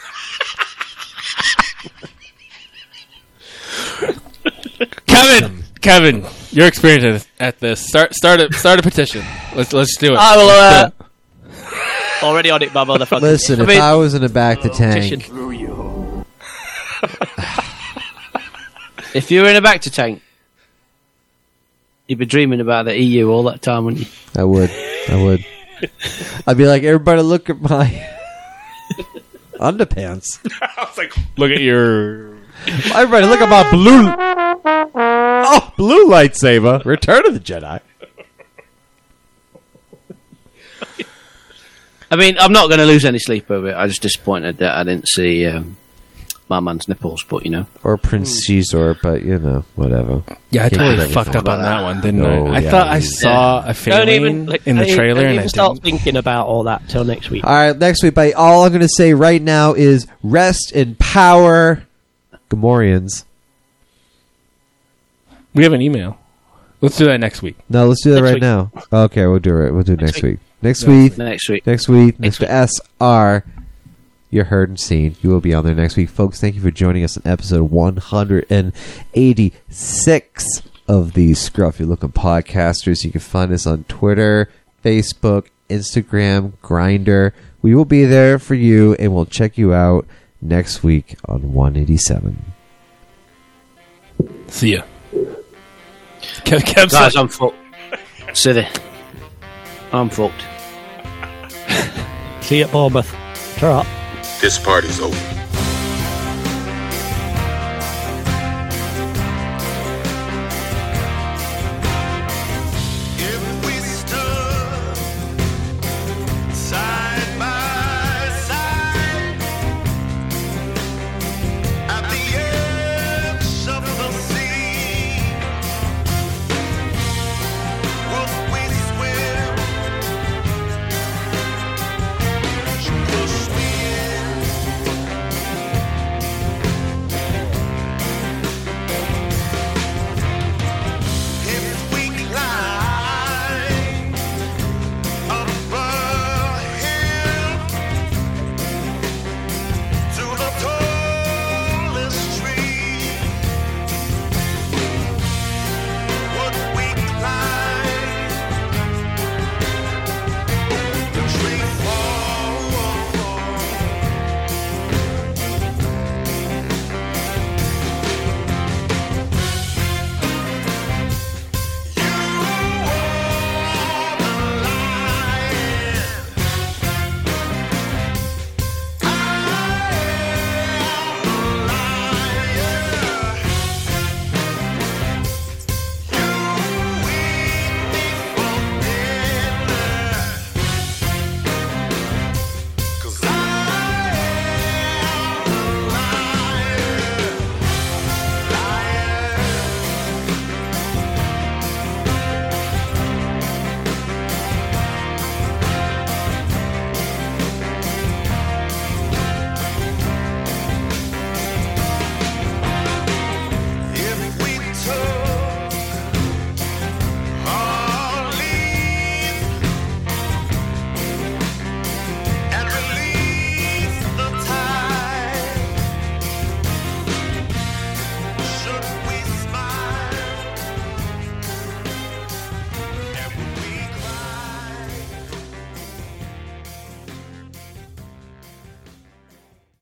Kevin, Kevin, your experience at, at this. Start, start a, start a petition. Let's, let's do it.
I will, uh,
Let's do
Already on it, my motherfucker.
Listen, if
mean-
I was in the back
Oh,
to tank,
Petition.
If you were in a back to tank, you'd be dreaming about the EU all that time, wouldn't you?
I would. I
[LAUGHS]
would. I'd be like, everybody look at my [LAUGHS]
[LAUGHS]
underpants.
it. Look at your.
[LAUGHS] Everybody look at my blue. Oh, blue lightsaber. Return of the Jedi.
I mean, I'm not going to lose any sleep over it. I was disappointed that I didn't see um, my man's nipples, but you know,
Or
Hmm.
Prince Caesar, but you know, whatever.
Yeah, I totally
everything
fucked up on that one, didn't
No,
I? I
yeah,
thought I
you-
saw a
Don't
failing
even like,
in the
don't even-
trailer,
Don't
and
even
I
start
didn't.
thinking about all that till next week.
All right, next week, buddy. All I'm going to say right now is rest in power, Gamorreans.
We have an email. Let's do that next week.
No, let's do that
Next
right
week.
now. Okay, we'll do it. We'll do it next week. Next week,
next week.
next week, Mr. SR. You're heard and seen. You will be on there next week, folks. Thank you for joining us on episode 186 of the Scruffy Looking Podcasters. You can find us on Twitter, Facebook, Instagram, Grinder. We will be there for you, and we'll check you out next week on 187.
See ya. Kev, Kev's like-
Guys, I'm fucked. See there. I'm fucked.
See you at Bournemouth. Turn up.
This party's over.